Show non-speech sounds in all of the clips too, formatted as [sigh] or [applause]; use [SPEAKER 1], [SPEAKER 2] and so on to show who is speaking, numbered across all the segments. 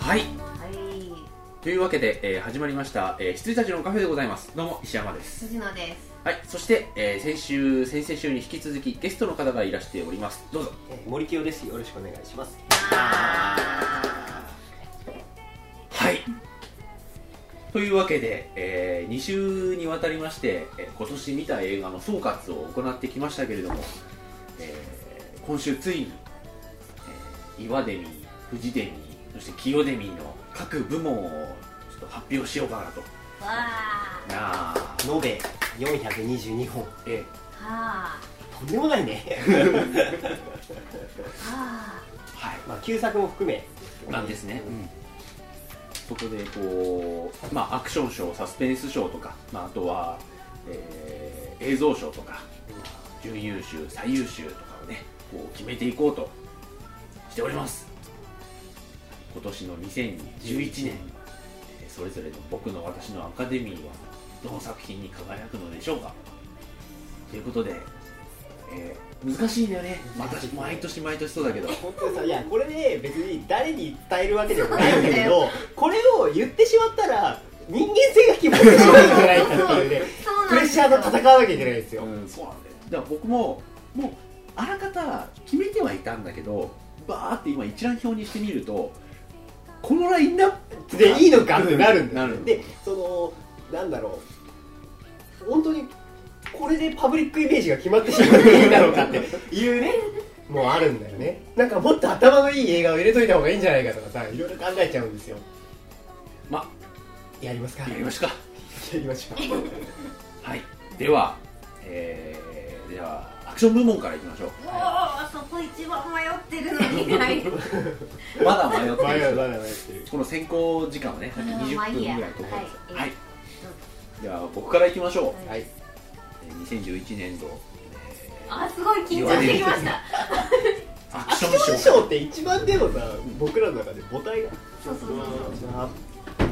[SPEAKER 1] はい
[SPEAKER 2] はい
[SPEAKER 1] というわけで、えー始まりました、えー羊たちのカフェでございますどうも石山です
[SPEAKER 2] 辻野です
[SPEAKER 1] はいそして、えー先週先々週に引き続きゲストの方がいらしておりますどうぞ
[SPEAKER 3] えー森清ですよろしくお願いします
[SPEAKER 1] はいというわけで、え2週にわたりまして、えー今年見た映画の総括を行ってきましたけれども、えー今週ついに、えー岩デミーフジデミーそして清デミーの各部門をちょっと発表しようかなと
[SPEAKER 2] わあ
[SPEAKER 1] なあ
[SPEAKER 3] 延べ422本
[SPEAKER 1] え
[SPEAKER 2] はあ
[SPEAKER 3] とんでもないね [laughs]
[SPEAKER 2] はあ
[SPEAKER 1] ーはい
[SPEAKER 3] まあ旧作も含め
[SPEAKER 1] なんですね、そこでこう、まあ、アクションショーサスペンスショーとか、まあ、あとは、えー映像賞とか準優秀最優秀とかをねこう決めていこうとしております今年の2011年えーそれぞれの僕の私のアカデミーはどの作品に輝くのでしょうかということで、えー難しいんだよね私毎年毎年そうだけど
[SPEAKER 3] 本当にさいやこれね別に誰に伝えるわけでもないんだけ [laughs] どこれを言ってしまったら人間性が決まってしまうんじゃないかって [laughs] いうね
[SPEAKER 2] そう
[SPEAKER 3] プ
[SPEAKER 2] なん
[SPEAKER 3] レッ
[SPEAKER 2] です
[SPEAKER 3] シャ
[SPEAKER 2] よ
[SPEAKER 3] ーと戦わなきゃいけないですよ、
[SPEAKER 1] うん、そうなんだよだから僕ももうあらかた決めてはいたんだけどバーって今一覧表にしてみるとこのラインナップ
[SPEAKER 3] でいいのかってなるんだ
[SPEAKER 1] な
[SPEAKER 3] よ
[SPEAKER 1] る
[SPEAKER 3] でそのなんだろう本当にこれでパブリックイメージが決まってしまっていいんだろうかってい
[SPEAKER 1] [laughs]
[SPEAKER 3] うねもうあるんだよねなんかもっと頭のいい映画を入れといた方がいいんじゃないかとかさいろいろ考えちゃうんですよ
[SPEAKER 1] ま
[SPEAKER 3] やりますか
[SPEAKER 1] あやりましょうか
[SPEAKER 3] やりましょ
[SPEAKER 1] [laughs]
[SPEAKER 3] う
[SPEAKER 1] はいではえー、ではアクション部門からいきましょ
[SPEAKER 2] おーそこ一番迷ってるのにはい
[SPEAKER 1] うまだ迷って
[SPEAKER 3] 前
[SPEAKER 1] る
[SPEAKER 3] は
[SPEAKER 1] 人
[SPEAKER 3] まだ迷ってる
[SPEAKER 1] この選考時間はねさっき
[SPEAKER 2] うんまあ
[SPEAKER 1] 20
[SPEAKER 2] いいや
[SPEAKER 1] 分ぐらいと思うんですよ
[SPEAKER 2] は
[SPEAKER 1] はいいでは僕からいきましょう
[SPEAKER 3] はい
[SPEAKER 1] えー2011年度えー
[SPEAKER 2] あすごい緊張してきました
[SPEAKER 1] アク
[SPEAKER 3] アク
[SPEAKER 1] シ
[SPEAKER 3] シ
[SPEAKER 1] ョンシ
[SPEAKER 3] ョ
[SPEAKER 1] ョ
[SPEAKER 3] ン
[SPEAKER 1] ー
[SPEAKER 3] ショーって一番でもさ僕らの中で母体が
[SPEAKER 2] そうそうそう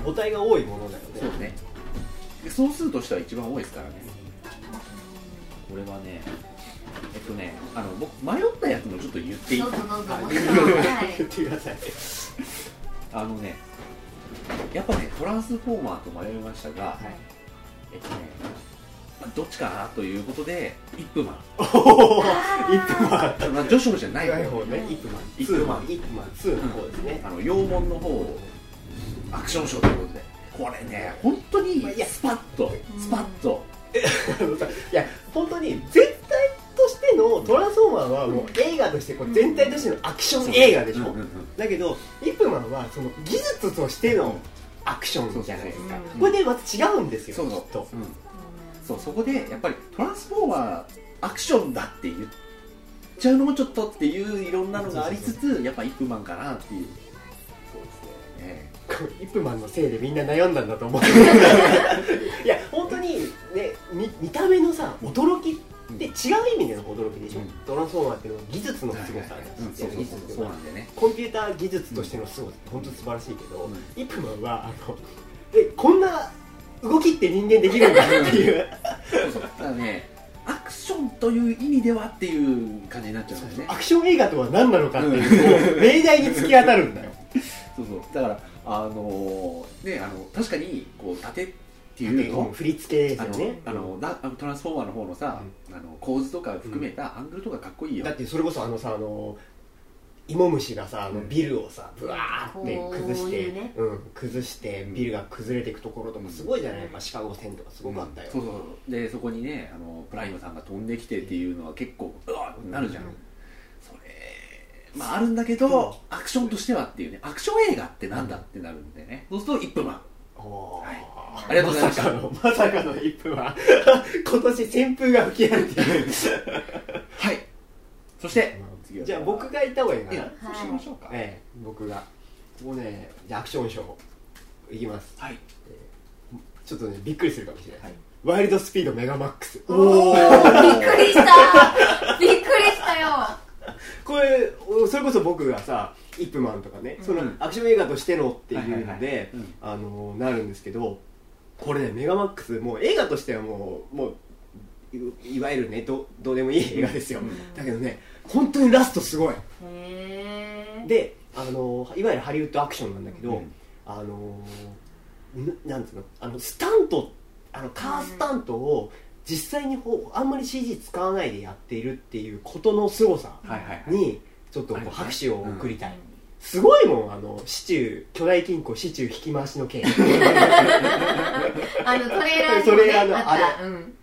[SPEAKER 3] 母体が多いものだよ
[SPEAKER 1] そう
[SPEAKER 3] ね
[SPEAKER 1] ねで総数としては一番多いですからねこれはねえっとねあの僕迷ったやつもちょっと言っていい
[SPEAKER 2] どうぞどうぞ
[SPEAKER 3] はい
[SPEAKER 2] もちろんは
[SPEAKER 3] [laughs] 言
[SPEAKER 2] い
[SPEAKER 3] ってください
[SPEAKER 1] あのねやっぱねトランスフォーマーと迷いましたが、えっとねまあどっちかなということでイップマン
[SPEAKER 3] おお一分前
[SPEAKER 1] まあ、女子じゃない
[SPEAKER 3] ない
[SPEAKER 1] 方
[SPEAKER 3] 方ね、イップマン、ツーマン、イップマン、ツーの方ですね。
[SPEAKER 1] あの洋門の方をアクションショーということでこれね本当に
[SPEAKER 3] まあいや
[SPEAKER 1] スパッと
[SPEAKER 2] うん
[SPEAKER 1] スパッと
[SPEAKER 3] あのさいや、本当に全体としてのトランスフォーマーはもう映画としてこう全体としてのアクション映画でし
[SPEAKER 1] うん
[SPEAKER 3] ょ
[SPEAKER 1] うん。うん
[SPEAKER 3] だけど、イップマンはその技術としてのアクションじゃないですか
[SPEAKER 2] そうそうそう。
[SPEAKER 3] これでまた違うんです
[SPEAKER 1] そ
[SPEAKER 3] よ、
[SPEAKER 1] う
[SPEAKER 3] き
[SPEAKER 1] そう
[SPEAKER 3] っと。
[SPEAKER 1] うんそうそこでやっぱりトランスフォーマーアクションだって言っちゃうのもちょっとっていういろんなのがありつつやっぱイップマンかなっていう、ね、
[SPEAKER 3] こうイップマンのせいでみんな悩んだんだと思う
[SPEAKER 1] [laughs]
[SPEAKER 3] いや本当にね見見た目のさ驚きって違う意味での驚きでしょ、
[SPEAKER 1] うん
[SPEAKER 3] トランスフォーマーっていうのは技術のすごさ
[SPEAKER 1] うんそうそうそうそうなんでね
[SPEAKER 3] コンピューター技術としてのすごさ、本当に素晴らしいけど、
[SPEAKER 1] うん
[SPEAKER 3] イップマンはあのえこんな動きって人間できるんだっていう
[SPEAKER 1] そうそうただねアクションという意味ではっていう感じになっちゃうんだよね
[SPEAKER 3] アクション映画とは何なのかっていう、命題に突き当たるんだよ
[SPEAKER 1] そうそうだからあのーねあの確かにこう盾っていうの
[SPEAKER 3] 振り付けです
[SPEAKER 1] あ
[SPEAKER 3] よ
[SPEAKER 1] の
[SPEAKER 3] ね
[SPEAKER 1] あのなあのトランスフォーマーの方のさ、あの構図とか含めたアングルとかかっこいいよ、
[SPEAKER 3] だってそれこそあのさあの芋虫がさあの
[SPEAKER 1] うん
[SPEAKER 3] ビルをさぶわーって崩し
[SPEAKER 2] こうい
[SPEAKER 3] て
[SPEAKER 2] うね
[SPEAKER 3] うん、崩してビルが崩れていくところと
[SPEAKER 1] う
[SPEAKER 3] か
[SPEAKER 1] ん
[SPEAKER 3] すごいじゃない、まあ、シカゴ戦とかすごかったよ、
[SPEAKER 1] そうそうそうでそこにねあのプライムさんが飛んできてっていうのは結構うわーなるじゃん、
[SPEAKER 2] うん
[SPEAKER 1] それまああるんだけどアクションとしてはっていうねアクション映画ってなんだってなるんでねそうすると1分マ
[SPEAKER 3] おー
[SPEAKER 1] はいありがとうございました
[SPEAKER 3] さかのまさかの一分は今年旋風が吹き荒れてる
[SPEAKER 1] はいそして次は
[SPEAKER 3] じゃあ僕が行った方がいいか
[SPEAKER 1] い
[SPEAKER 3] な、
[SPEAKER 1] やそうしましょうかはい、
[SPEAKER 3] ええ僕がここねじゃあアクションショーいきますちょっとねびっくりするかもしれない、
[SPEAKER 1] はい
[SPEAKER 3] ワイルドスピードメガマックス
[SPEAKER 2] おーびっくりしたびっくりしたよ
[SPEAKER 3] これおそれこそ僕がさ「イップマン」とかね、
[SPEAKER 2] うん
[SPEAKER 3] その
[SPEAKER 1] うん
[SPEAKER 3] アクション映画としてのっていう
[SPEAKER 1] はい
[SPEAKER 3] の
[SPEAKER 1] はいはい
[SPEAKER 3] で
[SPEAKER 1] うん
[SPEAKER 3] あのなるんですけどこれねメガマックスもう映画としてはもうもういいわゆるねどどうでもいい映画ですよ、
[SPEAKER 1] うん
[SPEAKER 3] だけどね本当にラストすごい
[SPEAKER 2] へえ
[SPEAKER 3] であのいわゆるハリウッドアクションなんだけど、
[SPEAKER 1] うん
[SPEAKER 3] あのななんつうのあのスタントあのカースタントを実際にほあんまり CG 使わないでやっているっていうことの凄さ
[SPEAKER 1] はいはいはい
[SPEAKER 3] にちょっと
[SPEAKER 1] あ
[SPEAKER 3] こう
[SPEAKER 1] るね
[SPEAKER 3] 拍手を送りたい、すごいもんあのシチュー巨大金庫シチュー引き回しの件
[SPEAKER 2] あのトレーラーに
[SPEAKER 3] ト
[SPEAKER 2] も、
[SPEAKER 3] レー
[SPEAKER 2] ね、
[SPEAKER 3] ラーの
[SPEAKER 2] あっ
[SPEAKER 3] あ
[SPEAKER 2] たうん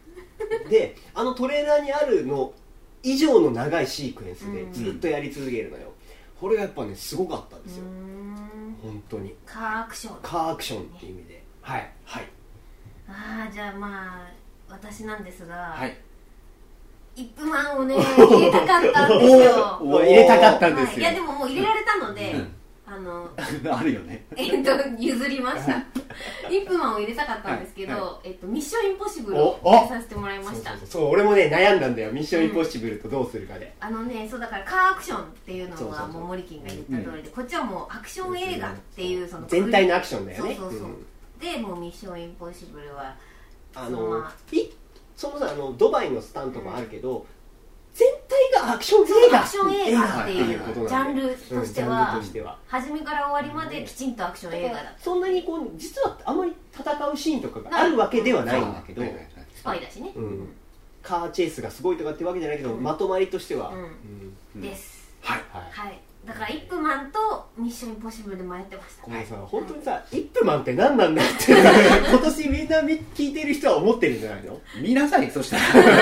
[SPEAKER 3] であのトレーラーにあるの以上の長いシークエンスで
[SPEAKER 2] うん
[SPEAKER 3] ずっとやり続けるのよ、これがやっぱねすごかったんですよ、
[SPEAKER 2] うん
[SPEAKER 3] 本当に
[SPEAKER 2] カーアクション
[SPEAKER 3] カーアクションっていう意味ではいはい
[SPEAKER 2] ああじゃあまあ私なんですが、
[SPEAKER 1] はい
[SPEAKER 2] イップマンをね入れたかったんですよ
[SPEAKER 3] お入れたかったん
[SPEAKER 2] は
[SPEAKER 3] で
[SPEAKER 2] い、
[SPEAKER 3] す
[SPEAKER 2] い
[SPEAKER 3] よ、
[SPEAKER 2] やでももう入れられたので、
[SPEAKER 1] うん [laughs]
[SPEAKER 2] あの
[SPEAKER 1] あるよね
[SPEAKER 2] えっと譲りましたイップマンを入れたかったんですけど、
[SPEAKER 1] はい
[SPEAKER 2] えっと、ミッションインポッシブルを
[SPEAKER 3] おお
[SPEAKER 2] 入れさせてもらいました
[SPEAKER 3] そうそうそう俺もね悩んだんだよ「ミッションインポッシブル」とどうするかで、
[SPEAKER 2] あのねそうだからカーアクションっていうのはもうモリキンが言った通りで、こっちはもうアクション映画っていうその
[SPEAKER 3] 全体のアクションだよね
[SPEAKER 2] そうそうそうんでもうミッションインポッシブルは
[SPEAKER 3] あ
[SPEAKER 2] その
[SPEAKER 3] の
[SPEAKER 2] ま
[SPEAKER 3] いそもそもあのドバイのスタントもあるけど、全体がアクション映画
[SPEAKER 2] アクション映画っていう
[SPEAKER 3] こと
[SPEAKER 2] ジ
[SPEAKER 3] な
[SPEAKER 2] ャ
[SPEAKER 3] ん
[SPEAKER 2] ン
[SPEAKER 3] だよ
[SPEAKER 2] ルとして
[SPEAKER 3] うんジャン
[SPEAKER 2] は
[SPEAKER 3] ルとしては
[SPEAKER 2] 初めから終わりまできちんとアクション映画だ
[SPEAKER 3] そんなにこう実はあまり戦うシーンとかがあるわけではないんだけど、
[SPEAKER 1] はいはいはい
[SPEAKER 2] スパイだしね、
[SPEAKER 3] うんカーチェイスがすごいとかってわけじゃないけど、
[SPEAKER 2] うん
[SPEAKER 3] まとまりとしては、
[SPEAKER 2] うん
[SPEAKER 3] ん
[SPEAKER 1] うん
[SPEAKER 2] です
[SPEAKER 1] はい
[SPEAKER 3] はい
[SPEAKER 2] はいだからイップマンとミッションインポッシブルで迷ってました
[SPEAKER 3] このさ、本当にさ、イップマンって何なんだ [laughs] って、今年みんなみ聞いてる人は思ってるんじゃないの
[SPEAKER 1] 見なさいそした [laughs] ら
[SPEAKER 2] はい、は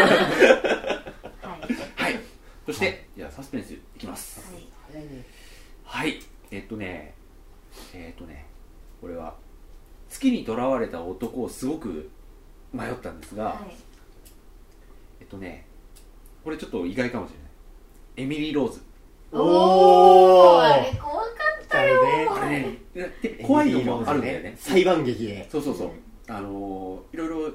[SPEAKER 1] はいそして、
[SPEAKER 3] はい
[SPEAKER 1] じゃあサスペンスいきます
[SPEAKER 2] い、
[SPEAKER 3] 早いね。
[SPEAKER 1] はいえっとねえっとねこれは月にとらわれた男をすごく迷ったんですが、
[SPEAKER 2] はい
[SPEAKER 1] えっとねこれちょっと意外かもしれないエミリー・ローズ
[SPEAKER 2] お
[SPEAKER 3] お
[SPEAKER 2] ー
[SPEAKER 3] ー
[SPEAKER 2] あれ怖かったよ
[SPEAKER 3] 来
[SPEAKER 1] あ
[SPEAKER 3] た
[SPEAKER 1] れ
[SPEAKER 3] ね
[SPEAKER 1] ねで怖いのもあるんだよね
[SPEAKER 3] 裁判劇で。
[SPEAKER 1] そうそうそう、
[SPEAKER 2] うん
[SPEAKER 1] あのーいろいろ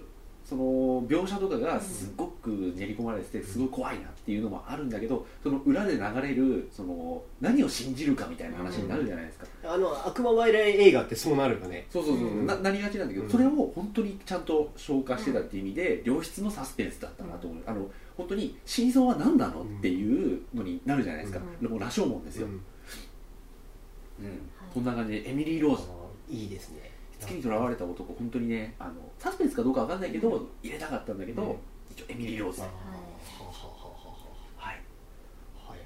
[SPEAKER 1] その描写とかがすごく練り込まれててすごい怖いなっていうのもあるんだけどその裏で流れるその何を信じるかみたいな話になるじゃないですか、
[SPEAKER 3] あの、悪魔外来映画ってそうなるよね。
[SPEAKER 1] そうそうそう、
[SPEAKER 3] うん
[SPEAKER 1] ななりがちなんだけど、
[SPEAKER 3] うん
[SPEAKER 1] それを本当にちゃんと消化してたっていう意味で、良質のサスペンスだったなと思う、あの本当に真相は何なのっていうのになるじゃないですか、
[SPEAKER 2] うん
[SPEAKER 1] もう羅生門ですよ、
[SPEAKER 3] うん
[SPEAKER 1] うんこんな感じでエミリー・ローズ
[SPEAKER 3] いいですね。
[SPEAKER 1] 月にとらわれた男本当にねあのサスペンスかどうかわかんないけど、入れたかったんだけど、
[SPEAKER 3] うん
[SPEAKER 1] 一応エミリー・ローズ
[SPEAKER 3] は
[SPEAKER 1] は
[SPEAKER 3] はは
[SPEAKER 1] いう
[SPEAKER 3] ははいはい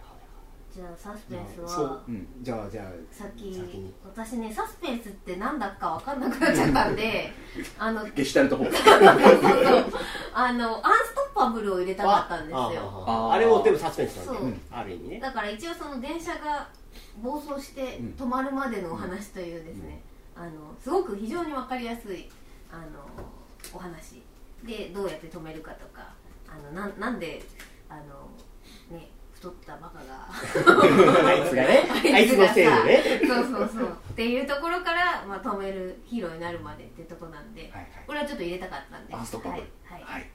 [SPEAKER 2] じゃあサスペンス
[SPEAKER 3] そ
[SPEAKER 2] は
[SPEAKER 1] う
[SPEAKER 3] う
[SPEAKER 1] ん
[SPEAKER 3] じゃあ、じゃあ、
[SPEAKER 2] さっき
[SPEAKER 3] 先に
[SPEAKER 2] 私ねサスペンスってなんだかわかんなくなっちゃったん
[SPEAKER 3] [laughs]
[SPEAKER 2] であの
[SPEAKER 1] ゲシュタルト法
[SPEAKER 2] あのアンストッパブルを入れたかったんですよ
[SPEAKER 3] ああ
[SPEAKER 1] あ
[SPEAKER 3] あ
[SPEAKER 1] ー
[SPEAKER 3] あれもでもサスペンスなん
[SPEAKER 2] そ
[SPEAKER 3] だ
[SPEAKER 2] う
[SPEAKER 3] よ。ある意味ね。
[SPEAKER 2] だから一応その電車が暴走して
[SPEAKER 1] うん
[SPEAKER 2] 止まるまでのお話というですね、あのすごく非常にわかりやすいあのお話でどうやって止めるかとかあのなんなんであのね太ったバカが
[SPEAKER 3] [laughs] あいつが
[SPEAKER 2] [laughs]
[SPEAKER 3] ね、あいつのせいでね。
[SPEAKER 2] そうそうそうっていうところから、まあ、止めるヒーローになるまでってとこなんで
[SPEAKER 1] はいはい
[SPEAKER 2] これはちょっと入れたかったんで
[SPEAKER 1] アンストッパブル
[SPEAKER 2] はい、はい
[SPEAKER 1] はい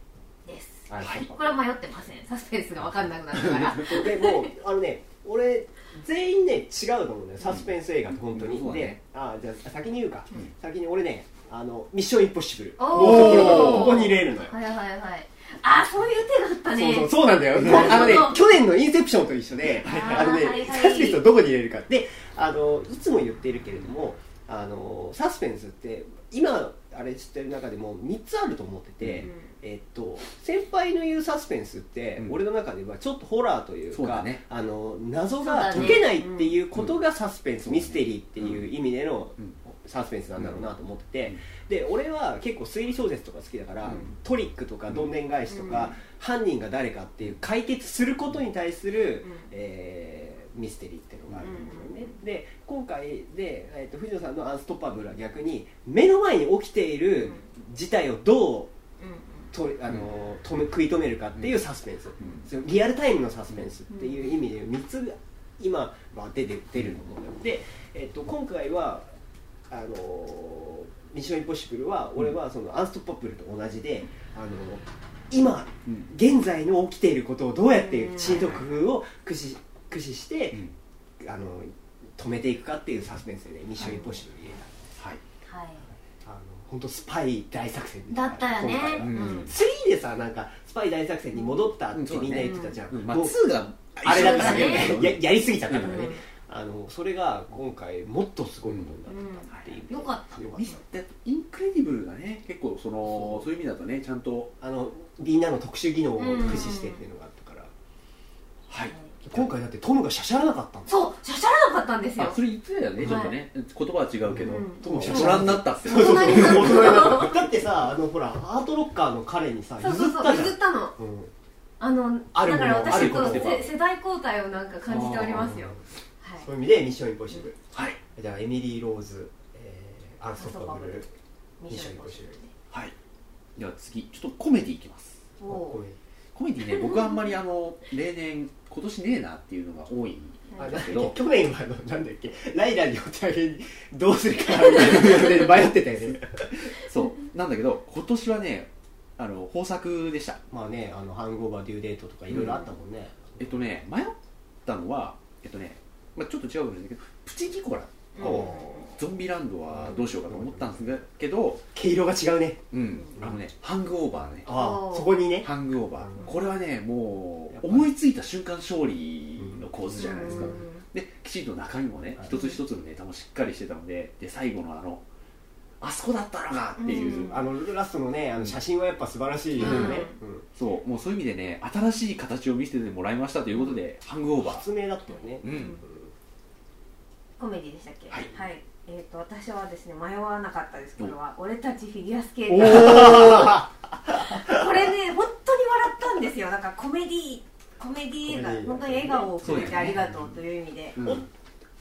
[SPEAKER 2] です
[SPEAKER 3] あ
[SPEAKER 1] はい
[SPEAKER 2] これは迷ってませんサスペンスが分かんなくなったから
[SPEAKER 3] でもうあのね俺全員ね違うと思うんだよサスペンス映画って本当
[SPEAKER 1] う
[SPEAKER 3] に、
[SPEAKER 1] んそうだね
[SPEAKER 3] であじゃあ先に言うか、
[SPEAKER 1] うん
[SPEAKER 3] 先に俺ねあの「ミッションインポッシブル」
[SPEAKER 2] おー
[SPEAKER 3] もうここに入れるのよ、
[SPEAKER 2] はいはいはいあそういう手だったね
[SPEAKER 3] そうそうそうなんだよ、こあのね去年の「インセプション」と一緒で、
[SPEAKER 2] はい
[SPEAKER 3] あのね、
[SPEAKER 2] はいはい
[SPEAKER 3] サスペンスをどこに入れるかであのいつも言っているけれどもあのサスペンスって今あれ知ってる中でも3つあると思ってて、
[SPEAKER 2] うん
[SPEAKER 3] えっと、先輩の言うサスペンスって、
[SPEAKER 1] うん
[SPEAKER 3] 俺の中ではちょっとホラーという
[SPEAKER 1] そう
[SPEAKER 3] か
[SPEAKER 1] だね
[SPEAKER 3] あの謎
[SPEAKER 2] そう
[SPEAKER 3] が
[SPEAKER 2] だね
[SPEAKER 3] 解けないっていうことがサスペンス、
[SPEAKER 1] うん
[SPEAKER 3] ミステリーっていう意味での
[SPEAKER 1] うん
[SPEAKER 3] サスペンスなんだろうなと思ってて、
[SPEAKER 1] うん
[SPEAKER 3] で俺は結構推理小説とか好きだから、
[SPEAKER 1] うん
[SPEAKER 3] トリックとかどんでん返しとか、
[SPEAKER 2] うん
[SPEAKER 3] 犯人が誰かっていう解決することに対する、
[SPEAKER 2] うん
[SPEAKER 3] えーミステリーっていうのがあるんだよね、で今回で、えっと藤野さんの「アンストッパブル」は逆に目の前に起きている事態をどう
[SPEAKER 2] うん
[SPEAKER 3] とあの止め食い止めるかっていうサスペンス、そのリアルタイムのサスペンスっていう意味で3つが今は出て出ると思うので、えっと、今回はあの「ミッションインポッシブル」は俺はそのアンストッパブルと同じで、あの今
[SPEAKER 1] うん
[SPEAKER 3] 現在の起きていることをどうやって知恵と工夫を駆使駆使して
[SPEAKER 1] う、ん
[SPEAKER 3] あの止めていくかっていうサスペンスでね「ミッションインポッシブル」入れ
[SPEAKER 1] は
[SPEAKER 2] は
[SPEAKER 1] い
[SPEAKER 2] い
[SPEAKER 3] たあの本当スパイ大作戦
[SPEAKER 2] だったよね
[SPEAKER 3] 今回は
[SPEAKER 2] う
[SPEAKER 1] うんん
[SPEAKER 3] 3でさなんかスパイ大作戦に戻ったってみんな言ってたじゃん、
[SPEAKER 1] うんまあ
[SPEAKER 3] もう
[SPEAKER 1] 2が
[SPEAKER 3] あれだから
[SPEAKER 2] そうだ
[SPEAKER 3] ね
[SPEAKER 2] ね
[SPEAKER 3] ややりすぎちゃったからね、
[SPEAKER 2] うん
[SPEAKER 3] あのそれが今回もっとすごいことになったっていう、
[SPEAKER 2] よかった
[SPEAKER 3] よかっ
[SPEAKER 1] ミスでインクレディブルがね結構そのそういう意味だとねちゃんと
[SPEAKER 3] たあのみんなの特殊技能を駆使してっていうのがあったから、
[SPEAKER 1] はい
[SPEAKER 3] 今回だってトムがしゃしゃらなかったんですよ
[SPEAKER 2] そうしゃしゃらなかったんです
[SPEAKER 1] あ
[SPEAKER 2] よ
[SPEAKER 1] それ言ってたよねちょっとね、言葉は違うけど、
[SPEAKER 2] うん
[SPEAKER 1] トムご覧になったっすよ
[SPEAKER 2] そうそう大人になった
[SPEAKER 3] 大人になっただってさあのほらアートロッカーの彼にさ
[SPEAKER 2] そ
[SPEAKER 3] 譲
[SPEAKER 2] う
[SPEAKER 3] っ
[SPEAKER 2] そうそ
[SPEAKER 3] た
[SPEAKER 2] う
[SPEAKER 3] じゃん
[SPEAKER 2] 譲ったの
[SPEAKER 3] うん
[SPEAKER 2] あの
[SPEAKER 3] ある
[SPEAKER 2] だ
[SPEAKER 3] もの
[SPEAKER 2] から
[SPEAKER 1] ある
[SPEAKER 2] 私
[SPEAKER 1] もの
[SPEAKER 2] と
[SPEAKER 1] では
[SPEAKER 2] せ世代交代をなんか感じておりますよはい
[SPEAKER 3] そういう意味で「ミッションインポッシブル
[SPEAKER 1] はい」
[SPEAKER 3] じゃあエミリー・ローズ、えー、アンソッパブル
[SPEAKER 2] ミッションインポッシブルね
[SPEAKER 1] はいでは次ちょっとコメディいきます
[SPEAKER 2] お
[SPEAKER 3] ご
[SPEAKER 2] お
[SPEAKER 3] めん
[SPEAKER 1] コメディ [laughs] ね僕あんまりあの例年今年ねえなっていうのが多い
[SPEAKER 3] あ
[SPEAKER 1] んで
[SPEAKER 3] だ
[SPEAKER 1] すけど
[SPEAKER 3] 去年はあのなんだっけライダーにお手上げにどうするかみたいな迷ってたよね
[SPEAKER 1] そうなんだけど今年はねあの豊作でした
[SPEAKER 3] [laughs] まあねあのハングオーバーデューデートとかいろいろあったもんね、
[SPEAKER 1] えっとね迷ったのはえっとね、まあ、ちょっと違うかもしれないけどプチギコラ
[SPEAKER 2] うん
[SPEAKER 1] こゾンビランドはどうしようかと思ったんですけど、
[SPEAKER 3] 毛色が違うね
[SPEAKER 1] うん、あのねハングオーバーね
[SPEAKER 3] あ
[SPEAKER 2] お
[SPEAKER 3] あ
[SPEAKER 2] ー
[SPEAKER 3] そこにね
[SPEAKER 1] ハングオーバー
[SPEAKER 3] うん
[SPEAKER 1] これはねもう
[SPEAKER 3] やっぱり
[SPEAKER 1] 思いついた瞬間勝利の構図じゃないですか、
[SPEAKER 2] うん
[SPEAKER 1] できちんと中身もね
[SPEAKER 3] はい
[SPEAKER 1] 一つ一つのネタもしっかりしてたのでで最後のあのあそこだったのかってい
[SPEAKER 2] う
[SPEAKER 1] う、
[SPEAKER 2] ん
[SPEAKER 3] あのラストのねあの写真はやっぱ素晴らしいよね、うん
[SPEAKER 1] そうもうそういう意味でね新しい形を見せてもらいましたということで、ハングオーバー、
[SPEAKER 3] 発明だったよね、
[SPEAKER 1] うん、
[SPEAKER 2] コメディでしたっけ
[SPEAKER 1] はい
[SPEAKER 2] えーと私はですね迷わなかったですこれは俺たちフィギュアスケー
[SPEAKER 1] お
[SPEAKER 2] ト
[SPEAKER 1] ー
[SPEAKER 2] [laughs] これね本当に笑ったんですよなんかコメディコメディ映
[SPEAKER 3] コ
[SPEAKER 2] 画本
[SPEAKER 3] メディ
[SPEAKER 2] 当に笑顔をくれ
[SPEAKER 1] そうです
[SPEAKER 2] て
[SPEAKER 1] ね
[SPEAKER 2] ありがとうという意味で
[SPEAKER 1] うん
[SPEAKER 3] おい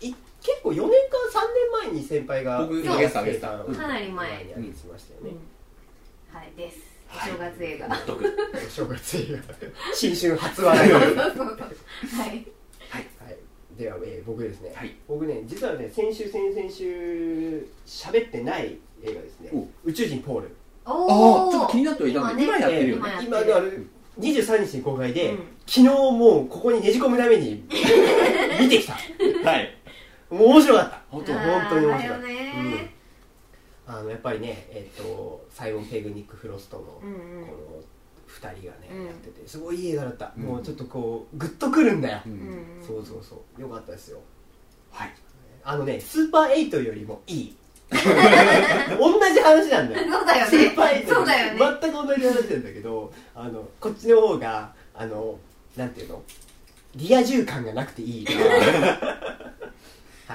[SPEAKER 3] 結構4年か3年前に先輩が
[SPEAKER 1] 僕
[SPEAKER 2] そう
[SPEAKER 3] ゲストゲスト
[SPEAKER 1] うん
[SPEAKER 2] かなり前
[SPEAKER 3] にあげてましたよ
[SPEAKER 2] う
[SPEAKER 3] ね
[SPEAKER 2] ん、はいですお
[SPEAKER 1] はい
[SPEAKER 2] 正月映画 [laughs]
[SPEAKER 1] 納得
[SPEAKER 3] [laughs] お正月映画新春初話題 [laughs] の、はい、
[SPEAKER 2] はい
[SPEAKER 3] では、えー僕ですね、
[SPEAKER 1] はい
[SPEAKER 3] 僕ね実はね先週先々週喋ってない映画ですね
[SPEAKER 1] お
[SPEAKER 3] 「宇宙人ポール
[SPEAKER 1] ああ
[SPEAKER 2] お
[SPEAKER 1] ーちょっと気になってはいたんだけど
[SPEAKER 2] 今
[SPEAKER 1] 今やってるよ
[SPEAKER 2] 今
[SPEAKER 1] ね
[SPEAKER 2] や」ってる
[SPEAKER 3] 今である23日に公開で、
[SPEAKER 2] うん
[SPEAKER 3] 昨日もうここにねじ込むため
[SPEAKER 2] [laughs]
[SPEAKER 3] に見てきた
[SPEAKER 1] はい
[SPEAKER 3] もう面白かった
[SPEAKER 1] 本
[SPEAKER 2] あ
[SPEAKER 1] 当
[SPEAKER 2] ー
[SPEAKER 3] 本当に面白
[SPEAKER 2] だ
[SPEAKER 3] い
[SPEAKER 2] よね
[SPEAKER 3] あのやっぱりね、えっとサイモン・ペグニック・フロストのこ
[SPEAKER 2] う
[SPEAKER 3] の
[SPEAKER 2] んうん
[SPEAKER 3] 2人がね、
[SPEAKER 2] うん
[SPEAKER 3] やっててすごいいい映画だった、
[SPEAKER 1] うん
[SPEAKER 3] もうちょっとこうグッとくるんだよ、
[SPEAKER 1] うん
[SPEAKER 2] うん
[SPEAKER 3] そうそうそうよかったですよ
[SPEAKER 1] はい
[SPEAKER 3] あのねスーパーエイトよりもい
[SPEAKER 1] [laughs]
[SPEAKER 3] い同じ話なんだよ
[SPEAKER 2] そうだよね
[SPEAKER 3] スーパーエイト
[SPEAKER 2] そうだよね
[SPEAKER 3] 全く同じ話なんだけどあのこっちの方があのなんていうのリア充感がなくていいから
[SPEAKER 1] [laughs]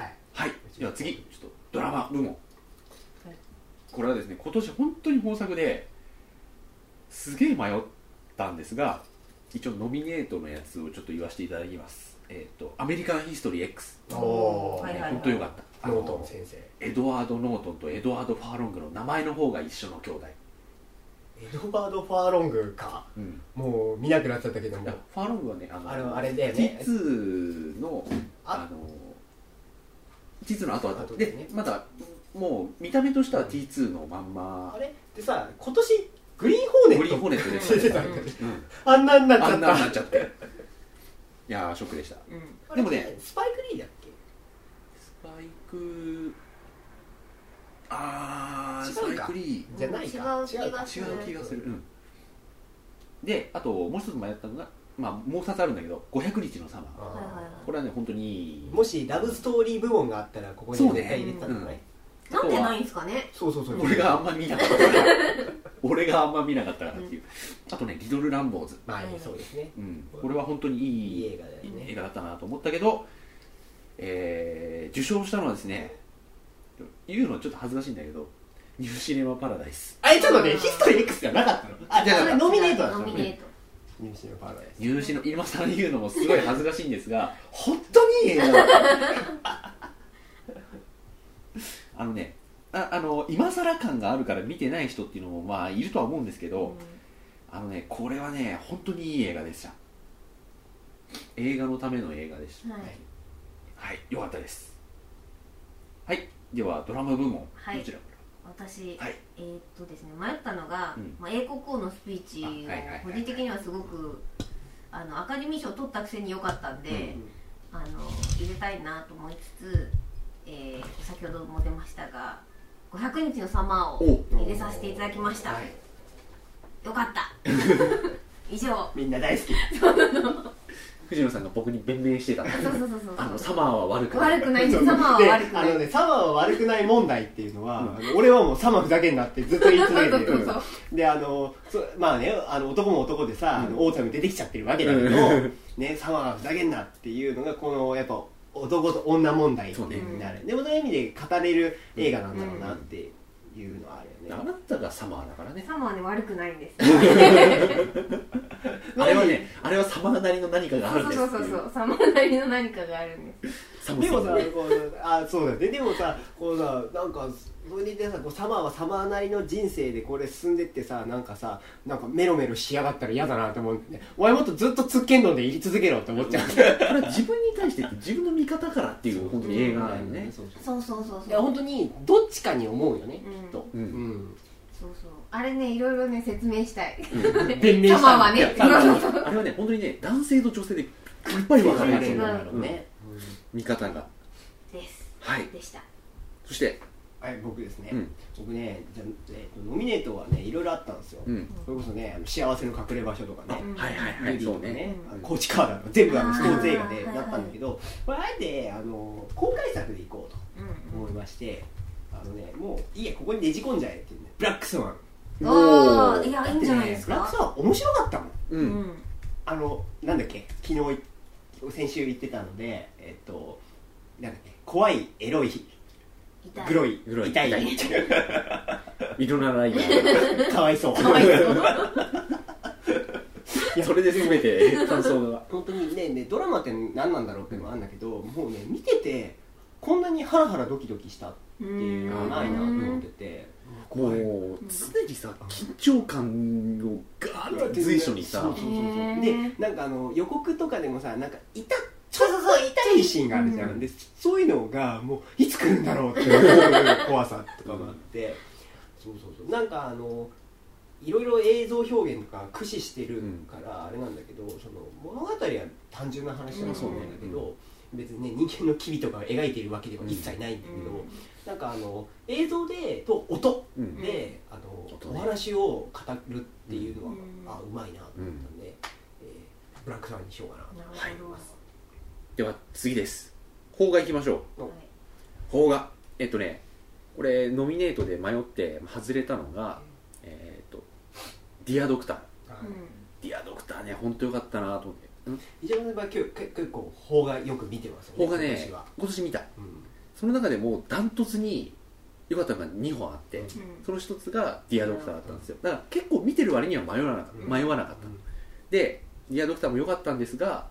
[SPEAKER 3] はい
[SPEAKER 1] はいでは次ちょっとドラマ部門これはですね今年本当に豊作ですげえ迷ったんですが一応ノミネートのやつをちょっと言わせていただきますえっ、と「アメリカンヒストリー X
[SPEAKER 2] お
[SPEAKER 3] おー
[SPEAKER 2] は」いはい
[SPEAKER 1] 本当よかったあ
[SPEAKER 3] ノートン
[SPEAKER 1] の
[SPEAKER 3] 先生
[SPEAKER 1] エドワード・ノートンとエドワード・ファーロングの名前の方が一緒の兄弟、
[SPEAKER 3] エドバード・ファーロングか
[SPEAKER 1] うん、
[SPEAKER 3] もう見なくなっちゃったけど
[SPEAKER 1] い
[SPEAKER 3] も
[SPEAKER 1] やファーロングはねあの
[SPEAKER 3] あのあれだよね
[SPEAKER 1] 実のあ
[SPEAKER 3] あ
[SPEAKER 1] の T2 の後だった
[SPEAKER 3] 後
[SPEAKER 1] で,、
[SPEAKER 3] ですね
[SPEAKER 1] まだもう見た目としては T2 のまん
[SPEAKER 3] あ
[SPEAKER 1] ま
[SPEAKER 3] れでさ今年グリーンホーネ
[SPEAKER 1] グリーン
[SPEAKER 3] ッ
[SPEAKER 1] ホ
[SPEAKER 3] ト
[SPEAKER 1] ーネットで
[SPEAKER 3] [laughs] 出てたんだよね
[SPEAKER 1] うん
[SPEAKER 3] あんなになっち
[SPEAKER 1] あ
[SPEAKER 3] ゃ
[SPEAKER 1] ん
[SPEAKER 3] っ
[SPEAKER 1] なになったちゃっていやーショックでした
[SPEAKER 2] うん
[SPEAKER 3] あれ
[SPEAKER 1] でもね
[SPEAKER 3] スパイク・リーだっけ
[SPEAKER 1] スパイクあース
[SPEAKER 3] 違
[SPEAKER 1] パ
[SPEAKER 3] う
[SPEAKER 1] イ
[SPEAKER 3] か
[SPEAKER 1] クリ
[SPEAKER 3] じゃない
[SPEAKER 2] 違
[SPEAKER 3] か
[SPEAKER 2] う気が
[SPEAKER 3] か
[SPEAKER 1] ー違う気がする、うんであともう一つ迷ったのがまあもう二つあるんだけど500日のサマー
[SPEAKER 2] はいはいは
[SPEAKER 3] あ
[SPEAKER 1] これはね本当に
[SPEAKER 3] ーもしラブストーリー部門があったらここに
[SPEAKER 1] そう
[SPEAKER 3] 絶
[SPEAKER 1] ね
[SPEAKER 3] 対入れてたんじゃない
[SPEAKER 2] いなんでないんですかね
[SPEAKER 3] そうそうそう
[SPEAKER 1] 俺があんま見なかったから [laughs] 俺があんま見なかったからっていうあとね「リドル・ランボーズ
[SPEAKER 3] まあそうですね」
[SPEAKER 1] うん、これは本当に
[SPEAKER 3] い
[SPEAKER 1] いい
[SPEAKER 3] い映画だよ
[SPEAKER 1] 映
[SPEAKER 3] ね
[SPEAKER 1] 画だったなと思ったけど、えー受賞したのはですね言うのちょっと恥ずかしいんだけどニューシネマ・パラダイス
[SPEAKER 3] あれちょっとねヒストリー X じゃなかったのあじゃあそれノミネートだった
[SPEAKER 2] ノ
[SPEAKER 3] の
[SPEAKER 2] ミネート
[SPEAKER 3] ニューシネパラダイス
[SPEAKER 1] ニューシネ今更言うのもすごい恥ずかしいんですが本当にいい映画だったあのねああの今更感があるから見てない人っていうのもまあいるとは思うんですけど、あのねこれはね本当にいい映画でした映画のための映画でした
[SPEAKER 2] うんはい
[SPEAKER 1] はい、よかったです。はい、ではドラマ部門、
[SPEAKER 2] はい
[SPEAKER 1] どちらか
[SPEAKER 2] 私、
[SPEAKER 1] はい
[SPEAKER 2] えーっとですね迷ったのが、
[SPEAKER 1] うん
[SPEAKER 2] まあ、英国王のスピーチ
[SPEAKER 1] あはいはいはいはい
[SPEAKER 2] を個人的にはすごくあのアカデミー賞取ったくせに良かったんで、あの入れたいなと思いつつ、えー先ほども出ましたが「500日のサマー」を
[SPEAKER 1] お
[SPEAKER 2] 入れさせていただきました、
[SPEAKER 1] はい [laughs]
[SPEAKER 2] よかった以上
[SPEAKER 3] みんな大好き
[SPEAKER 1] 藤野さんが僕に弁明してたんです
[SPEAKER 2] そうそうそうそう
[SPEAKER 1] あのサマーは悪くない
[SPEAKER 2] 悪くないんですサマーは悪く
[SPEAKER 3] であ
[SPEAKER 2] ない
[SPEAKER 3] のね、サマーは悪くない問題っていうのは、あの俺はもうサマーふざけんなってずっと言い続けて
[SPEAKER 2] [laughs] そう
[SPEAKER 3] る
[SPEAKER 2] そうそ
[SPEAKER 3] であのそまあねあの男も男でさ、あのオータム出てきちゃってるわけだけ
[SPEAKER 1] う
[SPEAKER 3] ど、
[SPEAKER 1] ん
[SPEAKER 3] [laughs] ね、サマーはふざけんなっていうのがこのやっぱ男と女問題になる、でもそういう意味で語れる映画なんだろうなっていうのはあるよ
[SPEAKER 1] あ
[SPEAKER 3] ね、
[SPEAKER 1] なたがサマーだからね
[SPEAKER 2] サマーね悪くないん
[SPEAKER 1] [laughs]
[SPEAKER 2] です
[SPEAKER 1] あれはねあれはサマーなりの何かがあるん
[SPEAKER 2] そう
[SPEAKER 1] で
[SPEAKER 2] そ
[SPEAKER 1] す
[SPEAKER 2] うそうそうサマーなりの何かがあるんです
[SPEAKER 1] 寒
[SPEAKER 3] で
[SPEAKER 1] さ
[SPEAKER 3] も
[SPEAKER 1] も
[SPEAKER 3] さこうあそうだねでもさこうさなんかそれでさこうサマーはサマーなりの人生でこれ進んでってさなんかさなんかメロメロしやがったら嫌だなと思ってお前もっとずっとツッケンドンでいり続けろって思っちゃう
[SPEAKER 1] [laughs] これは自分に対してって自分の味方からっていう本当に映画だよね
[SPEAKER 3] そうそう
[SPEAKER 2] そうそうそう
[SPEAKER 3] い
[SPEAKER 2] そ
[SPEAKER 3] や
[SPEAKER 2] う
[SPEAKER 3] 本当にどっちかに思うよね、
[SPEAKER 2] うん
[SPEAKER 3] きっと、
[SPEAKER 1] うん
[SPEAKER 2] そうそうあれねいろいろね説明したい
[SPEAKER 3] 弁明したい
[SPEAKER 2] サマーはね
[SPEAKER 1] いやあのあれはね本当にね男性と女性でいっぱい分かれる
[SPEAKER 2] 違
[SPEAKER 1] ん
[SPEAKER 2] う
[SPEAKER 1] だろうね
[SPEAKER 3] ね、
[SPEAKER 1] 見方が
[SPEAKER 2] です
[SPEAKER 1] はい
[SPEAKER 2] でした
[SPEAKER 1] そして
[SPEAKER 3] はい僕ですね、
[SPEAKER 1] うん
[SPEAKER 3] 僕ねじゃ、えっとノミネートはねいろいろあったんですよ、
[SPEAKER 1] うん
[SPEAKER 3] それこそねあの幸せの隠れ場所とか
[SPEAKER 1] あ
[SPEAKER 3] ね
[SPEAKER 2] うん
[SPEAKER 1] はいはいは
[SPEAKER 3] ル
[SPEAKER 1] い
[SPEAKER 3] ビー
[SPEAKER 1] そ
[SPEAKER 3] と
[SPEAKER 1] う
[SPEAKER 3] か
[SPEAKER 1] ね
[SPEAKER 3] ね、あのコーチカーだの全部あ
[SPEAKER 2] あ
[SPEAKER 3] の
[SPEAKER 2] ー
[SPEAKER 3] スポーツ映画で
[SPEAKER 2] はいはい
[SPEAKER 3] なったんだけど、これあえてあの公開作で行こう
[SPEAKER 2] うん
[SPEAKER 3] と思いましてあのねもういいやここにねじ込んじゃえっていうねブラックスワン
[SPEAKER 2] うん
[SPEAKER 1] お
[SPEAKER 2] あ
[SPEAKER 1] ー
[SPEAKER 2] ーいやいいんじゃないです
[SPEAKER 3] だってねブラック
[SPEAKER 2] か
[SPEAKER 3] スワン面白かったもん
[SPEAKER 1] う
[SPEAKER 2] うんん
[SPEAKER 3] あのなんだっけ昨日い先週行ってたのでえっとなんだっけ怖いエロい
[SPEAKER 2] 痛い
[SPEAKER 3] グロい
[SPEAKER 1] グロい
[SPEAKER 3] 痛い
[SPEAKER 1] 痛いいろんなライブ
[SPEAKER 3] [laughs] かわいそう
[SPEAKER 2] かわいそう
[SPEAKER 1] それで全て感想が
[SPEAKER 3] [laughs] 本当にねねドラマって何なんだろうっていうのもあるんだけどもうね見ててこんなにハラハラドキドキしたっていうのはないなと思ってて
[SPEAKER 1] もう常にさ緊張感をガーッと随所に
[SPEAKER 3] そ
[SPEAKER 1] さ
[SPEAKER 3] うそうそうそう
[SPEAKER 2] へー
[SPEAKER 3] でなんかあの予告とかでもさなんか痛っちょっと痛いシーンがあるじゃん、
[SPEAKER 1] うん
[SPEAKER 3] でそういうのがもういつ来るんだろうっていう怖さとかもあって、そうそうそうなんかあのいろいろ映像表現とか駆使してるからあれなんだけど、その物語は単純な話だと思うんだけど、別にね人間の機微とかを描いてるわけでは一切ないんだけど、
[SPEAKER 2] うん
[SPEAKER 3] なんかあの映像でと音
[SPEAKER 1] うん
[SPEAKER 3] で、あ
[SPEAKER 1] 音
[SPEAKER 3] の
[SPEAKER 1] ね
[SPEAKER 3] お話を語るっていうのは、
[SPEAKER 2] うん
[SPEAKER 3] あうまいなと思ったんで、えーブラックさんにしようかなと
[SPEAKER 2] なるほど
[SPEAKER 1] はいでは次です邦画いきましょ
[SPEAKER 2] はい
[SPEAKER 1] うん邦画えっとねこれノミネートで迷って外れたのがえーっとディアドクター
[SPEAKER 2] うん
[SPEAKER 1] ディアドクターね本当よかったなと思ってうん
[SPEAKER 3] 一番の場合結構結構邦画よく見てますよね
[SPEAKER 1] 邦画
[SPEAKER 3] 今
[SPEAKER 1] ね
[SPEAKER 3] 年は、
[SPEAKER 1] 今年見た
[SPEAKER 3] うん
[SPEAKER 1] その中でもダントツに良かったのが2本あって、
[SPEAKER 3] うん
[SPEAKER 2] うん
[SPEAKER 1] その一つがディアドクターだったんですよだから結構見てる割には迷わなかった、
[SPEAKER 3] うん
[SPEAKER 1] 迷わなかったでディアドクターも良かったんですが、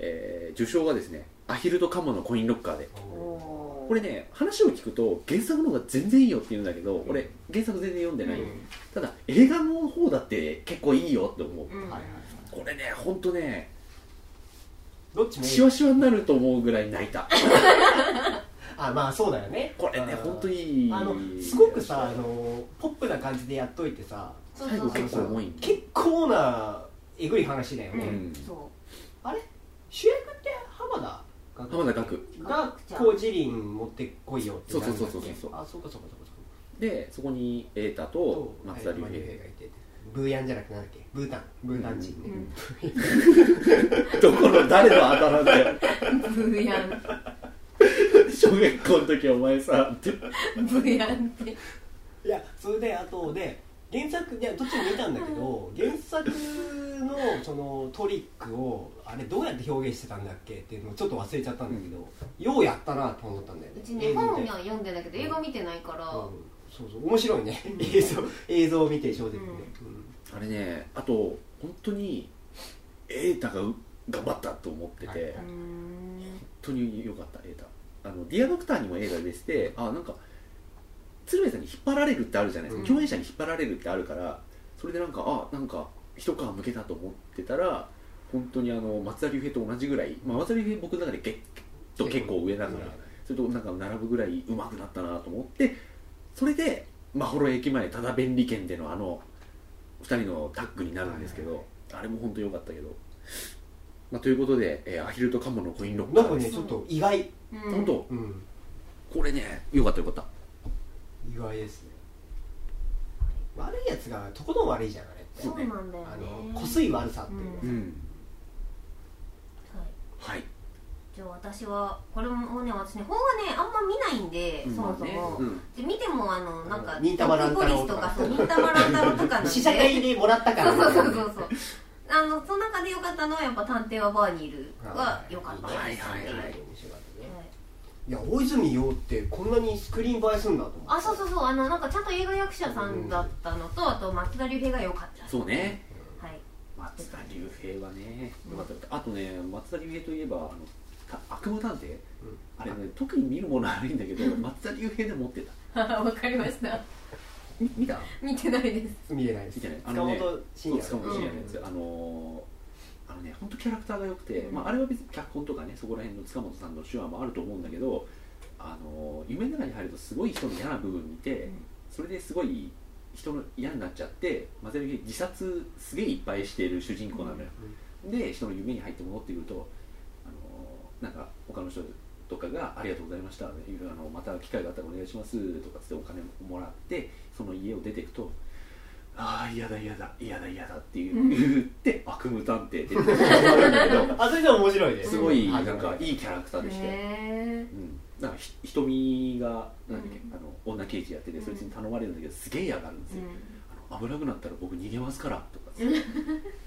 [SPEAKER 1] えー受賞がですねアヒルとカモのコインロッカーで
[SPEAKER 3] お
[SPEAKER 1] これね話を聞くと原作の方が全然いいよって言うんだけど俺原作全然読んで
[SPEAKER 3] ー
[SPEAKER 1] ない、
[SPEAKER 3] うん
[SPEAKER 1] ただ映画の方だって結構いいよって思う、
[SPEAKER 2] うん
[SPEAKER 3] はいはいはい
[SPEAKER 1] これねほんとね
[SPEAKER 3] どっちもいい
[SPEAKER 1] しわしわになると思うぐらい泣いた
[SPEAKER 3] あまあそうだよね
[SPEAKER 1] これね
[SPEAKER 3] あー
[SPEAKER 1] ほんといい
[SPEAKER 3] あのすごくさあのポップな感じでやっといてさ
[SPEAKER 2] そう
[SPEAKER 1] 最
[SPEAKER 2] そう
[SPEAKER 1] 後
[SPEAKER 2] そう
[SPEAKER 1] 結構重いんで
[SPEAKER 3] 結構なえぐい話だよ
[SPEAKER 2] う
[SPEAKER 3] ね、
[SPEAKER 2] んそう
[SPEAKER 3] あれ主役って浜田学
[SPEAKER 1] 浜田岳
[SPEAKER 3] がこうジリン持ってこいよってなるんだっけ
[SPEAKER 1] そうそうそうそうそう
[SPEAKER 3] あそうかそうかそうかそうか
[SPEAKER 1] でそこに瑛太と松田龍
[SPEAKER 3] はい
[SPEAKER 1] 平
[SPEAKER 3] がいてブーヤンじゃなくてなんだっけブータンブータン人ね、
[SPEAKER 2] うん
[SPEAKER 1] [laughs] どこの誰のあだ名だよ
[SPEAKER 2] ブヤン
[SPEAKER 1] 小学校の時お前さって
[SPEAKER 2] ブヤンって
[SPEAKER 3] いやそれであとで原作いやどっちも見たんだけど原作のそのトリックをあれどうやって表現してたんだっけっていうのをちょっと忘れちゃったんだけど、ようやったなと思ったんだよね
[SPEAKER 2] うちね
[SPEAKER 3] 映像で
[SPEAKER 2] 本は読んでんだけど映画見てないから
[SPEAKER 3] うんそうそう面白いね、 [laughs] 映像映像を見て小説ね、
[SPEAKER 1] あれねあと本当に瑛太がう頑張ったと思ってて、
[SPEAKER 3] はいう
[SPEAKER 2] ーん
[SPEAKER 1] 本当に良かった瑛太あのディアドクターにも映画出ててあなんか鶴瓶さんに引っ張られるってあるじゃないですか、
[SPEAKER 2] うん
[SPEAKER 1] 共演者に引っ張られるってあるからそれでなんかあなんか一皮むけたと思ってたら本当にあの松田龍平と同じぐらい、まあ、松田龍平僕の中でゲッと結構上だから、それとなんか並ぶぐらい上手くなったなと思ってそれでまほろ駅前ただ便利券でのあの2人のタッグになるんですけど、
[SPEAKER 3] はい
[SPEAKER 1] あれも本当良かったけど、まあ、ということで、えーアヒルとカモのコインロッ
[SPEAKER 3] な
[SPEAKER 1] カ
[SPEAKER 3] んか
[SPEAKER 1] ーで
[SPEAKER 3] ね
[SPEAKER 1] す
[SPEAKER 3] ちょっと意外、
[SPEAKER 2] うん
[SPEAKER 1] 本当
[SPEAKER 3] うん、
[SPEAKER 1] これね良かった良かった
[SPEAKER 3] 意外ですね悪いやつがとことん悪いじゃんあれって
[SPEAKER 2] そうなんだよ
[SPEAKER 3] あ
[SPEAKER 2] ね
[SPEAKER 3] のこすい悪さっていうのは
[SPEAKER 1] うん
[SPEAKER 2] じゃあ私はこれもね私ね本はねあんま見ないんで、
[SPEAKER 1] うん
[SPEAKER 2] そもそ
[SPEAKER 1] ま
[SPEAKER 2] も、
[SPEAKER 1] あね
[SPEAKER 2] で見てもあのなんか
[SPEAKER 3] うん忍たま乱太郎
[SPEAKER 2] とかそう忍たま乱太郎とかなん [laughs] で
[SPEAKER 3] 試写会でもらったか
[SPEAKER 2] そ
[SPEAKER 3] ら
[SPEAKER 2] うそうそうそうそうあのその中で良かったのはやっぱ「探偵はバーニール」が良かったです
[SPEAKER 3] はい
[SPEAKER 2] ね
[SPEAKER 3] はいはい
[SPEAKER 2] はい
[SPEAKER 3] いや大泉洋ってこんなにスクリーン映えすんだと思って
[SPEAKER 2] あそうそうそうあのなんかちゃんと映画役者さんだったのとあと松田龍平が良かった
[SPEAKER 1] そうね
[SPEAKER 2] はい
[SPEAKER 1] 松田龍平はねよかったよかったあとね松田龍平といえばあのた悪夢探偵、
[SPEAKER 3] ん
[SPEAKER 1] あれね特に見るもの悪いんだけど松田龍平で持ってた
[SPEAKER 2] [laughs] わかりました
[SPEAKER 1] み見た
[SPEAKER 2] 見てないです
[SPEAKER 3] 見えないです
[SPEAKER 1] 見てないあ
[SPEAKER 3] 塚
[SPEAKER 1] のね
[SPEAKER 3] 本慎
[SPEAKER 1] そう
[SPEAKER 3] 也
[SPEAKER 1] 塚本
[SPEAKER 2] 慎也
[SPEAKER 1] 慎也のやつ、あのーあのね本当キャラクターが良くて、
[SPEAKER 2] うん
[SPEAKER 1] まあ、あれは別に脚本とかねそこら辺の塚本さんの手話もあると思うんだけど、あのー夢の中に入るとすごい人の嫌な部分見て、
[SPEAKER 2] うん
[SPEAKER 1] それですごい人の嫌になっちゃってマゼルゲ自殺すげえいっぱいしている主人公なのよ、で人の夢に入って戻ってくると、あのーなんか他の人とかが「ありがとうございました」いろいろあのまた機会があったらお願いします」とかつってお金もらってその家を出ていくと「ああ嫌だ嫌だ嫌だ嫌だ」っていうう言って悪夢探偵って言ってるんだけ [laughs] ど
[SPEAKER 3] あそれでも面白いです
[SPEAKER 1] すごいなん
[SPEAKER 3] は
[SPEAKER 1] か
[SPEAKER 3] い
[SPEAKER 1] いいキャラクターでして。
[SPEAKER 2] へ
[SPEAKER 1] うん、なんかひ瞳がなんだっけ、
[SPEAKER 2] うん
[SPEAKER 1] あの女刑事やっててそいつに頼まれるんだけどすげえ嫌がるんです
[SPEAKER 2] え
[SPEAKER 1] よ、あの危なくなったら僕逃げますからとか
[SPEAKER 2] うん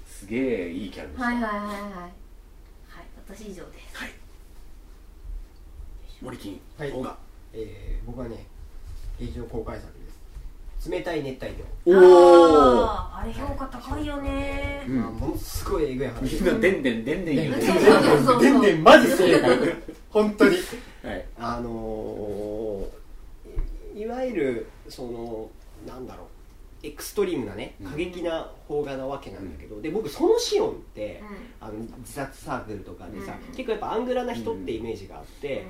[SPEAKER 1] すげえいいキャラでした、
[SPEAKER 2] はいはいはいはいはい私以上です
[SPEAKER 1] はい森金、
[SPEAKER 3] はい
[SPEAKER 1] オガ
[SPEAKER 3] えー僕はね劇場公開作です冷たい熱帯魚
[SPEAKER 1] おお
[SPEAKER 2] あーあれ評価高いよね
[SPEAKER 1] うん
[SPEAKER 3] まあものすごいえぐ
[SPEAKER 1] み
[SPEAKER 3] い話
[SPEAKER 1] んなでんでんで [laughs] んでん言う
[SPEAKER 2] そう
[SPEAKER 1] ね、
[SPEAKER 2] そうそうそう
[SPEAKER 3] でんでんマジすげえから本当に
[SPEAKER 1] はい、
[SPEAKER 3] あのーいいわゆるそのなんだろうエクストリームなね
[SPEAKER 1] うん
[SPEAKER 3] 過激な邦画なわけなんだけど、で僕そのシオンって、
[SPEAKER 2] う
[SPEAKER 3] あの自殺サークルとかでさ、
[SPEAKER 2] うん
[SPEAKER 3] 結構やっぱアングラな人ってイメージがあって、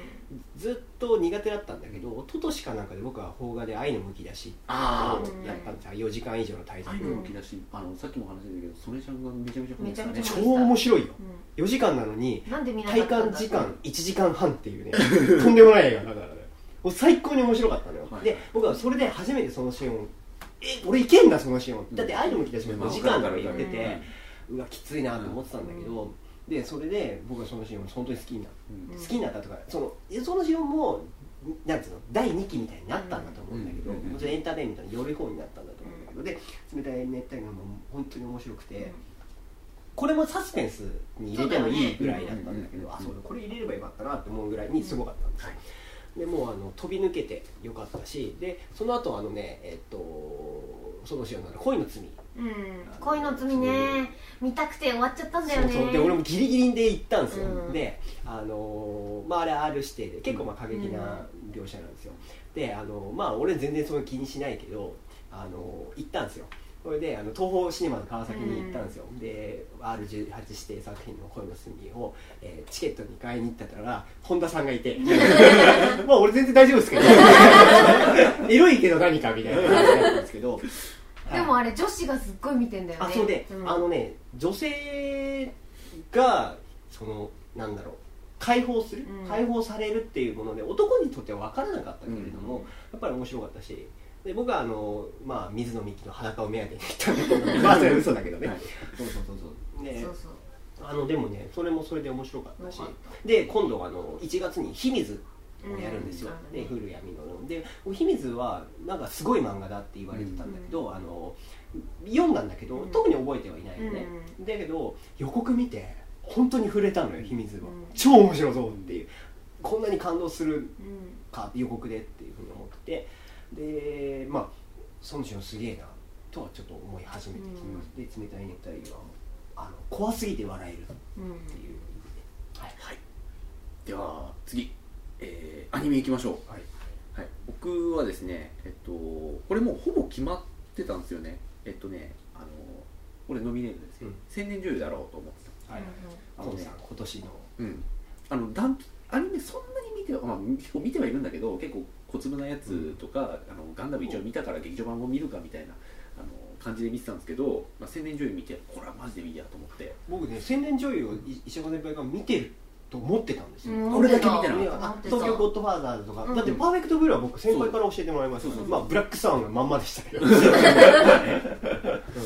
[SPEAKER 3] ずっと苦手だったんだけど一昨年かなんかで僕は邦画で「愛のむき出し」
[SPEAKER 1] あ
[SPEAKER 3] を
[SPEAKER 1] あ
[SPEAKER 2] うん
[SPEAKER 3] やったんですよ4時間以上の滞在
[SPEAKER 1] 最後のき出しあのさっきも話したけどソネちゃんがめちゃめちゃ褒めてたね
[SPEAKER 2] めちゃめちゃ
[SPEAKER 3] 超面白いよ
[SPEAKER 2] んうん
[SPEAKER 3] 4時間なのに
[SPEAKER 2] なんで見なか
[SPEAKER 3] 体
[SPEAKER 2] ったん
[SPEAKER 3] 感
[SPEAKER 2] だ
[SPEAKER 3] 時間1時間半っていうね [laughs] とんでもない映画だからねもう最高に面白かったのよ、
[SPEAKER 1] はい
[SPEAKER 3] で僕はそれで初めてそのシーンをえ俺いけんだそのシーンをだってアイドルも来たし
[SPEAKER 1] まあ
[SPEAKER 3] 5時間とか
[SPEAKER 1] わかる
[SPEAKER 3] や
[SPEAKER 1] わ
[SPEAKER 3] っ
[SPEAKER 1] か
[SPEAKER 3] て
[SPEAKER 1] る
[SPEAKER 3] て、うわきついなと思ってたんだけど、でそれで僕はそのシーンを本当に好きになっ
[SPEAKER 1] うん
[SPEAKER 2] うん
[SPEAKER 3] 好きになったとかそのえそのシーンもなんつうの第2期みたいになったんだと思うんだけど、
[SPEAKER 1] うんうんうんうん
[SPEAKER 3] もちろんエンターテインメントの寄る方になったんだと思うんだけどで冷たい熱帯魚も本当に面白くて、これもサスペンスに入れてもいいぐらいだったんだ
[SPEAKER 1] そ
[SPEAKER 3] けど、
[SPEAKER 1] うだよね
[SPEAKER 3] あそうだこれ入れればよかったなって思うぐらいにすごかったんですよ、でもうあの飛び抜けてよかったしでその後あのねえっとそのしようなら恋の罪
[SPEAKER 2] うん恋の罪ね見たくて終わっちゃったんだよね
[SPEAKER 3] そうそうで俺もギリギリで行ったんですよ、
[SPEAKER 2] うん
[SPEAKER 3] であのーまああれ R 指定で結構まあ過激な描写なんですよ、であのーまあ俺全然その気にしないけどあのー行ったんですよそれであの東宝シネマの川崎に行ったんですよ、で R18 指定作品の「恋の隅を」えーチケットに買いに行ったら本田さんがい [laughs] てまあ俺全然大丈夫ですけ [laughs] どエロいけど何かみたいな感じだったんですけど
[SPEAKER 2] でもあれ女子がすっごい見てんだよね
[SPEAKER 3] あそうで、
[SPEAKER 2] ん
[SPEAKER 3] あのね女性がそのなんだろう解放する、
[SPEAKER 2] うん
[SPEAKER 3] 解放されるっていうもので男にとっては分からなかったけれども、
[SPEAKER 1] うん
[SPEAKER 3] やっぱり面白かったしで僕はあの、まあ、水野美紀の裸を目当てに行ったんだけ
[SPEAKER 2] [laughs]
[SPEAKER 3] どまあそれは嘘だけどね、
[SPEAKER 1] はい
[SPEAKER 3] そうそうそうそうね
[SPEAKER 2] そうそう
[SPEAKER 3] あのでもねそれもそれで面白かったし
[SPEAKER 2] よかっ
[SPEAKER 3] で今度はあの1月に「秘密」をやるんですよ、
[SPEAKER 2] うん
[SPEAKER 3] で古谷実ので「お秘密」はなんかすごい漫画だって言われてたんだけど、あの読んだんだけど、
[SPEAKER 2] うん
[SPEAKER 3] 特に覚えてはいないよね、だけど予告見て本当に触れたのよ秘密は、
[SPEAKER 2] うん
[SPEAKER 3] 超面白そうっていうこんなに感動する
[SPEAKER 2] うんうん
[SPEAKER 3] か予告でっていうふうに思ってでまあ孫子のすげえなとはちょっと思い始めてきまして、冷たい熱帯魚はあの怖すぎて笑えるっ
[SPEAKER 2] うん
[SPEAKER 3] ていう意味ではい
[SPEAKER 1] はい、では次、えーアニメいきましょう
[SPEAKER 3] はい
[SPEAKER 1] はい、僕はですね、えっと、これもうほぼ決まってたんですよね、えっとね、あの俺、ノミネートですけど、
[SPEAKER 3] うん
[SPEAKER 1] 千年女優だろうと思って
[SPEAKER 3] はい
[SPEAKER 1] た、あ
[SPEAKER 3] ト
[SPEAKER 1] の
[SPEAKER 3] ム
[SPEAKER 1] ね
[SPEAKER 3] さん、今年の
[SPEAKER 1] うん、あのダンアニメ、そんなに見ては、まあ、結構見てはいるんだけど、結構、小粒なやつとか、あのガンダム一応見たから、劇場版も見るかみたいなあの感じで見てたんですけど、まあ、千年女優見て、これはマジでいいやと思って、
[SPEAKER 3] 僕ね宣伝女優をい石岡先輩が見てると思ってたんですよ、
[SPEAKER 2] うん
[SPEAKER 1] これだけ見てな
[SPEAKER 3] あ
[SPEAKER 1] か
[SPEAKER 3] い
[SPEAKER 1] っ
[SPEAKER 3] や
[SPEAKER 1] た。
[SPEAKER 2] 思
[SPEAKER 3] あ
[SPEAKER 2] ってた
[SPEAKER 3] 東京ゴッドファーザーズとか、
[SPEAKER 2] うん
[SPEAKER 3] だってパーフェクトブルーは僕先輩から教えてもらいました
[SPEAKER 1] そう
[SPEAKER 2] そう
[SPEAKER 3] まあブラックサウンがまんまでしたけど
[SPEAKER 2] あそういう
[SPEAKER 3] [laughs]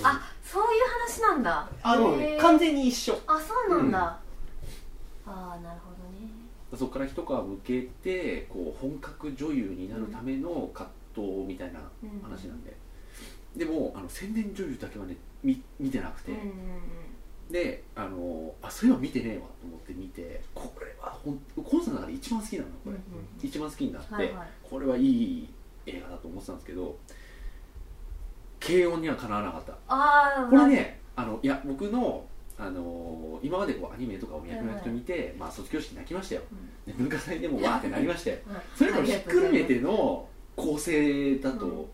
[SPEAKER 2] 話なんだ
[SPEAKER 3] あの
[SPEAKER 2] へ
[SPEAKER 3] ね
[SPEAKER 2] ー
[SPEAKER 3] 完全に一緒
[SPEAKER 2] あそうなんだ、ああなるほどね
[SPEAKER 1] そこから一皮向けてこう本格女優になるための葛藤みたいな話なんで、でもあの宣伝女優だけはね見見てなくて、
[SPEAKER 2] うんうん
[SPEAKER 1] であのあそういえば見てねえわと思って見てこれはほんコンサの中で一番好きなのこ
[SPEAKER 2] うん
[SPEAKER 1] れ、
[SPEAKER 2] う
[SPEAKER 1] 一番好きになって、
[SPEAKER 2] はいはい
[SPEAKER 1] これはいい映画だと思ってたんですけど軽音にはかなわなかった
[SPEAKER 2] ああ
[SPEAKER 1] これねあのいや僕の、あの今までこうアニメとかお役の人見て、まあ、卒業式泣きましたよで文化祭でもわーってなりましたよそれもひっくるめての構成だと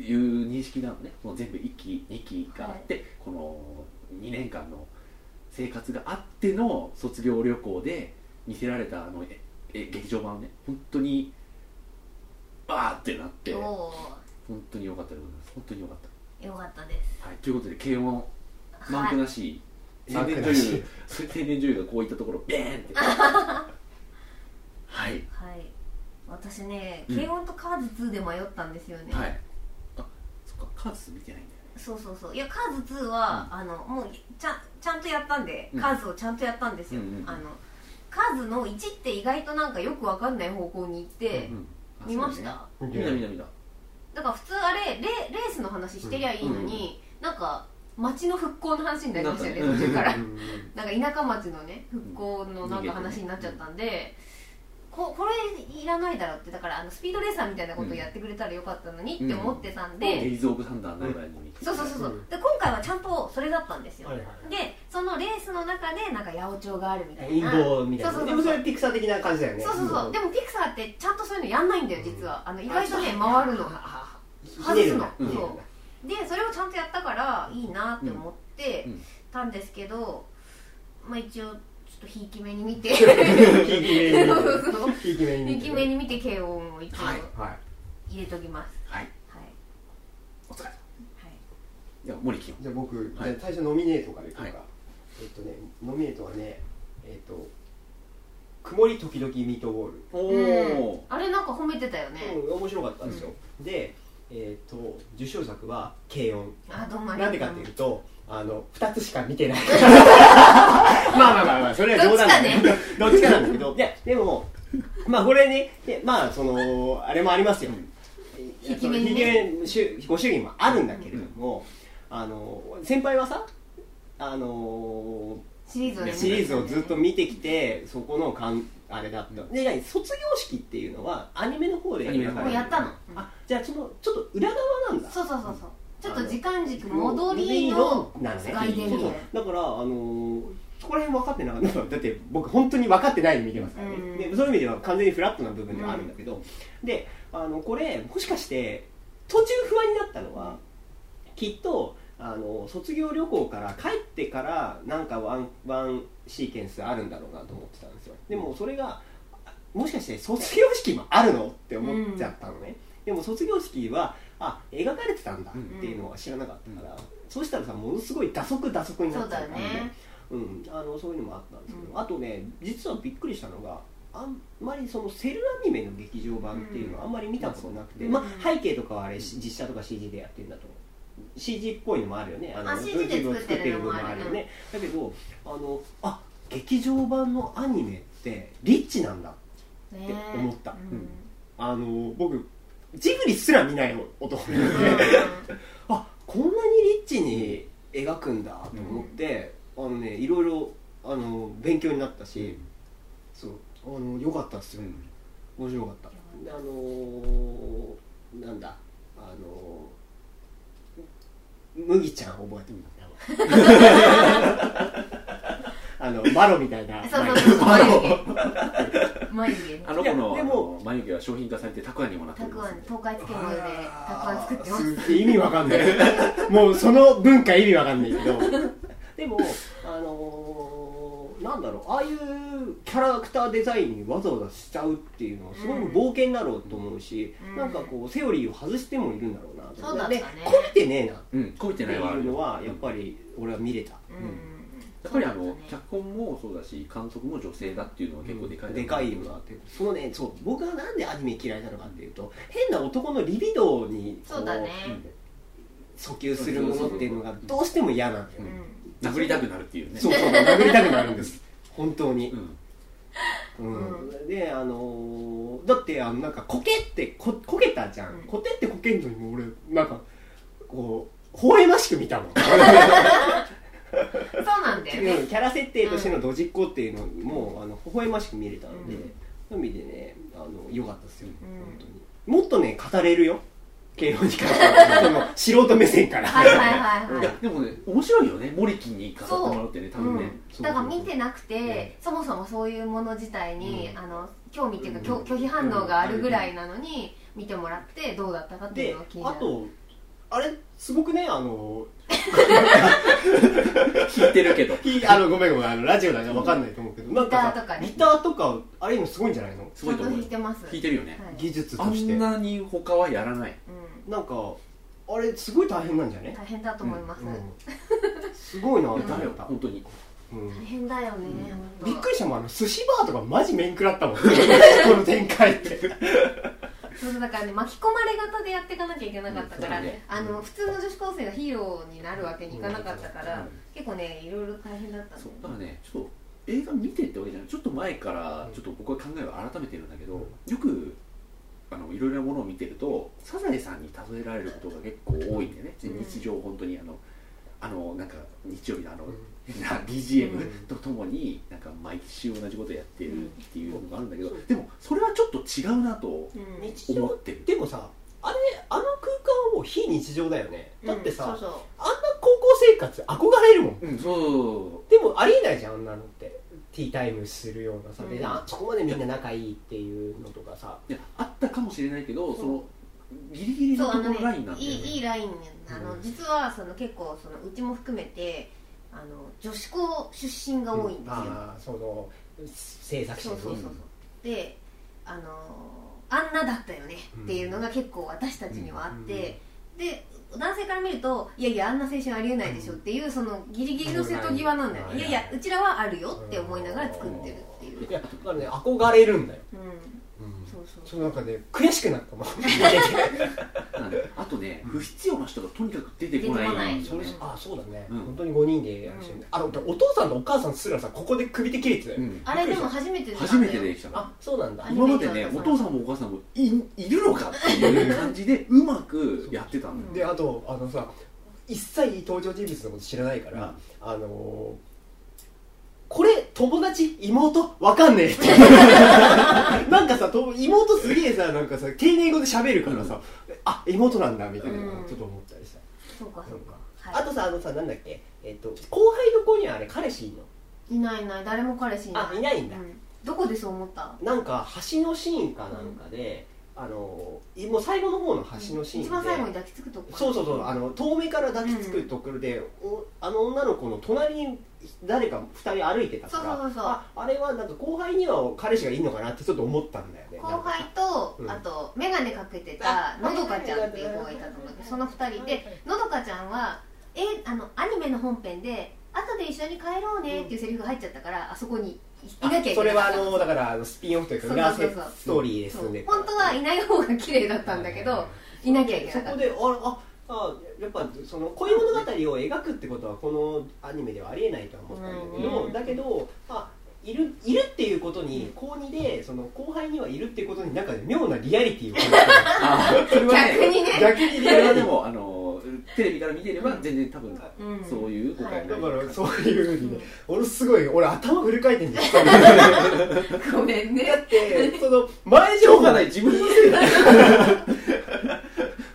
[SPEAKER 1] いう認識なのね、その全部1期2期があって、この2年間の生活があっての卒業旅行で見せられたあのええ劇場版をね本当にわーってなって本
[SPEAKER 2] お
[SPEAKER 1] 当に良かったでございます本当に良かっ
[SPEAKER 2] ーよかったです
[SPEAKER 1] た、はい、ということで慶応マークなし
[SPEAKER 3] マ
[SPEAKER 1] 青
[SPEAKER 3] ー
[SPEAKER 1] 年
[SPEAKER 3] ク
[SPEAKER 1] 女
[SPEAKER 3] なし
[SPEAKER 1] 優そういう青年女優がこういったところをビーンってはい
[SPEAKER 2] はい、はい、私ね
[SPEAKER 1] うん
[SPEAKER 2] 軽音とカーズ2で迷ったんですよね、
[SPEAKER 1] はいあそっかカーズ見てないんだよね
[SPEAKER 2] そうそうそういやカーズ2は、あのもうちゃんちゃんとやったんで、
[SPEAKER 1] うん
[SPEAKER 2] カーズをちゃんとやったんですよ、
[SPEAKER 1] うんうんうん
[SPEAKER 2] あのカーズの1って意外となんかよくわかんない方向に行って、
[SPEAKER 1] うんあ
[SPEAKER 2] 見まし
[SPEAKER 1] そ
[SPEAKER 2] た
[SPEAKER 1] うだね見た見た見た
[SPEAKER 2] だから普通あれレレースの話してりゃいいのに、なんか町の復興の話になりましたよね
[SPEAKER 1] なんか
[SPEAKER 2] 途
[SPEAKER 1] ね
[SPEAKER 2] 中から
[SPEAKER 3] うんうんうん
[SPEAKER 2] なんか田舎町のね復興のなんか
[SPEAKER 1] うん逃げてね
[SPEAKER 2] 話になっちゃったんで、ここれいらないだろうってだからあのスピードレーサーみたいなことをやってくれたらよかったのにって思ってたんで、
[SPEAKER 1] デイズ・オブ・サンダーない場合に
[SPEAKER 2] そうそうそうそう、
[SPEAKER 3] うん
[SPEAKER 2] で今回はちゃんとそれだったんですよ、
[SPEAKER 3] はいはい
[SPEAKER 2] でそのレースの中でなんか八百長があるみたいな
[SPEAKER 3] 陰謀みたいな
[SPEAKER 2] そう
[SPEAKER 3] で
[SPEAKER 2] そう
[SPEAKER 3] もそ
[SPEAKER 2] そう
[SPEAKER 3] れピクサー的な感じだよね
[SPEAKER 2] そうそうそう、
[SPEAKER 3] ん
[SPEAKER 2] でもピクサーってちゃんとそういうのやんないんだよ実は、あの意外とね回るの
[SPEAKER 3] ひねるんだ
[SPEAKER 1] 外すの
[SPEAKER 3] ひねるんだ
[SPEAKER 2] そでそれをちゃんとやったからいいなって思って
[SPEAKER 1] うんうん
[SPEAKER 2] たんですけど、まあ一応ちょっとひいき目に見 [laughs] て
[SPEAKER 3] ひいき目
[SPEAKER 2] [laughs]
[SPEAKER 3] に
[SPEAKER 2] そうそうそう
[SPEAKER 3] [laughs] ひいき目に
[SPEAKER 2] ひいき目に見て軽音を一応
[SPEAKER 1] はい
[SPEAKER 3] は
[SPEAKER 2] 入れときます
[SPEAKER 1] はい
[SPEAKER 2] はい、
[SPEAKER 1] お疲れ様
[SPEAKER 2] はい
[SPEAKER 1] では森木
[SPEAKER 3] いじゃあ僕、
[SPEAKER 1] はい
[SPEAKER 3] じゃあ最初ノミネートからいこうか、
[SPEAKER 1] はい
[SPEAKER 3] えっとねノミネートはねえっと「曇り時々ミートボール
[SPEAKER 1] お
[SPEAKER 2] うん
[SPEAKER 1] お
[SPEAKER 2] あれなんか褒めてたよ」ね、
[SPEAKER 3] うん、面白かったんですよ、でえっと受賞作は「軽音」
[SPEAKER 2] あどうもありが
[SPEAKER 3] なん
[SPEAKER 2] と
[SPEAKER 3] で
[SPEAKER 2] う
[SPEAKER 3] かっていうとあの2つしか見 [laughs] てないまあまあまあまあそれは
[SPEAKER 2] ど
[SPEAKER 3] 冗
[SPEAKER 2] っち
[SPEAKER 3] 談だ
[SPEAKER 2] か
[SPEAKER 3] け
[SPEAKER 2] ね
[SPEAKER 3] [laughs] どどっちかなんだけどいやでもまあこれねでまあそのあれもありますよ
[SPEAKER 1] うん
[SPEAKER 2] ひきめにね
[SPEAKER 3] ひきめにしゅご主義もあるんだけれども、あの先輩はさあの
[SPEAKER 2] シリーズをね
[SPEAKER 3] シリーズをずっと見てきてそこのかんあれだったで何卒業式っていうのはアニメの方で
[SPEAKER 1] アニメの方
[SPEAKER 2] もうやったの、
[SPEAKER 3] あじゃあそのちょっと裏側なんだ
[SPEAKER 2] そうそうそうそうちょっと時間軸戻りの外伝みたいな
[SPEAKER 3] だからあのーそこら辺分かってなかっただって僕本当に分かってないの見てますからね、
[SPEAKER 2] うん
[SPEAKER 3] でそういう意味では完全にフラットな部分ではあるんだけど、であのこれもしかして途中不安になったのはきっとあの卒業旅行から帰ってからなんかワンワンシーケンスあるんだろうなと思ってたんですよでもそれがあもしかして卒業式もあるのって思っちゃったのね、でも卒業式はあ描かれてたんだっていうのは知らなかったから、そうしたらさものすごい打足打足にな
[SPEAKER 2] そ
[SPEAKER 3] っ
[SPEAKER 2] う
[SPEAKER 3] ちゃ
[SPEAKER 2] だ
[SPEAKER 3] う
[SPEAKER 2] よ
[SPEAKER 3] から
[SPEAKER 2] ね
[SPEAKER 3] うん、あのそういうのもあったんですけど、
[SPEAKER 2] うん
[SPEAKER 3] あとね実はびっくりしたのがあんまりそのセルアニメの劇場版っていうのはあんまり見たことなくて、
[SPEAKER 2] うん
[SPEAKER 3] まあ、背景とかはあれし実写とか CG でやってるんだと思う CG っぽいのもあるよねあの
[SPEAKER 2] あ CG で作ってるのもある
[SPEAKER 3] 作ってる部分よねだけどあのあ劇場版のアニメってリッチなんだ
[SPEAKER 2] ね
[SPEAKER 3] って思った
[SPEAKER 2] うん
[SPEAKER 3] あの僕ジブリすら見ない男なんであこんなにリッチに描くんだと思って、あのねいろいろあの勉強になったし、そうあの良かったっすよ、
[SPEAKER 1] うん
[SPEAKER 3] 面白かった
[SPEAKER 2] よ
[SPEAKER 3] あのー、なんだあのー、麦ちゃん覚えてみた [laughs] あのマロみたいな
[SPEAKER 2] そうそうそうそう
[SPEAKER 3] マ
[SPEAKER 2] 眉
[SPEAKER 3] ロ
[SPEAKER 2] 毛眉毛ね
[SPEAKER 1] あの子の
[SPEAKER 3] いやでも
[SPEAKER 1] あの眉毛は商品化されてたくあんにもなってお
[SPEAKER 2] た
[SPEAKER 1] り
[SPEAKER 2] くあ
[SPEAKER 1] ます
[SPEAKER 2] ん
[SPEAKER 1] ん
[SPEAKER 2] 東海
[SPEAKER 1] で
[SPEAKER 2] 漬物でたくあん作って [laughs] ます
[SPEAKER 3] すげえ意味わかんないもうその文化意味わかんないけどでもあのー、なんだろうああいうキャラクターデザインにわざわざしちゃうっていうのはすごく冒険だろうと思うし、
[SPEAKER 2] うん
[SPEAKER 3] なんかこうセオリーを外してもいるんだろうなと
[SPEAKER 2] そうだった
[SPEAKER 3] で
[SPEAKER 2] ね
[SPEAKER 3] 込めてねえなっ
[SPEAKER 1] うんこび
[SPEAKER 3] て
[SPEAKER 1] てないはあ
[SPEAKER 3] いう
[SPEAKER 1] る
[SPEAKER 3] のはやっぱり俺は見れた、
[SPEAKER 2] うん
[SPEAKER 1] うんやっぱりあの脚本もそうだし監督も女性だっていうのは結構でかいな
[SPEAKER 3] でかいよなってそのねそう僕はなんでアニメ嫌いなのかっていうと変な男のリビドーにこ
[SPEAKER 2] そうだね
[SPEAKER 3] 訴求するものっていうのがどうしても嫌なんだよ
[SPEAKER 2] う
[SPEAKER 3] ね
[SPEAKER 2] ん
[SPEAKER 1] 殴りたくなるっていうね
[SPEAKER 3] そうそう、殴りたくなるんです。本当に。
[SPEAKER 1] う
[SPEAKER 4] う
[SPEAKER 1] ん
[SPEAKER 4] ん
[SPEAKER 3] であのーだってあのなんかこけってここけたじゃん、
[SPEAKER 2] うん
[SPEAKER 3] こてってこけんのにも俺なんかこう微笑ましく見たもん
[SPEAKER 2] そうなんだよね
[SPEAKER 3] うんキャラ設定としてのドジっ子っていうのも、あの微笑ましく見れたので、
[SPEAKER 2] うん
[SPEAKER 3] そういう意味でねあの良かったですよ、
[SPEAKER 2] うん
[SPEAKER 3] 本当にもっとね語れるよ敬老に関してはその素人目線から
[SPEAKER 2] はいはいはいはい
[SPEAKER 1] いやでもね面白いよねモリキンに語ってもらうってね多分ね、
[SPEAKER 3] そう
[SPEAKER 2] だから見てなくて、
[SPEAKER 3] ね
[SPEAKER 2] そもそもそういうもの自体に、
[SPEAKER 3] う
[SPEAKER 2] あの興味っていうか、
[SPEAKER 3] うん
[SPEAKER 2] 拒拒否反応があるぐらいなのに、見てもらってどうだったかってい
[SPEAKER 3] で
[SPEAKER 2] うのを気にな
[SPEAKER 3] あ
[SPEAKER 2] る
[SPEAKER 3] とあれすごくねあの
[SPEAKER 1] 聞いてるけど
[SPEAKER 3] ひ [laughs] あのごめんごめんあのラジオだからわかんないと思うけど、なんか
[SPEAKER 2] ギ
[SPEAKER 3] さ
[SPEAKER 2] ターとかね
[SPEAKER 3] ギターとかあれもすごいんじゃないの
[SPEAKER 1] す
[SPEAKER 2] ちゃ
[SPEAKER 1] ごい
[SPEAKER 2] んと
[SPEAKER 1] と思
[SPEAKER 2] 弾
[SPEAKER 1] うよ
[SPEAKER 2] いてます
[SPEAKER 1] 聞いてるよね、
[SPEAKER 2] はい
[SPEAKER 3] 技術
[SPEAKER 1] あ
[SPEAKER 3] として
[SPEAKER 1] ん
[SPEAKER 3] な
[SPEAKER 1] なに他はやらない
[SPEAKER 3] んかあれすごい大変なんじゃ
[SPEAKER 2] うん、
[SPEAKER 3] ね、
[SPEAKER 2] 大変だと思います、
[SPEAKER 3] うんすごいなと思っ
[SPEAKER 1] だよ
[SPEAKER 3] た、
[SPEAKER 1] 本当に
[SPEAKER 3] うん
[SPEAKER 2] 大変だよね、
[SPEAKER 3] びっく
[SPEAKER 2] り
[SPEAKER 3] りしたもんあの寿司バーとかマジ面食ら [laughs] ったもんこの展開って
[SPEAKER 2] そうだからね巻き込まれ型でやっていかなきゃいけなかったから、
[SPEAKER 1] うんそうだね
[SPEAKER 2] あの普通の女子高生がヒーローになるわけにいかなかったから、
[SPEAKER 1] うん
[SPEAKER 2] 結構ねいろいろ大変だったんだよ
[SPEAKER 1] そう
[SPEAKER 2] ね
[SPEAKER 1] だからねちょっと映画見てってわけじゃないちょっと前からちょっと僕は考えを改めてるんだけどよくあのいろいろなものを見てるとサザエさんに例えられることが結構多いんでね
[SPEAKER 2] うん
[SPEAKER 1] 日常本当にあのあのなんか日曜日のあの
[SPEAKER 3] うん
[SPEAKER 1] 変な
[SPEAKER 2] う
[SPEAKER 1] BGM
[SPEAKER 3] ん
[SPEAKER 1] とともになんか毎週同じことやってるっていうのがあるんだけど
[SPEAKER 3] うん
[SPEAKER 1] でもそれはちょっと違うなと
[SPEAKER 2] うん
[SPEAKER 3] 日
[SPEAKER 1] 思っ
[SPEAKER 3] 常
[SPEAKER 1] てる
[SPEAKER 3] でもさあれあの空間はもう非日常だよねだってさ、
[SPEAKER 2] うんそうそ
[SPEAKER 3] あんな高校生活憧れるもん
[SPEAKER 1] うんそ
[SPEAKER 3] でもありえないじゃんあんなのってティータイムするようなさ、で
[SPEAKER 2] うん
[SPEAKER 3] あそこまでみんな仲いいっていうのとかさ
[SPEAKER 1] ういやあったかもしれないけど
[SPEAKER 2] ん
[SPEAKER 1] そのギリギリ
[SPEAKER 2] そう
[SPEAKER 1] の
[SPEAKER 2] あ
[SPEAKER 1] とこ
[SPEAKER 2] の
[SPEAKER 1] ろラ
[SPEAKER 2] ね
[SPEAKER 1] インなんだ
[SPEAKER 2] い
[SPEAKER 1] よ
[SPEAKER 2] いい
[SPEAKER 1] ね
[SPEAKER 2] いラインあの、
[SPEAKER 3] うん
[SPEAKER 2] 実はその結構そのうちも含めてあの女子校出身が多いんですよ、
[SPEAKER 3] ああその制作者
[SPEAKER 2] そう
[SPEAKER 3] に
[SPEAKER 2] そうそうそうであのあんなだったよねっていうのが結構私たちにはあって、で男性から見るといやいやあんな青春ありえないでしょっていうそのギリギリの瀬戸際なんだよ、
[SPEAKER 3] うん
[SPEAKER 2] いやいやうちらはあるよって思いながら作ってるっていう、
[SPEAKER 3] いやだからね憧れるんだよ、
[SPEAKER 2] うん、そうそう
[SPEAKER 3] そのなんかね悔しくなったもん
[SPEAKER 1] なんであとね不必要な人がとにかく出てこない
[SPEAKER 2] 出てこない
[SPEAKER 1] よね
[SPEAKER 3] あ [laughs] そうだね、
[SPEAKER 1] うん
[SPEAKER 3] 本当に5人でやるし、
[SPEAKER 2] うん
[SPEAKER 3] あのお父さんとお母さんすらさここで首で切れてたよ、
[SPEAKER 1] うん
[SPEAKER 2] あれでも初めて
[SPEAKER 1] 初めてできたの
[SPEAKER 3] あそうなんだ
[SPEAKER 2] あ
[SPEAKER 1] 今までねお父さんもお母さんもいいるのかっていう感じでうまくやってたんだよ
[SPEAKER 3] であとあのさ一切登場人物のこと知らないから、
[SPEAKER 1] うん
[SPEAKER 3] あのーこれ友達妹わかんねえって [laughs] なんかさと妹すげえさなんかさ丁寧語で喋るからさ、あ妹なんだみたいなの
[SPEAKER 2] うん
[SPEAKER 3] ちょっと思ったりした、
[SPEAKER 2] そうかそうか、
[SPEAKER 3] あ
[SPEAKER 2] は
[SPEAKER 3] とさあのさなんだっけ、えっと後輩の子にはあれ彼氏いんの
[SPEAKER 2] い、いないいない誰も彼氏いない
[SPEAKER 3] あいないんだ、
[SPEAKER 2] うんどこでそう思った
[SPEAKER 3] なんか橋のシーンかなんかで、あのーもう最後の方の橋のシーン
[SPEAKER 2] 一
[SPEAKER 3] で、
[SPEAKER 2] 番最後に抱きつくとこ
[SPEAKER 3] そうそうそうあの遠目から抱きつくところで、おあの女の子の隣に誰か2人歩いてたから
[SPEAKER 2] そうそうそうそう
[SPEAKER 3] ああれはなんか後輩には彼氏がいるのかなってちょっと思ったんだよね
[SPEAKER 2] 後輩と、
[SPEAKER 3] うん
[SPEAKER 2] あと眼鏡かけてた
[SPEAKER 3] あ
[SPEAKER 2] のどかちゃんっていう子がいたと思うけどその2人でのどかちゃんはえあのアニメの本編で「後で一緒に帰ろうね」っていうセリフが入っちゃったから、あそこにい
[SPEAKER 3] あ
[SPEAKER 2] なきゃいけない
[SPEAKER 3] それはあのだからあのスピンオフというか裏
[SPEAKER 2] そうそう
[SPEAKER 3] ス
[SPEAKER 2] そう
[SPEAKER 3] トーリーで
[SPEAKER 2] そう
[SPEAKER 3] 進んで
[SPEAKER 2] 本当はいない方が綺麗だったんだけど、いなきゃいけ
[SPEAKER 3] そ
[SPEAKER 2] なか
[SPEAKER 3] こ
[SPEAKER 2] っ
[SPEAKER 3] であああやっぱその恋物語を描くってことはこのアニメではありえないとは思ったんだけど、
[SPEAKER 2] うん
[SPEAKER 3] だけど、まあ、いるいるっていうことに高2でその後輩にはいるっていうことになんかね妙なリアリティを感じた
[SPEAKER 1] あそれは
[SPEAKER 2] た
[SPEAKER 1] ね
[SPEAKER 2] 逆にね、
[SPEAKER 3] 逆に
[SPEAKER 1] いやいやでもあのテレビから見てれば全然多分
[SPEAKER 2] うん、
[SPEAKER 1] そういう誤解
[SPEAKER 3] だ
[SPEAKER 1] が
[SPEAKER 3] か
[SPEAKER 1] ない
[SPEAKER 3] らそういうふうにね
[SPEAKER 2] う
[SPEAKER 3] 俺すごい俺頭フル回転でした
[SPEAKER 2] ごめん
[SPEAKER 3] だ
[SPEAKER 2] ね
[SPEAKER 3] ってその前
[SPEAKER 1] しょ
[SPEAKER 3] 情
[SPEAKER 1] う
[SPEAKER 3] 報
[SPEAKER 1] がない自分のせいだ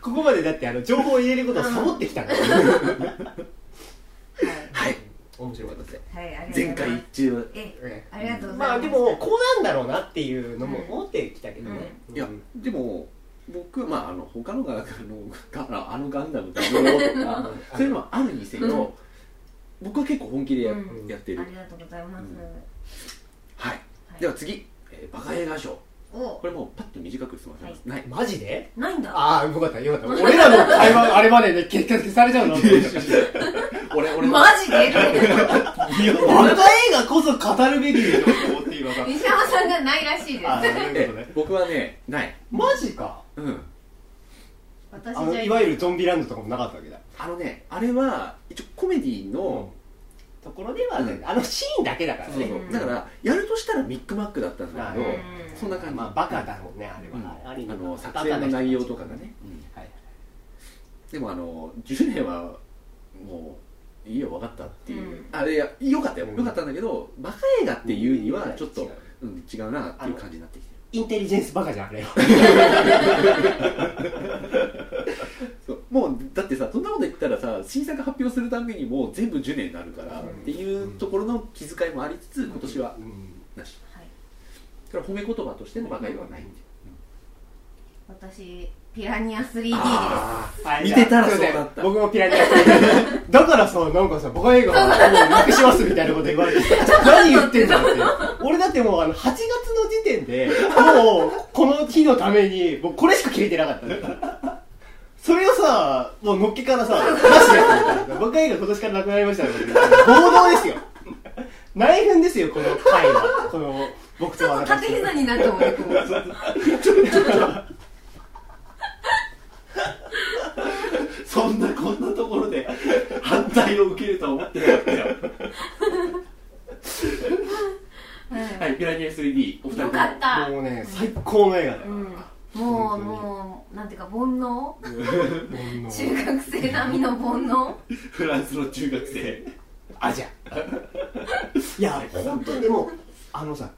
[SPEAKER 3] ここまでだってあの情報を入れることをサボってきたから、
[SPEAKER 1] はい
[SPEAKER 3] 面白かったです
[SPEAKER 2] はい、はい、ありがとうございます
[SPEAKER 1] 前回一応
[SPEAKER 2] え
[SPEAKER 3] ね
[SPEAKER 2] ありがとうございます
[SPEAKER 3] まあでもこうなんだろうなっていうのも
[SPEAKER 2] うん
[SPEAKER 3] 思ってきたけどね、
[SPEAKER 1] いや
[SPEAKER 3] うん
[SPEAKER 1] でも僕はまああの他のがあのガあのガンダムだろうとかそういうのはあるにせよ僕は結構本気でや
[SPEAKER 2] うん
[SPEAKER 1] やってる
[SPEAKER 2] ありがとうございます、
[SPEAKER 1] うん
[SPEAKER 2] はい
[SPEAKER 1] はいでは次えーバカ映画賞
[SPEAKER 2] お
[SPEAKER 1] これもうパッと短く済ませますない [laughs]
[SPEAKER 3] マジで
[SPEAKER 2] ないんだ
[SPEAKER 3] ああよかったよかった俺らの会話あれまでね結果消されちゃうの
[SPEAKER 1] 俺俺の
[SPEAKER 2] マジで
[SPEAKER 1] いや
[SPEAKER 3] バカ映画こそ語るべきでしょと思って今さ
[SPEAKER 2] 西山さんがないらしいです
[SPEAKER 3] あーなるほどね
[SPEAKER 1] え僕はねない
[SPEAKER 3] マジか
[SPEAKER 1] うん
[SPEAKER 2] 私じ
[SPEAKER 3] あ
[SPEAKER 2] ゃ
[SPEAKER 3] のいわゆるゾンビランドとかもなかったわけだ
[SPEAKER 1] あのねあれは一応コメディの
[SPEAKER 3] ところでは、
[SPEAKER 1] うん
[SPEAKER 3] あのシーンだけだから
[SPEAKER 1] そう
[SPEAKER 3] ね
[SPEAKER 1] そうだからやるとしたらミックマックだったんだけど、
[SPEAKER 3] はい
[SPEAKER 1] そんな感じ、
[SPEAKER 3] まあバカだもんねあれ
[SPEAKER 1] うん
[SPEAKER 3] は、アニメ
[SPEAKER 1] あの作戦の内容とかがね、
[SPEAKER 3] はい
[SPEAKER 1] でもあの10年はもういいよ分かったってい
[SPEAKER 2] う
[SPEAKER 1] う、
[SPEAKER 2] ん
[SPEAKER 1] あいやよかったよ
[SPEAKER 3] うん
[SPEAKER 1] よかったんだけど、バカ映画っていうにはちょっと、うん、違うなっていう感じになってきて
[SPEAKER 3] インテリジェンスバカじゃんあれは
[SPEAKER 1] るそうもうだってさそんなこと言ったらさ新作発表するたんびにもう全部10年になるから、
[SPEAKER 2] うん
[SPEAKER 1] っていうところの気遣いもありつつ今年は
[SPEAKER 3] [laughs] うん
[SPEAKER 1] なし
[SPEAKER 2] はい
[SPEAKER 1] だから褒め言葉としてのバカ映画はないんで、
[SPEAKER 2] 私ピラニア 3D です
[SPEAKER 1] あ
[SPEAKER 3] はい
[SPEAKER 1] 見てたら
[SPEAKER 3] じゃあ
[SPEAKER 1] そうだった
[SPEAKER 3] すいません僕もピラニア好きだからさなんかさバカ映画はもうなくしますみたいなこと言われて何言ってんだって俺だってもうあの8月の時点でもうこの日のためにもうこれしか決めてなかったんだからそれをさもうのっけからさ「なしです」みたいなバカ映画今年からなくなりましたね暴動ですよ内紛ですよこの回はこの僕
[SPEAKER 2] ち
[SPEAKER 3] と
[SPEAKER 2] ょっと
[SPEAKER 3] 私
[SPEAKER 2] 縦膝になってもねこう
[SPEAKER 1] そんなこんなところで [laughs] 反対を受けるとは思ってなかった [laughs] よ
[SPEAKER 2] は
[SPEAKER 1] はいいピラニア 3D お二人と
[SPEAKER 2] よ
[SPEAKER 1] も
[SPEAKER 2] かった
[SPEAKER 3] もうね最高の映画だよ
[SPEAKER 2] う、んもうもうなんていうか煩悩
[SPEAKER 3] もう
[SPEAKER 2] 中学生並みの煩悩
[SPEAKER 1] フランスの中学生
[SPEAKER 3] あじゃ [laughs] あいや本当にでもあのさ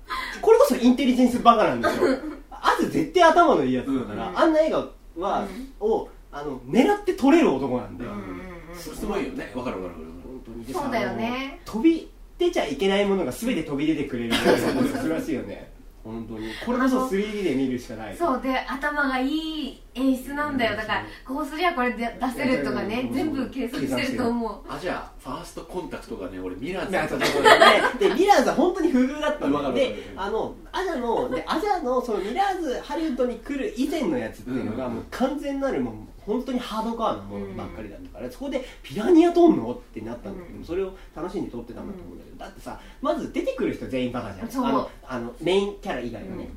[SPEAKER 3] これこそインテリジェンスバカなんですよあず絶対頭のいいやつだから、
[SPEAKER 2] うん
[SPEAKER 3] あんな映画は、をあの狙って撮れる男なんだよ、
[SPEAKER 2] うんうん
[SPEAKER 1] それすごいよねわかるわかるわか
[SPEAKER 3] 本当にで
[SPEAKER 2] そうだよね
[SPEAKER 3] さあの飛び出ちゃいけないものが全て飛び出てくれるっていうのが素晴らしいよね本当にこれこそ 3D で見るしかな
[SPEAKER 2] うん
[SPEAKER 3] い
[SPEAKER 2] そうで頭がいい演出なんだよだからこうすりゃこれで出せるとかね全部計算してると思
[SPEAKER 1] るあじゃあファーストコンタクトがね俺ミラーズ
[SPEAKER 3] な
[SPEAKER 1] だ
[SPEAKER 3] ん
[SPEAKER 1] っ
[SPEAKER 3] か
[SPEAKER 1] た
[SPEAKER 3] ところで、で、ミラーズは本当に不遇だった
[SPEAKER 1] わか
[SPEAKER 3] の
[SPEAKER 1] る
[SPEAKER 3] で、
[SPEAKER 1] わ
[SPEAKER 3] あの、アジャの、で、アジャの、そのミラーズ、ハリウッドに来る以前のやつっていうのが、
[SPEAKER 1] うん
[SPEAKER 3] もう完全なる、もう、本当にハードカーなものばっかりだったから、そこで、ピラニア撮んのってなったんだけど、
[SPEAKER 2] うん
[SPEAKER 3] それを楽しんで撮ってたんだと思うんだけど、だってさ、まず出てくる人全員バカじゃん。
[SPEAKER 2] そう
[SPEAKER 3] あの、あのメインキャラ以外はね。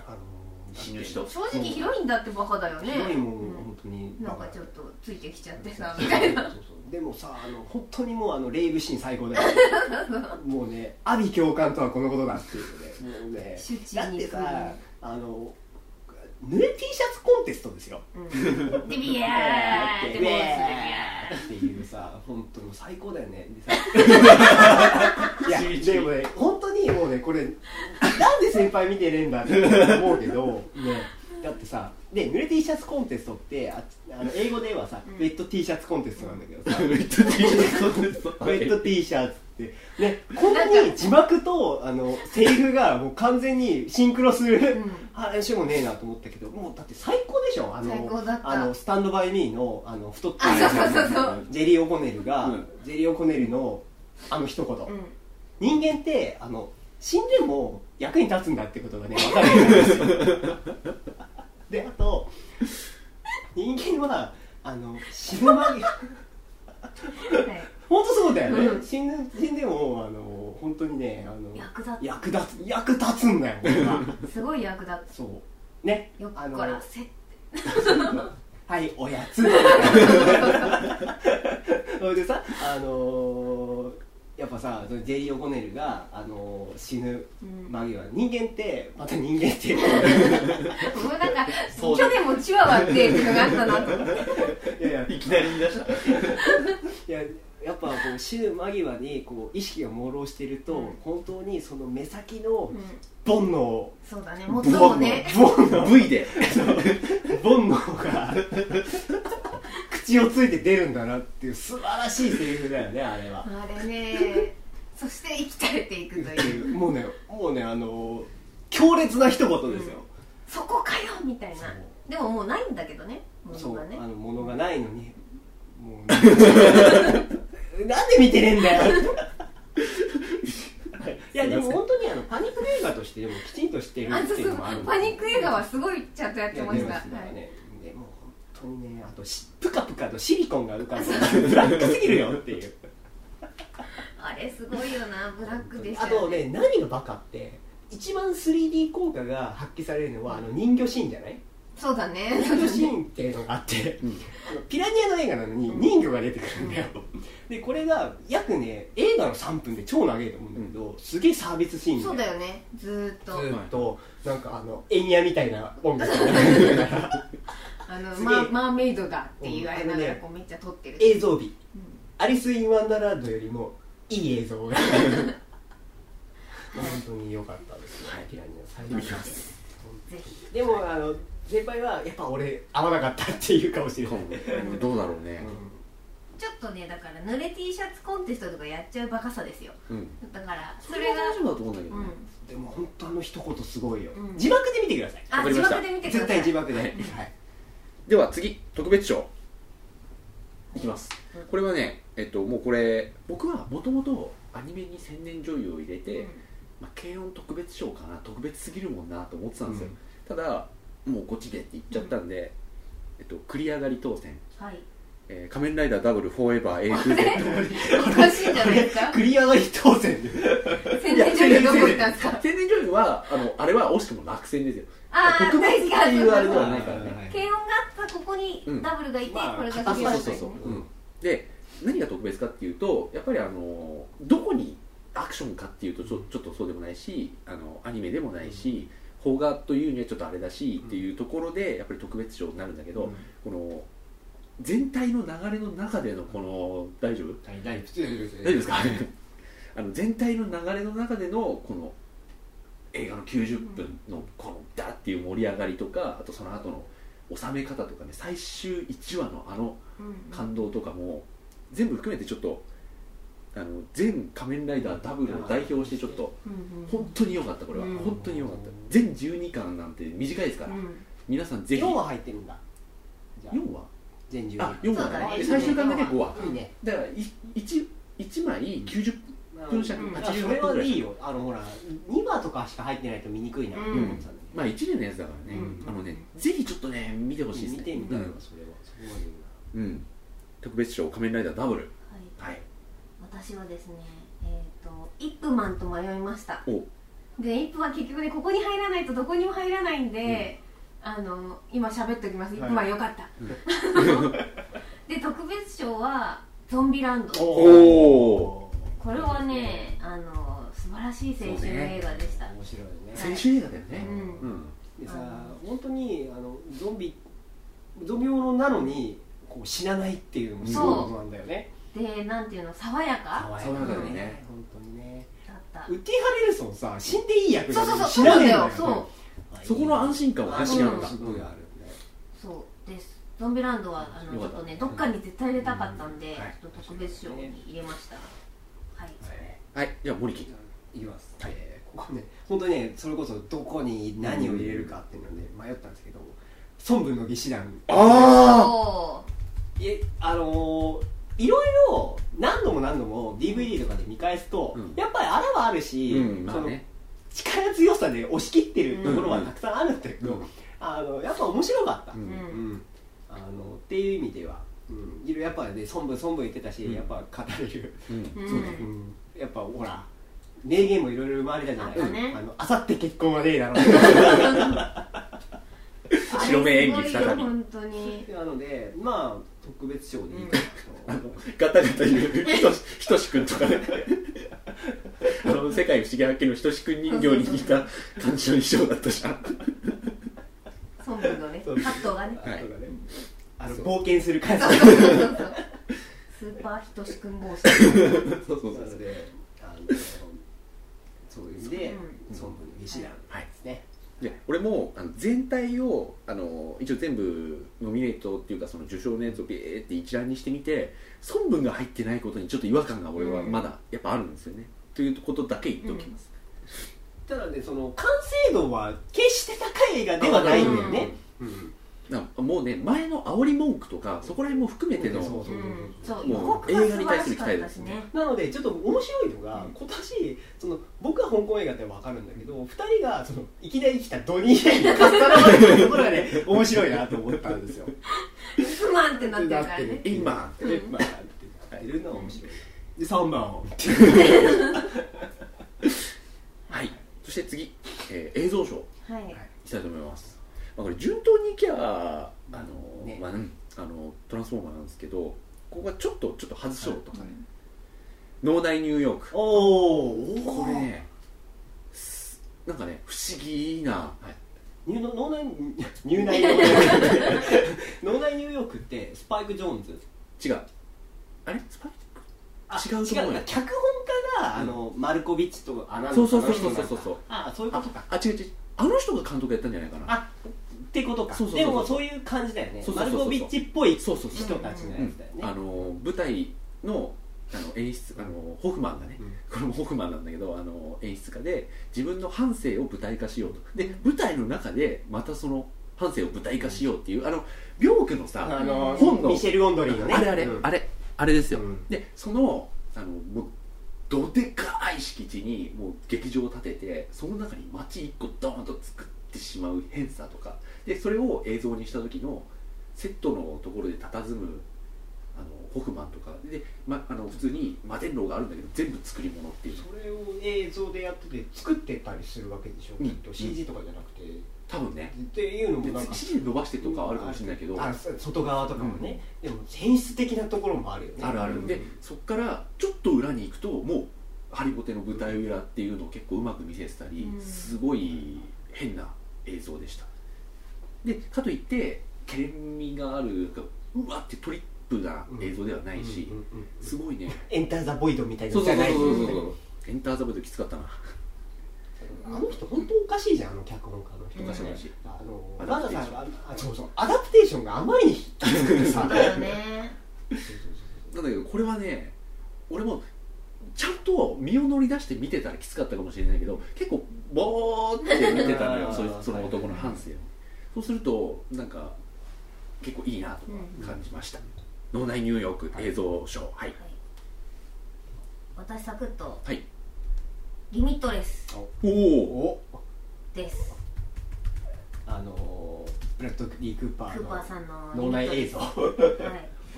[SPEAKER 3] あのー、
[SPEAKER 1] 死ぬ人
[SPEAKER 2] う正直ヒロインだってバカだよね
[SPEAKER 3] ヒロインも
[SPEAKER 2] うん
[SPEAKER 3] 本当に
[SPEAKER 2] な
[SPEAKER 3] バ
[SPEAKER 2] ん
[SPEAKER 3] カ
[SPEAKER 2] か
[SPEAKER 3] だ
[SPEAKER 2] ちょっとついてきちゃって
[SPEAKER 3] そう
[SPEAKER 2] さみたいな
[SPEAKER 3] そうそうでもさあの本当にもうあのレイブシーン最
[SPEAKER 2] [laughs]
[SPEAKER 3] 高だよもうね阿鼻教官とはこのことだっていうねもうね
[SPEAKER 2] 周知
[SPEAKER 3] だっ
[SPEAKER 2] に
[SPEAKER 3] て
[SPEAKER 2] 行く
[SPEAKER 3] さあの濡れ T シャツコンテストですよ
[SPEAKER 2] うんでビエ
[SPEAKER 3] だ
[SPEAKER 2] ー
[SPEAKER 3] っ
[SPEAKER 2] って
[SPEAKER 3] [laughs]
[SPEAKER 2] て
[SPEAKER 3] ウ
[SPEAKER 2] もうすぐビエ
[SPEAKER 3] ェーっていうさ本当にもう最高だよねでさ
[SPEAKER 2] [laughs]
[SPEAKER 3] いやでもね本当にもうねこれなんで先輩見てねえんだって思うけど、ね、だってさで濡れ T シャツコンテストってああの英語ではさ、
[SPEAKER 2] うん
[SPEAKER 3] ウェット T シャツコンテストなんだけどさ、
[SPEAKER 1] ウェット T シャツ
[SPEAKER 3] ウェット T シャツって、ね、こんなに字幕とあのセリフがもう完全にシンクロする
[SPEAKER 2] うん
[SPEAKER 3] 話もねえなと思ったけどもうだって最高でしょあの
[SPEAKER 2] 最高だった
[SPEAKER 3] あのスタンドバイミーのあの太って
[SPEAKER 2] あそうそうそうそう
[SPEAKER 3] ジェリー・オコネルが、
[SPEAKER 1] うん
[SPEAKER 3] ジェリー・オコネルのあの一言、
[SPEAKER 2] ーうん
[SPEAKER 3] 人間ってあの死んでも役に立つんだってこ
[SPEAKER 2] [laughs]
[SPEAKER 3] とがね分かるようになるんですよであと人間はあの死
[SPEAKER 2] [laughs]
[SPEAKER 3] ぬ間際
[SPEAKER 2] はい
[SPEAKER 3] 本当そうだよね、
[SPEAKER 2] うん
[SPEAKER 3] 死んで死んでもあの本当にねあの
[SPEAKER 2] 役立つ
[SPEAKER 3] 役立つ役立つんだよこれは
[SPEAKER 2] すごい役立
[SPEAKER 3] そうね
[SPEAKER 2] つよっ
[SPEAKER 3] あ
[SPEAKER 2] こら
[SPEAKER 3] の
[SPEAKER 2] せ
[SPEAKER 3] はいおや
[SPEAKER 2] [laughs]
[SPEAKER 3] つそれでさあのやっぱさそのジェリー・オコネルが、あの死ぬ
[SPEAKER 2] うん
[SPEAKER 3] 間際人間ってまた人間ってい
[SPEAKER 2] もうなんか
[SPEAKER 1] そう
[SPEAKER 2] 去年もチワワっていうのがあったなと思って
[SPEAKER 3] やいや
[SPEAKER 1] いきなり言い出した
[SPEAKER 3] いややっぱこう死ぬ間際にこう意識が朦朧していると、
[SPEAKER 2] うん
[SPEAKER 3] 本当にその目先の
[SPEAKER 2] うん
[SPEAKER 3] 煩悩
[SPEAKER 2] そうだねもうそうね
[SPEAKER 3] 煩悩
[SPEAKER 1] V で
[SPEAKER 3] 煩悩が [laughs] 口をついて出るんだなっていう素晴らしいセリフだよねあれは
[SPEAKER 2] あれねそして生きたれていくという
[SPEAKER 3] もうねもうねあの強烈な一言ですよ、
[SPEAKER 2] そこかよみたいな
[SPEAKER 3] そう
[SPEAKER 2] でももうないんだけどねも
[SPEAKER 3] そ
[SPEAKER 2] の
[SPEAKER 3] う、
[SPEAKER 2] がね
[SPEAKER 3] あの物がないのにもう、ね、なんで見てねえん
[SPEAKER 2] [laughs]
[SPEAKER 3] だよいやでも本当にあのパニック映画としてでもきちんとしてる
[SPEAKER 2] あ
[SPEAKER 3] っ
[SPEAKER 2] そう
[SPEAKER 3] てい
[SPEAKER 2] そうう
[SPEAKER 3] のもある
[SPEAKER 2] パニック映画はすごいちゃんとやっ
[SPEAKER 3] い
[SPEAKER 2] て
[SPEAKER 3] や
[SPEAKER 2] ました
[SPEAKER 3] 出ます
[SPEAKER 2] は
[SPEAKER 3] から
[SPEAKER 2] い
[SPEAKER 3] ね、でも本当にねあとしプカプカとシリコンが浮かぶブラックすぎるよっていう
[SPEAKER 2] あれすごいよなブラックでした
[SPEAKER 3] あ
[SPEAKER 2] よ
[SPEAKER 3] とね何がバカって一番 3D 効果が発揮されるのはあの人魚シーンじゃない
[SPEAKER 2] そうだね
[SPEAKER 3] ピラニッシーンっていうのがあって、ピラニアの映画なのに人魚が出てくるんだよでこれが約ね映画の3分で超長いと思うんだけど、すげえサービスシーン
[SPEAKER 2] そうだよねずーっ
[SPEAKER 3] ず
[SPEAKER 2] と
[SPEAKER 3] ーっとなんかあのエニアみたいな音 [laughs] 楽が
[SPEAKER 2] あの
[SPEAKER 3] すげえ
[SPEAKER 2] マーマーメイドだって言われながらこうめっちゃ撮ってる
[SPEAKER 3] 映像美
[SPEAKER 2] うん
[SPEAKER 3] アリス・イン・ワンダーランドよりもいい映像 [laughs] が本当に良かったですね、ピラニア最
[SPEAKER 1] 見
[SPEAKER 3] 後
[SPEAKER 1] に行きます
[SPEAKER 2] ぜひ
[SPEAKER 3] でもあの先輩はやっぱ俺合わなかったっていうかもしれない、うん
[SPEAKER 1] うんどうだろうね
[SPEAKER 2] ちょっとねだから濡れ T シャツコンテストとかやっちゃうバカさですよ
[SPEAKER 1] うん
[SPEAKER 2] だからそ
[SPEAKER 1] そ
[SPEAKER 2] れ
[SPEAKER 1] れは
[SPEAKER 2] が
[SPEAKER 1] 大丈夫だと思うんだけど
[SPEAKER 2] う
[SPEAKER 1] ね
[SPEAKER 2] ん
[SPEAKER 3] でも本当あの一言すごいよ、
[SPEAKER 2] うん
[SPEAKER 3] 字幕で見てください
[SPEAKER 1] わ
[SPEAKER 2] あ
[SPEAKER 1] かり
[SPEAKER 2] 字
[SPEAKER 1] ました
[SPEAKER 2] 幕で見てく
[SPEAKER 3] 絶
[SPEAKER 2] ださい
[SPEAKER 3] 対字幕で、はい、
[SPEAKER 1] では次特別賞いきます
[SPEAKER 2] うん
[SPEAKER 1] これはねえっともうこれ僕はもともとアニメに千年女優を入れて、まあ、軽音特別賞かな特別すぎるもんなと思ってたんですよ、ただもうこっちでって言っちゃったんで、えっと、繰り上がり当選
[SPEAKER 2] うんはい
[SPEAKER 1] 「えー仮面ライダーダブルフォーエバ
[SPEAKER 2] [laughs]
[SPEAKER 1] ー A2Z
[SPEAKER 2] おかしいんじゃないですか
[SPEAKER 3] 繰り上がり当選で
[SPEAKER 2] 宣伝所にどこ行ったんです」か
[SPEAKER 1] 千年女優はあのあれは惜しくも落選ですよ
[SPEAKER 2] ああ
[SPEAKER 1] 特別っていうあれでは
[SPEAKER 2] だ
[SPEAKER 1] ないからね
[SPEAKER 2] 軽音があったここに
[SPEAKER 1] うん
[SPEAKER 2] ダブルがいて、
[SPEAKER 3] まあ
[SPEAKER 2] これが
[SPEAKER 1] あ
[SPEAKER 2] 特
[SPEAKER 1] そう
[SPEAKER 2] 別
[SPEAKER 1] そ
[SPEAKER 2] 賞
[SPEAKER 1] うそうそう、
[SPEAKER 3] うん
[SPEAKER 1] うんで何が特別かっていうとやっぱりあのどこにアクションかっていうとちょちょっとそうでもないしあのアニメでもないし邦画というにはちょっとあれだしっていうところでやっぱり特別賞になるんだけど、この全体の流れの中でのこの大丈夫
[SPEAKER 3] 大丈夫普通
[SPEAKER 1] 大丈夫ですか [laughs] あの全体の流れの中でのこの映画の90分のこのダッっていう盛り上がりとかあとその後の収め方とかね最終1話のあの
[SPEAKER 2] うん
[SPEAKER 1] 感動とかも全部含めてちょっとあの全仮面ライダーダブルを代表してちょっと
[SPEAKER 2] うんうん
[SPEAKER 1] 本当に良かったこれは、
[SPEAKER 2] うん
[SPEAKER 1] 本当に良かった全12巻なんて短いですから、
[SPEAKER 2] うん
[SPEAKER 1] 皆さんぜひ
[SPEAKER 3] 4は入ってるんだじゃあ
[SPEAKER 1] 4話
[SPEAKER 3] 全12
[SPEAKER 1] あ4
[SPEAKER 2] そう
[SPEAKER 1] 話
[SPEAKER 2] だね
[SPEAKER 1] で最終巻だけ5話
[SPEAKER 3] いいね
[SPEAKER 1] だからい一一枚90分尺
[SPEAKER 2] うん
[SPEAKER 3] あ
[SPEAKER 1] 80
[SPEAKER 3] そ
[SPEAKER 1] 分
[SPEAKER 3] れ
[SPEAKER 1] ぐ
[SPEAKER 3] は
[SPEAKER 1] ら
[SPEAKER 3] い
[SPEAKER 1] い
[SPEAKER 3] いよあのほら2話とかしか入ってないと見にくいなって思ってたんだ
[SPEAKER 1] まあ1年のやつだからね、
[SPEAKER 2] うん
[SPEAKER 1] あのねぜひちょっとね見てほしいです
[SPEAKER 3] けど
[SPEAKER 1] ね
[SPEAKER 3] 見てみたいわ
[SPEAKER 1] うん
[SPEAKER 3] それはそれはいいな
[SPEAKER 1] うん特別賞仮面ライダーダブル
[SPEAKER 2] はい
[SPEAKER 1] はい
[SPEAKER 2] 私はですねえっ、とイップマンと迷いました
[SPEAKER 1] お
[SPEAKER 2] でイップは結局ねここに入らないとどこにも入らないんで、あの今喋っておきますイップマンよかった、で特別賞はゾンビランド
[SPEAKER 1] お
[SPEAKER 2] これはねあの素晴らしい青春の映画でした、
[SPEAKER 3] 面白いね
[SPEAKER 1] [laughs] 先週映画だよね
[SPEAKER 2] うん
[SPEAKER 1] うん
[SPEAKER 3] でさ
[SPEAKER 2] う
[SPEAKER 3] 本当にあのゾンビゾンビものなのにこう死なないっていうのもすごいことなんだよね
[SPEAKER 2] でなんていうの爽やか
[SPEAKER 1] 爽やかでね
[SPEAKER 3] 本当にね
[SPEAKER 2] だった
[SPEAKER 3] ウッディ・ハレルソンさ死んでいい役
[SPEAKER 2] そ
[SPEAKER 3] な
[SPEAKER 2] う
[SPEAKER 3] の
[SPEAKER 2] そう
[SPEAKER 3] に
[SPEAKER 2] そう
[SPEAKER 3] 死
[SPEAKER 2] そう
[SPEAKER 3] な
[SPEAKER 2] なん
[SPEAKER 3] ねえ
[SPEAKER 2] だよそう
[SPEAKER 3] んだよ
[SPEAKER 1] そこの安心感は確かにあった
[SPEAKER 3] 安心感すごいあるね
[SPEAKER 2] そうですゾンビランドはあのち
[SPEAKER 1] よか
[SPEAKER 2] ょ
[SPEAKER 1] っ
[SPEAKER 2] ったとねどっかに絶対入れたかったんで、
[SPEAKER 3] はい
[SPEAKER 2] ちょっと特別賞に入れましたはい
[SPEAKER 1] はいじゃあ森木
[SPEAKER 3] いきます、えーここね本当にねそれこそどこに何を入れるかっていうので迷ったんですけど孫文の義士団
[SPEAKER 1] あ
[SPEAKER 2] おー
[SPEAKER 3] えあのーいろいろ何度も何度も DVD とかで見返すと、
[SPEAKER 1] うん
[SPEAKER 3] やっぱりあらはあるし、
[SPEAKER 1] うんまあ
[SPEAKER 3] その
[SPEAKER 1] ね
[SPEAKER 3] 力強さで押し切ってるところはたくさんあるんだけど、
[SPEAKER 1] うん
[SPEAKER 3] あのやっぱ面白かった、
[SPEAKER 1] う
[SPEAKER 2] うん
[SPEAKER 3] うんんあのっていう意味では、うん、いろいろやっぱね孫文孫文言ってたし、
[SPEAKER 1] うん
[SPEAKER 3] やっぱ語れる、
[SPEAKER 1] うん
[SPEAKER 2] うん
[SPEAKER 1] そうね
[SPEAKER 3] うんやっぱほら名言もいろいろ生まれたじゃない
[SPEAKER 2] あったね
[SPEAKER 3] あのあさって結婚はねえだろう
[SPEAKER 1] 白目演技再び
[SPEAKER 2] あれすごいよ本当に
[SPEAKER 3] [laughs] なのでまあ特別賞でいいかなと、
[SPEAKER 1] ガタガタ [laughs] 言うひとしひとしくんとかね [laughs] あの世界不思議発見のひとしくん人形に似た感じの衣装だったじゃん
[SPEAKER 2] 孫文のねカ
[SPEAKER 3] そう
[SPEAKER 2] ットがね
[SPEAKER 1] はい
[SPEAKER 3] あとがねあの
[SPEAKER 1] そう
[SPEAKER 3] 冒険する感じ
[SPEAKER 2] そうそうそうそうスーパーひとしくん帽子
[SPEAKER 1] [laughs] そうそう
[SPEAKER 3] な
[SPEAKER 1] そう
[SPEAKER 3] ので、あのそういう意味で、
[SPEAKER 2] う
[SPEAKER 3] 孫文の石段
[SPEAKER 1] はい
[SPEAKER 3] ですね。
[SPEAKER 1] で俺もあの全体をあの一応全部ノミネートっていうかその受賞のやつをビーって一覧にしてみて孫文が入ってないことにちょっと違和感が俺はまだやっぱあるんですよね、ということだけ言っておきます、
[SPEAKER 3] ただね、その完成度は決して高い映画ではないんだよね。うん
[SPEAKER 1] なもうね前の煽り文句とかそこら辺も含めての、
[SPEAKER 3] そうそう
[SPEAKER 2] うんそう予
[SPEAKER 1] もう
[SPEAKER 2] 告が素晴らしか
[SPEAKER 1] 映画に対する期待
[SPEAKER 2] った
[SPEAKER 1] で
[SPEAKER 2] し
[SPEAKER 1] す
[SPEAKER 2] ね
[SPEAKER 1] ね
[SPEAKER 3] なのでちょっと面白いのが、
[SPEAKER 1] うん
[SPEAKER 3] 今年その僕は香港映画ってわかるんだけど、二人がそのいきなり来たドニー・イにかっさらわれてるところが [laughs] ね面白いなと思ったんですよ。
[SPEAKER 2] 不満ってなってるからね
[SPEAKER 1] 今
[SPEAKER 3] でまあやってるのは面白い。で三番を。
[SPEAKER 1] はいそして次、えー映像賞い
[SPEAKER 2] はい
[SPEAKER 1] きたいと思いますまあ、これ順当にいきゃあの、
[SPEAKER 3] ね
[SPEAKER 1] まあうんあのトランスフォーマーなんですけどここがちょっとちょっと外そうと、脳内ニューヨーク
[SPEAKER 5] おー
[SPEAKER 1] こ
[SPEAKER 5] お
[SPEAKER 1] れ
[SPEAKER 5] ー
[SPEAKER 1] ねすなんかね不思議な、はい
[SPEAKER 5] ニューノ脳内ニューナイニューヨーク脳内ニューヨークってスパイク・ジョーンズ
[SPEAKER 1] 違うあれスパイ
[SPEAKER 5] あ
[SPEAKER 1] 違うと思うよ
[SPEAKER 5] 違脚本家があのマルコビッチとかあな
[SPEAKER 1] ク
[SPEAKER 5] ん
[SPEAKER 1] そうそうそ
[SPEAKER 5] あ
[SPEAKER 1] うそう
[SPEAKER 5] の人
[SPEAKER 1] そうそう
[SPEAKER 5] なんだあそういうことか
[SPEAKER 1] あ違う違うあの人が監督やったんじゃないかな
[SPEAKER 5] あってことか
[SPEAKER 1] そうそうそう
[SPEAKER 5] でもそういう感じだよね
[SPEAKER 1] そうそう
[SPEAKER 5] マ
[SPEAKER 1] そう
[SPEAKER 5] ル
[SPEAKER 1] そう
[SPEAKER 5] コビッチっぽい人
[SPEAKER 1] そうそう
[SPEAKER 5] た
[SPEAKER 1] そう
[SPEAKER 5] ちのやつだよ
[SPEAKER 1] うんあ
[SPEAKER 5] ね
[SPEAKER 1] の舞台のあの演出あのホフマンがね、
[SPEAKER 5] うん
[SPEAKER 1] これもホフマンなんだけどあの演出家で自分の半生を舞台化しようとで舞台の中でまたその半生を舞台化しようっていうあの病区のさ
[SPEAKER 5] あの
[SPEAKER 1] 本の
[SPEAKER 5] ミシェル・オンドリーのね
[SPEAKER 1] あれあれ、
[SPEAKER 5] うん
[SPEAKER 1] あれあれですよ、
[SPEAKER 5] うん
[SPEAKER 1] でそのあのもうどでかい敷地にもう劇場を建ててその中に街一個ドーンと作ってしまう変さとかでそれを映像にした時のセットのところで佇むあのホフマンとかで、ま、あの普通に摩天楼があるんだけど全部作り物っていう
[SPEAKER 3] それを映像でやってて作ってたりするわけでしょ、
[SPEAKER 1] うん
[SPEAKER 3] きっと CG とかじゃなくて、
[SPEAKER 1] 多分ね
[SPEAKER 3] っていうのも
[SPEAKER 1] で
[SPEAKER 3] なんか
[SPEAKER 1] 指示伸ばしてとかはあるかもしれないけど、
[SPEAKER 3] あそ外側とかもね、でも演出的なところもあるよね
[SPEAKER 1] あるある、
[SPEAKER 3] うん
[SPEAKER 1] でそっからちょっと裏に行くともうハリボテの舞台裏っていうのを結構うまく見せてたり、
[SPEAKER 2] うん
[SPEAKER 1] すごい変な映像でしたでかといってけれみがあるうわってトリップな映像ではないし、
[SPEAKER 5] うんうんうん
[SPEAKER 1] すごいね
[SPEAKER 5] エンター・ザ・ボイドみたいな
[SPEAKER 1] そう
[SPEAKER 5] の
[SPEAKER 1] そ
[SPEAKER 5] じ
[SPEAKER 1] う
[SPEAKER 5] ゃ
[SPEAKER 1] そう
[SPEAKER 5] ない
[SPEAKER 1] そうそうエンターザブルきつかったな
[SPEAKER 3] あの人本当おかしいじゃんあの脚本家の人
[SPEAKER 1] おかしいおかしい
[SPEAKER 3] あ
[SPEAKER 1] ア
[SPEAKER 3] の
[SPEAKER 1] ダ
[SPEAKER 3] マ
[SPEAKER 1] プ
[SPEAKER 3] ナ
[SPEAKER 1] テー
[SPEAKER 3] さ
[SPEAKER 1] ション
[SPEAKER 3] んがあそうそうアダプテーションがあまりにき
[SPEAKER 1] [laughs]
[SPEAKER 3] つくてさ
[SPEAKER 2] だよね
[SPEAKER 1] なんだけどこれはね俺もちゃんと身を乗り出して見てたらきつかったかもしれないけど結構ボーって見てたのよ [laughs]
[SPEAKER 5] あー
[SPEAKER 1] そいその男の半生をそうするとなんか結構いいなと
[SPEAKER 2] うん
[SPEAKER 1] 感じました、脳内ニューヨーク映像ショーは
[SPEAKER 2] は
[SPEAKER 1] い
[SPEAKER 2] い私サクッと
[SPEAKER 1] はい
[SPEAKER 2] リミットレス
[SPEAKER 1] おお
[SPEAKER 5] お
[SPEAKER 2] です
[SPEAKER 5] あのブラッド・リー・クーパー
[SPEAKER 2] クーパーさ
[SPEAKER 5] の
[SPEAKER 2] んの
[SPEAKER 5] 脳内映像
[SPEAKER 2] はい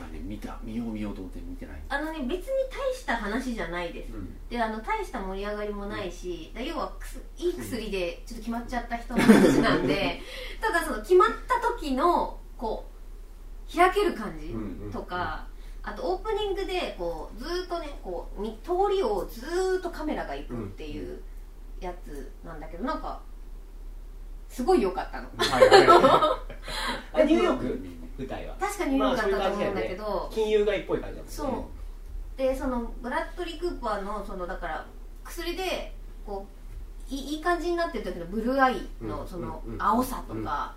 [SPEAKER 1] まあね見た見よう見ようと思って見てない
[SPEAKER 2] あのね別に大した話じゃないです、
[SPEAKER 5] うん
[SPEAKER 2] であの大した盛り上がりもないし、だ要はくすいい薬でちょっと決まっちゃった人の話なん [laughs] でただその決まった時のこう開ける感じ
[SPEAKER 1] ん
[SPEAKER 2] とか、あとオープニングでこうずーっとねこうみ通りをずーっとカメラが行くっていううやつなんだけどなんかすごい良かったの
[SPEAKER 5] はいはい
[SPEAKER 2] [laughs]
[SPEAKER 5] はいあニューヨーク舞台は
[SPEAKER 2] 確かニューヨークだったと思うんだけど、
[SPEAKER 5] 金融街っぽい感じだもんね
[SPEAKER 2] そうでそのブラッドリー・クーパーのそのだから薬でこういいいい感じになってる時のブルーアイの
[SPEAKER 5] うん
[SPEAKER 2] その
[SPEAKER 5] うんうん
[SPEAKER 2] 青さとか、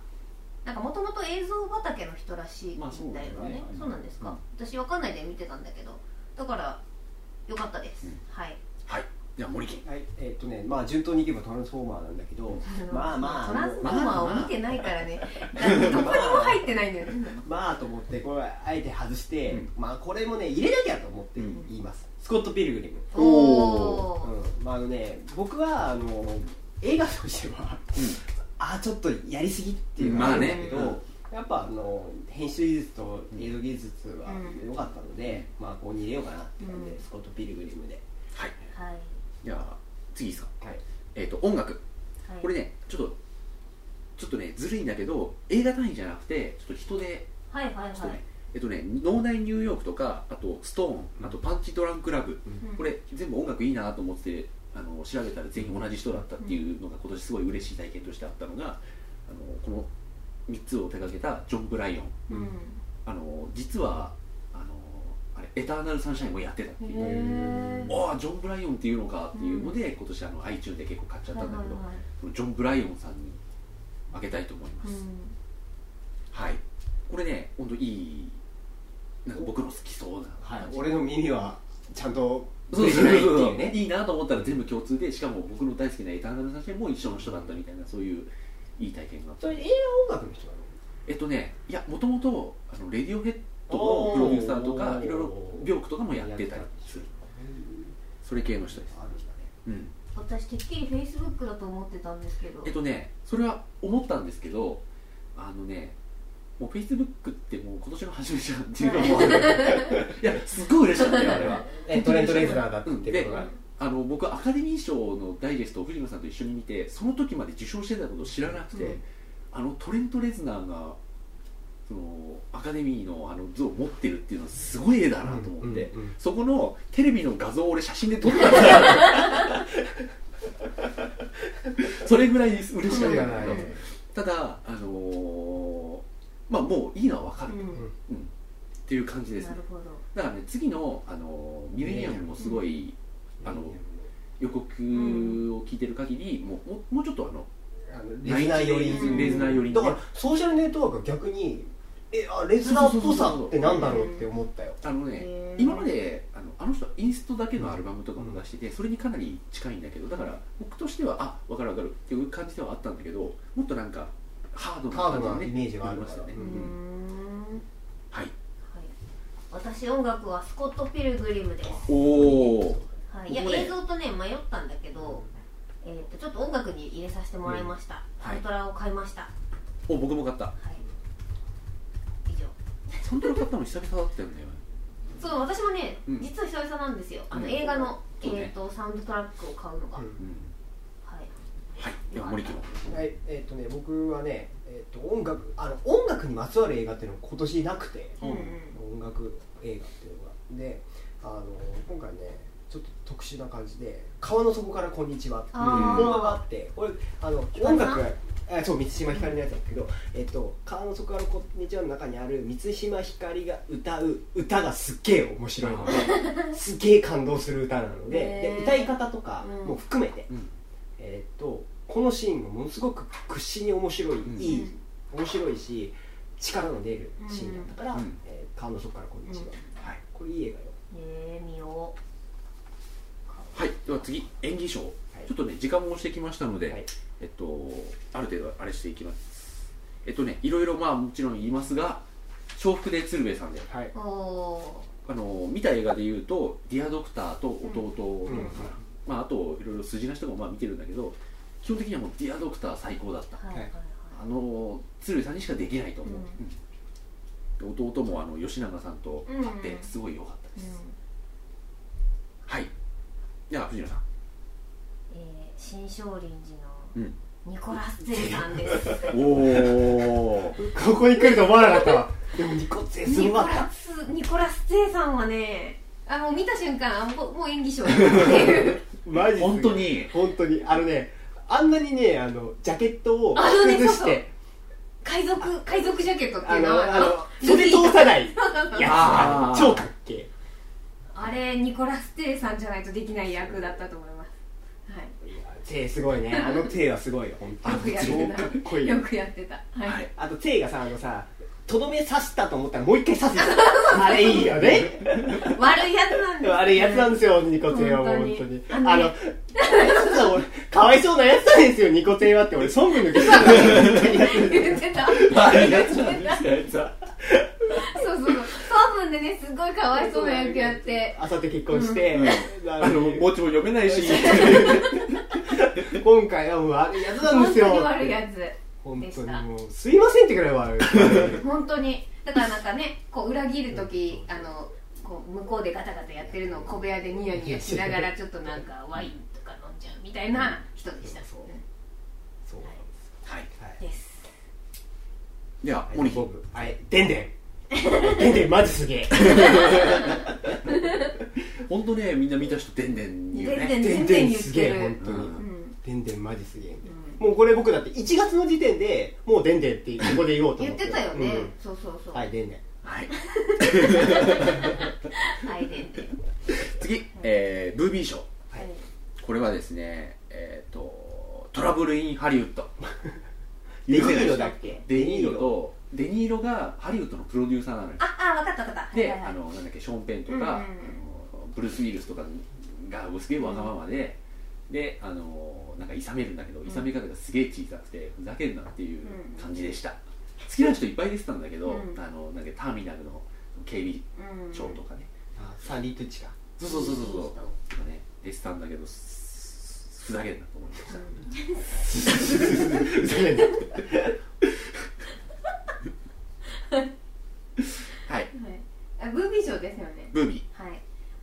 [SPEAKER 2] なんかもともと映像畑の人らしいんだ
[SPEAKER 5] ま
[SPEAKER 2] よ
[SPEAKER 5] あそうだ
[SPEAKER 2] ね
[SPEAKER 5] よ,、
[SPEAKER 2] そう
[SPEAKER 5] ね
[SPEAKER 2] なんですか、私わかんないで見てたんだけどだからよかったです、
[SPEAKER 1] うん
[SPEAKER 2] はい
[SPEAKER 1] はいでは森健
[SPEAKER 5] はいえーっとねまあ順当にいけばトランスフォーマーなんだけどまあまあ
[SPEAKER 2] トランスフォ
[SPEAKER 5] ま
[SPEAKER 2] ーマーを見てないからね、だってどこにも入ってないんだ
[SPEAKER 5] [laughs]
[SPEAKER 2] よね
[SPEAKER 5] まあと思ってこれはあえて外して、
[SPEAKER 1] うん
[SPEAKER 5] まあこれもね入れなきゃと思って
[SPEAKER 1] うん
[SPEAKER 5] 言います、スコット・ピルグリム、
[SPEAKER 1] おー
[SPEAKER 5] うんまああのね僕はあの映画としては、ああちょっとやりすぎっていうのがあるんだけど、
[SPEAKER 1] まあね
[SPEAKER 5] やっぱあの編集技術と映像技術は良かったので、まあここに入れようかなって感じで、
[SPEAKER 2] うん
[SPEAKER 5] スコット・ピルグリムで、
[SPEAKER 1] はい
[SPEAKER 2] はい
[SPEAKER 1] じゃあ次いいですか
[SPEAKER 5] はい、
[SPEAKER 1] えっ、と音楽
[SPEAKER 2] はい
[SPEAKER 1] これねちょっとちょっとねずるいんだけど映画単位じゃなくてちょっと人で
[SPEAKER 2] はいはいはい
[SPEAKER 1] ちょっとね、えっとね、脳内ニューヨークとか、あとストーン、
[SPEAKER 5] うん
[SPEAKER 1] あとパンチドランクラブ、
[SPEAKER 2] うん
[SPEAKER 1] これ、全部音楽いいなと思ってあの調べたら、全員同じ人だったっていうのが、今年すごい嬉しい体験としてあったのが、あのこの3つを手掛けたジョン・ブライオン、
[SPEAKER 2] うん
[SPEAKER 1] あの実はあのあれ、エターナル・サンシャインもやってたって
[SPEAKER 2] へ
[SPEAKER 1] いう、
[SPEAKER 2] ー
[SPEAKER 1] おージョン・ブライオンっていうのかっていうので、今年あの iTunes で結構買っちゃったんだけど、このジョン・ブライオンさんにあげたいと思います。はい、これね、本当いい、なんか僕の好きそうな
[SPEAKER 5] はい
[SPEAKER 1] 感、じ、
[SPEAKER 5] 俺の耳はちゃんと
[SPEAKER 1] そう
[SPEAKER 5] 触
[SPEAKER 1] そう
[SPEAKER 5] れて
[SPEAKER 1] そう
[SPEAKER 5] ないってい
[SPEAKER 1] そ
[SPEAKER 5] う
[SPEAKER 1] う、
[SPEAKER 5] ね
[SPEAKER 1] [laughs] いいなと思ったら全部共通で、しかも僕の大好きなエターナルサンシャインも一緒の人だったみたいな、そういういい体験があっ
[SPEAKER 5] そ
[SPEAKER 1] た
[SPEAKER 5] れ。映画音楽の人なの
[SPEAKER 1] えっとね、いや、もともと、あのレディオヘッドのプロデューサーとか
[SPEAKER 5] お、ー
[SPEAKER 1] いろいろ、病クとかもやってたりする、それ系の人です。
[SPEAKER 5] あるんだね
[SPEAKER 1] うん、
[SPEAKER 2] 私てっきりフェイスブックだと思ってたんですけど、
[SPEAKER 1] えっとね、それは思ったんですけど、あのね、もうフェイスブックってもう今年の初めじゃんっていうかもう [laughs] いやすごい嬉しかったよあれは
[SPEAKER 5] えトレント・レイズナーだってことが、
[SPEAKER 1] うんあの僕アカデミー賞のダイジェストを藤野さんと一緒に見てその時まで受賞してたことを知らなくて、
[SPEAKER 2] うん
[SPEAKER 1] あのトレント・レズナーがそのアカデミーのあの像を持ってるっていうのはすごい絵だなと思って、
[SPEAKER 5] うんうんうん
[SPEAKER 1] そこのテレビの画像を俺写真で撮ったんだ
[SPEAKER 5] [laughs]
[SPEAKER 1] よそれぐらい嬉しかった
[SPEAKER 5] それが
[SPEAKER 1] んだ
[SPEAKER 5] ない
[SPEAKER 1] けどただあのーまあもういいのは分かる、
[SPEAKER 2] う
[SPEAKER 1] っ
[SPEAKER 2] ん
[SPEAKER 1] ていう感じです
[SPEAKER 2] な
[SPEAKER 1] ね
[SPEAKER 2] るほど
[SPEAKER 1] だからね次の、あのーミレニアムもすごいあの予告を聞いてる限り、もうもうもうちょっとあの
[SPEAKER 3] あのレズナー寄り
[SPEAKER 1] レズレズナー寄り
[SPEAKER 3] だからソーシャルネットワークは逆にえあレズナーっぽさってなんだろうって思ったよ
[SPEAKER 1] あの
[SPEAKER 2] へ
[SPEAKER 1] ね
[SPEAKER 2] ー
[SPEAKER 1] 今まであのあの人はインストだけのアルバムとかも出してて、それにかなり近いんだけどだから僕としてはあ分かる分かるっていう感じではあったんだけどもっとなんかハードな
[SPEAKER 3] ハー
[SPEAKER 1] 感
[SPEAKER 3] ド
[SPEAKER 1] じ
[SPEAKER 3] なイメージがある
[SPEAKER 1] ま
[SPEAKER 3] か
[SPEAKER 1] した
[SPEAKER 3] ら
[SPEAKER 1] ね、
[SPEAKER 2] うーんは
[SPEAKER 1] はい
[SPEAKER 2] い私音楽はスコット・ピルグリムです、
[SPEAKER 1] おお
[SPEAKER 2] はい、いや
[SPEAKER 1] ここね
[SPEAKER 2] 映像とね迷ったんだけど、えー、とちょっと音楽に入れさせてもらいました、
[SPEAKER 1] うん
[SPEAKER 2] サ
[SPEAKER 1] はい
[SPEAKER 2] ントラを買いました、は
[SPEAKER 1] お僕も買った
[SPEAKER 2] い、以上
[SPEAKER 1] サントラ買ったの久々だったよね
[SPEAKER 2] そう私もね、
[SPEAKER 1] うん
[SPEAKER 2] 実は久々なんですよあの、
[SPEAKER 1] うん
[SPEAKER 2] 映画の、
[SPEAKER 1] そうね
[SPEAKER 2] えー、とサウンドトラックを買うのが、
[SPEAKER 3] うん
[SPEAKER 1] うん
[SPEAKER 2] はい
[SPEAKER 1] はいでは森木も
[SPEAKER 3] はいえっとね僕はねえっと音楽あの音楽にまつわる映画っていうのは今年なくて
[SPEAKER 2] うんうん
[SPEAKER 3] 音楽映画っていうのがであの今回ねちょっと特殊な感じで「川の底からこんにちは」っていう
[SPEAKER 2] あー
[SPEAKER 3] 動画があって俺あの
[SPEAKER 2] ひか
[SPEAKER 3] 音
[SPEAKER 2] るさん
[SPEAKER 3] 楽があそう満島ひかりのやつだけど「えっと、川の底からこんにちは」の中にある満島ひかりが歌う歌がすっげえ面白いのですげえ感動する歌なので
[SPEAKER 2] へ
[SPEAKER 3] で
[SPEAKER 2] ー
[SPEAKER 3] 歌い方とか
[SPEAKER 2] うん
[SPEAKER 3] も含めて、
[SPEAKER 1] うん
[SPEAKER 3] えっとこのシーンがものすごく屈指に面白い、
[SPEAKER 1] うん
[SPEAKER 3] いい面白いし力の出るシーンだったから
[SPEAKER 1] う
[SPEAKER 3] 「
[SPEAKER 1] ん
[SPEAKER 3] えー、川の底からこんにちは」
[SPEAKER 2] うん
[SPEAKER 1] はい、
[SPEAKER 3] これいい映画よ
[SPEAKER 2] えー、見よ
[SPEAKER 1] はい、では次演技賞、
[SPEAKER 3] い
[SPEAKER 1] ちょっとね時間も押してきましたので、
[SPEAKER 3] はい
[SPEAKER 1] えっとある程度あれしていきますえっとねいろいろまあもちろん言いますが笑福で鶴瓶さんで
[SPEAKER 3] はいう
[SPEAKER 2] お
[SPEAKER 1] あの見た映画でいうと「ディア・ドクター」と「弟」とか
[SPEAKER 3] うんうん
[SPEAKER 1] まあ、あといろいろ筋なしとかもまあ見てるんだけど基本的にはもう「ディア・ドクター」最高だった
[SPEAKER 2] ーはいはいはい
[SPEAKER 1] あの鶴瓶さんにしかできないと思う、うん弟もあの吉永さんと会っ
[SPEAKER 2] う
[SPEAKER 1] て
[SPEAKER 2] ん
[SPEAKER 1] すごい良かったで
[SPEAKER 2] う
[SPEAKER 1] す、
[SPEAKER 2] ん
[SPEAKER 1] はいじゃあ藤野さん
[SPEAKER 2] えー、新勝林寺
[SPEAKER 1] う
[SPEAKER 2] の
[SPEAKER 1] ん
[SPEAKER 2] ニコラス・ゼイさんです、
[SPEAKER 1] おお
[SPEAKER 5] ここに来ると思わなかったわ
[SPEAKER 3] でもニコッツェす
[SPEAKER 2] ニ
[SPEAKER 3] ご
[SPEAKER 2] コ
[SPEAKER 3] かっ
[SPEAKER 2] ラス・ニコラス・ゼイさんはねあもう見た瞬間あもうもう演技賞だっていう
[SPEAKER 5] マジすごい
[SPEAKER 1] 本当に
[SPEAKER 5] 本当にあのねあんなにねあのジャケットを
[SPEAKER 2] あそうね
[SPEAKER 5] 崩し
[SPEAKER 2] そうそう
[SPEAKER 5] て
[SPEAKER 2] 海賊海賊ジャケットってい
[SPEAKER 5] あ
[SPEAKER 2] うの
[SPEAKER 5] の
[SPEAKER 2] は
[SPEAKER 5] あの袖通さないや
[SPEAKER 1] あー
[SPEAKER 5] つ超かっけえ
[SPEAKER 2] あれニコラス・テイさんじゃないとできない役だったと思いますはい
[SPEAKER 5] いや手すごい [laughs] ねあの手はすごいよ本当
[SPEAKER 2] よく
[SPEAKER 5] に
[SPEAKER 2] やっ
[SPEAKER 5] 超かってこ
[SPEAKER 2] た
[SPEAKER 5] いい
[SPEAKER 2] よくやってたはい、
[SPEAKER 1] はい
[SPEAKER 5] あと手がさあのさとどめ刺したと思ったらもう一回刺すあれいいよね
[SPEAKER 2] 悪いやつなんです
[SPEAKER 5] 悪いやつなんですよニコテンはもう
[SPEAKER 2] 本
[SPEAKER 5] 本
[SPEAKER 2] 当
[SPEAKER 5] 当
[SPEAKER 2] に
[SPEAKER 5] に
[SPEAKER 2] あ
[SPEAKER 5] あ
[SPEAKER 2] のね
[SPEAKER 5] の実は俺かわいそうなやつなんですよニコテンはって俺ソング抜けてたから
[SPEAKER 2] 言ってた
[SPEAKER 1] あいやつなんですかあいつは
[SPEAKER 2] そうそうそう3分でねすごいかわいそうな役やって
[SPEAKER 5] あさって結婚して、あ
[SPEAKER 1] あ
[SPEAKER 5] の
[SPEAKER 1] の
[SPEAKER 5] もう
[SPEAKER 1] 文字も読めないし
[SPEAKER 5] 今回はもうあれやつなんで
[SPEAKER 2] 本
[SPEAKER 5] すよ
[SPEAKER 2] 当に悪いやつ
[SPEAKER 5] 本
[SPEAKER 2] で
[SPEAKER 5] 当
[SPEAKER 2] し
[SPEAKER 5] に
[SPEAKER 2] た
[SPEAKER 5] もうすいませんってくらい
[SPEAKER 2] [laughs]
[SPEAKER 5] 悪い
[SPEAKER 2] 本当にだからなんかねこう裏切る時あのこう向こうでガタガタやってるのを小部屋でニヤニヤしながらちょっとなんかワインとか飲んじゃうみたいな人でした
[SPEAKER 5] そうそうなんです
[SPEAKER 1] はい
[SPEAKER 5] はい
[SPEAKER 2] です
[SPEAKER 1] では
[SPEAKER 5] はい
[SPEAKER 1] 森木
[SPEAKER 5] ボブはいでんでんでんでんマジすげえ
[SPEAKER 1] 本当ねみんな見た人でんでんによ
[SPEAKER 2] でんで
[SPEAKER 1] ね
[SPEAKER 2] ん
[SPEAKER 5] でんでんすげえ本当
[SPEAKER 1] う
[SPEAKER 5] に
[SPEAKER 2] うん
[SPEAKER 5] でんでんマジすげえ
[SPEAKER 2] う
[SPEAKER 5] もうこれ僕だって1月の時点でもうでんでんってここで言おうと
[SPEAKER 2] 言
[SPEAKER 5] 思っ
[SPEAKER 2] っ
[SPEAKER 5] て
[SPEAKER 2] てたよね、
[SPEAKER 5] うん
[SPEAKER 2] そうそうそう
[SPEAKER 5] はいでんでん
[SPEAKER 1] はい
[SPEAKER 2] はいでんでん
[SPEAKER 1] 次えーブービー賞
[SPEAKER 2] はい
[SPEAKER 1] これはですねえっとトラブル・イン・ハリウッド
[SPEAKER 5] デニーロだっけ
[SPEAKER 1] デニーロとデニーロがハリウッドのプロデューサーなのよ
[SPEAKER 2] ああ分かった分かった
[SPEAKER 1] で
[SPEAKER 2] はいはい
[SPEAKER 1] あのなんだっけショーン・ペンとか、
[SPEAKER 2] うんうんうん
[SPEAKER 1] あのブルース・ウィルスとかがすげえわがままで、であのなんか諌めるんだけど諌め方がすげえ小さくてふざけんなっていう感じでした、好きな人いっぱい出てたんだけど、
[SPEAKER 2] うん
[SPEAKER 1] あのなんかターミナルの警備
[SPEAKER 2] うん
[SPEAKER 1] 長とかね、
[SPEAKER 5] あサリートゥッチか
[SPEAKER 1] そうそうそうそうそうとかね出てたんだけどすふざけんなと思いました、
[SPEAKER 5] ふざけんな
[SPEAKER 1] はい
[SPEAKER 2] はいあブービー賞ですよね
[SPEAKER 1] ブービ
[SPEAKER 2] はい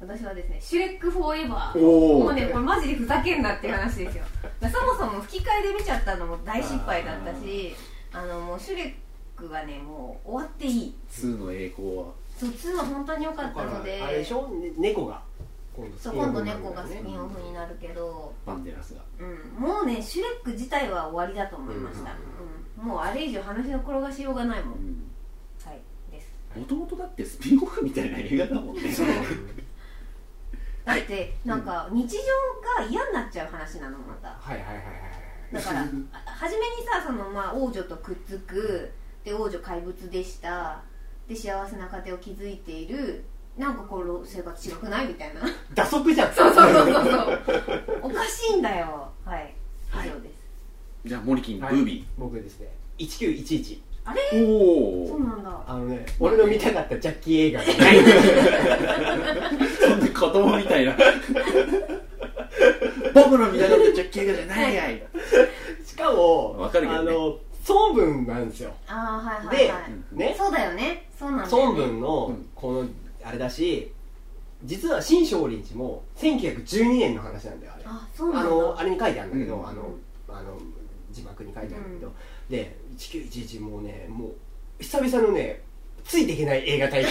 [SPEAKER 2] 私はですね「シュレック・フォーエバー」
[SPEAKER 1] おー
[SPEAKER 2] もうねこれマジで [laughs] ふざけんなっていう話ですよそもそも吹き替えで見ちゃったのも大失敗だったしあのもうシュレックはねもう終わっていい
[SPEAKER 1] 2の栄光は
[SPEAKER 2] そう2は本当に良かったので
[SPEAKER 3] あれでしょ、ね猫が今度
[SPEAKER 2] そう今度
[SPEAKER 3] スピンオ
[SPEAKER 2] 猫
[SPEAKER 3] フ
[SPEAKER 2] が
[SPEAKER 3] な
[SPEAKER 2] ス
[SPEAKER 3] んだよね
[SPEAKER 2] ピンオフになるけど、
[SPEAKER 1] バンデラスが
[SPEAKER 2] うん、もうねシュレック自体は終わりだと思いました、うんもうあれ以上話の転がしようがないもん、はいです
[SPEAKER 1] もともとだってスピンオフみたいな映画だもんね
[SPEAKER 2] だってなんか日常が嫌になっちゃう話なのまた
[SPEAKER 3] はいはいはいはい
[SPEAKER 2] だからあ初めにさその、まあ、王女とくっつくで王女怪物でしたで幸せな家庭を築いているなんかこの生活違くないみたい
[SPEAKER 3] [laughs]
[SPEAKER 2] な
[SPEAKER 3] 打足じゃん
[SPEAKER 2] そうそうそうそうそうおかしいんだよはい以上です、
[SPEAKER 1] じゃあモリキンブ
[SPEAKER 3] はい
[SPEAKER 1] ービ
[SPEAKER 3] 僕ですね1911
[SPEAKER 2] あれ
[SPEAKER 1] ー、お
[SPEAKER 2] そう
[SPEAKER 1] お
[SPEAKER 2] なんだ
[SPEAKER 3] あのね俺の見たかったジャッキー映画がない
[SPEAKER 1] そんな子供み
[SPEAKER 2] [laughs]
[SPEAKER 1] たいな僕の見たかったジャッキー映画じゃないやい
[SPEAKER 3] しかも
[SPEAKER 1] わかるけどね
[SPEAKER 3] あの孫文なんですよ
[SPEAKER 2] ああはいはい
[SPEAKER 3] で
[SPEAKER 2] はい、
[SPEAKER 3] ね
[SPEAKER 2] そうだよねそうなんだよ、
[SPEAKER 3] 孫
[SPEAKER 2] ね、
[SPEAKER 3] 文
[SPEAKER 1] う
[SPEAKER 3] の
[SPEAKER 1] ん
[SPEAKER 3] このあれだし実は新少林寺も1912年の話なんだよあれ
[SPEAKER 2] あそうな
[SPEAKER 3] あ
[SPEAKER 2] んだ
[SPEAKER 3] のあれに書いてあるんだけど、
[SPEAKER 1] うん
[SPEAKER 3] あのあの字幕に書いてあるんだけど、で1911もうねもう久々のねついていけない映画体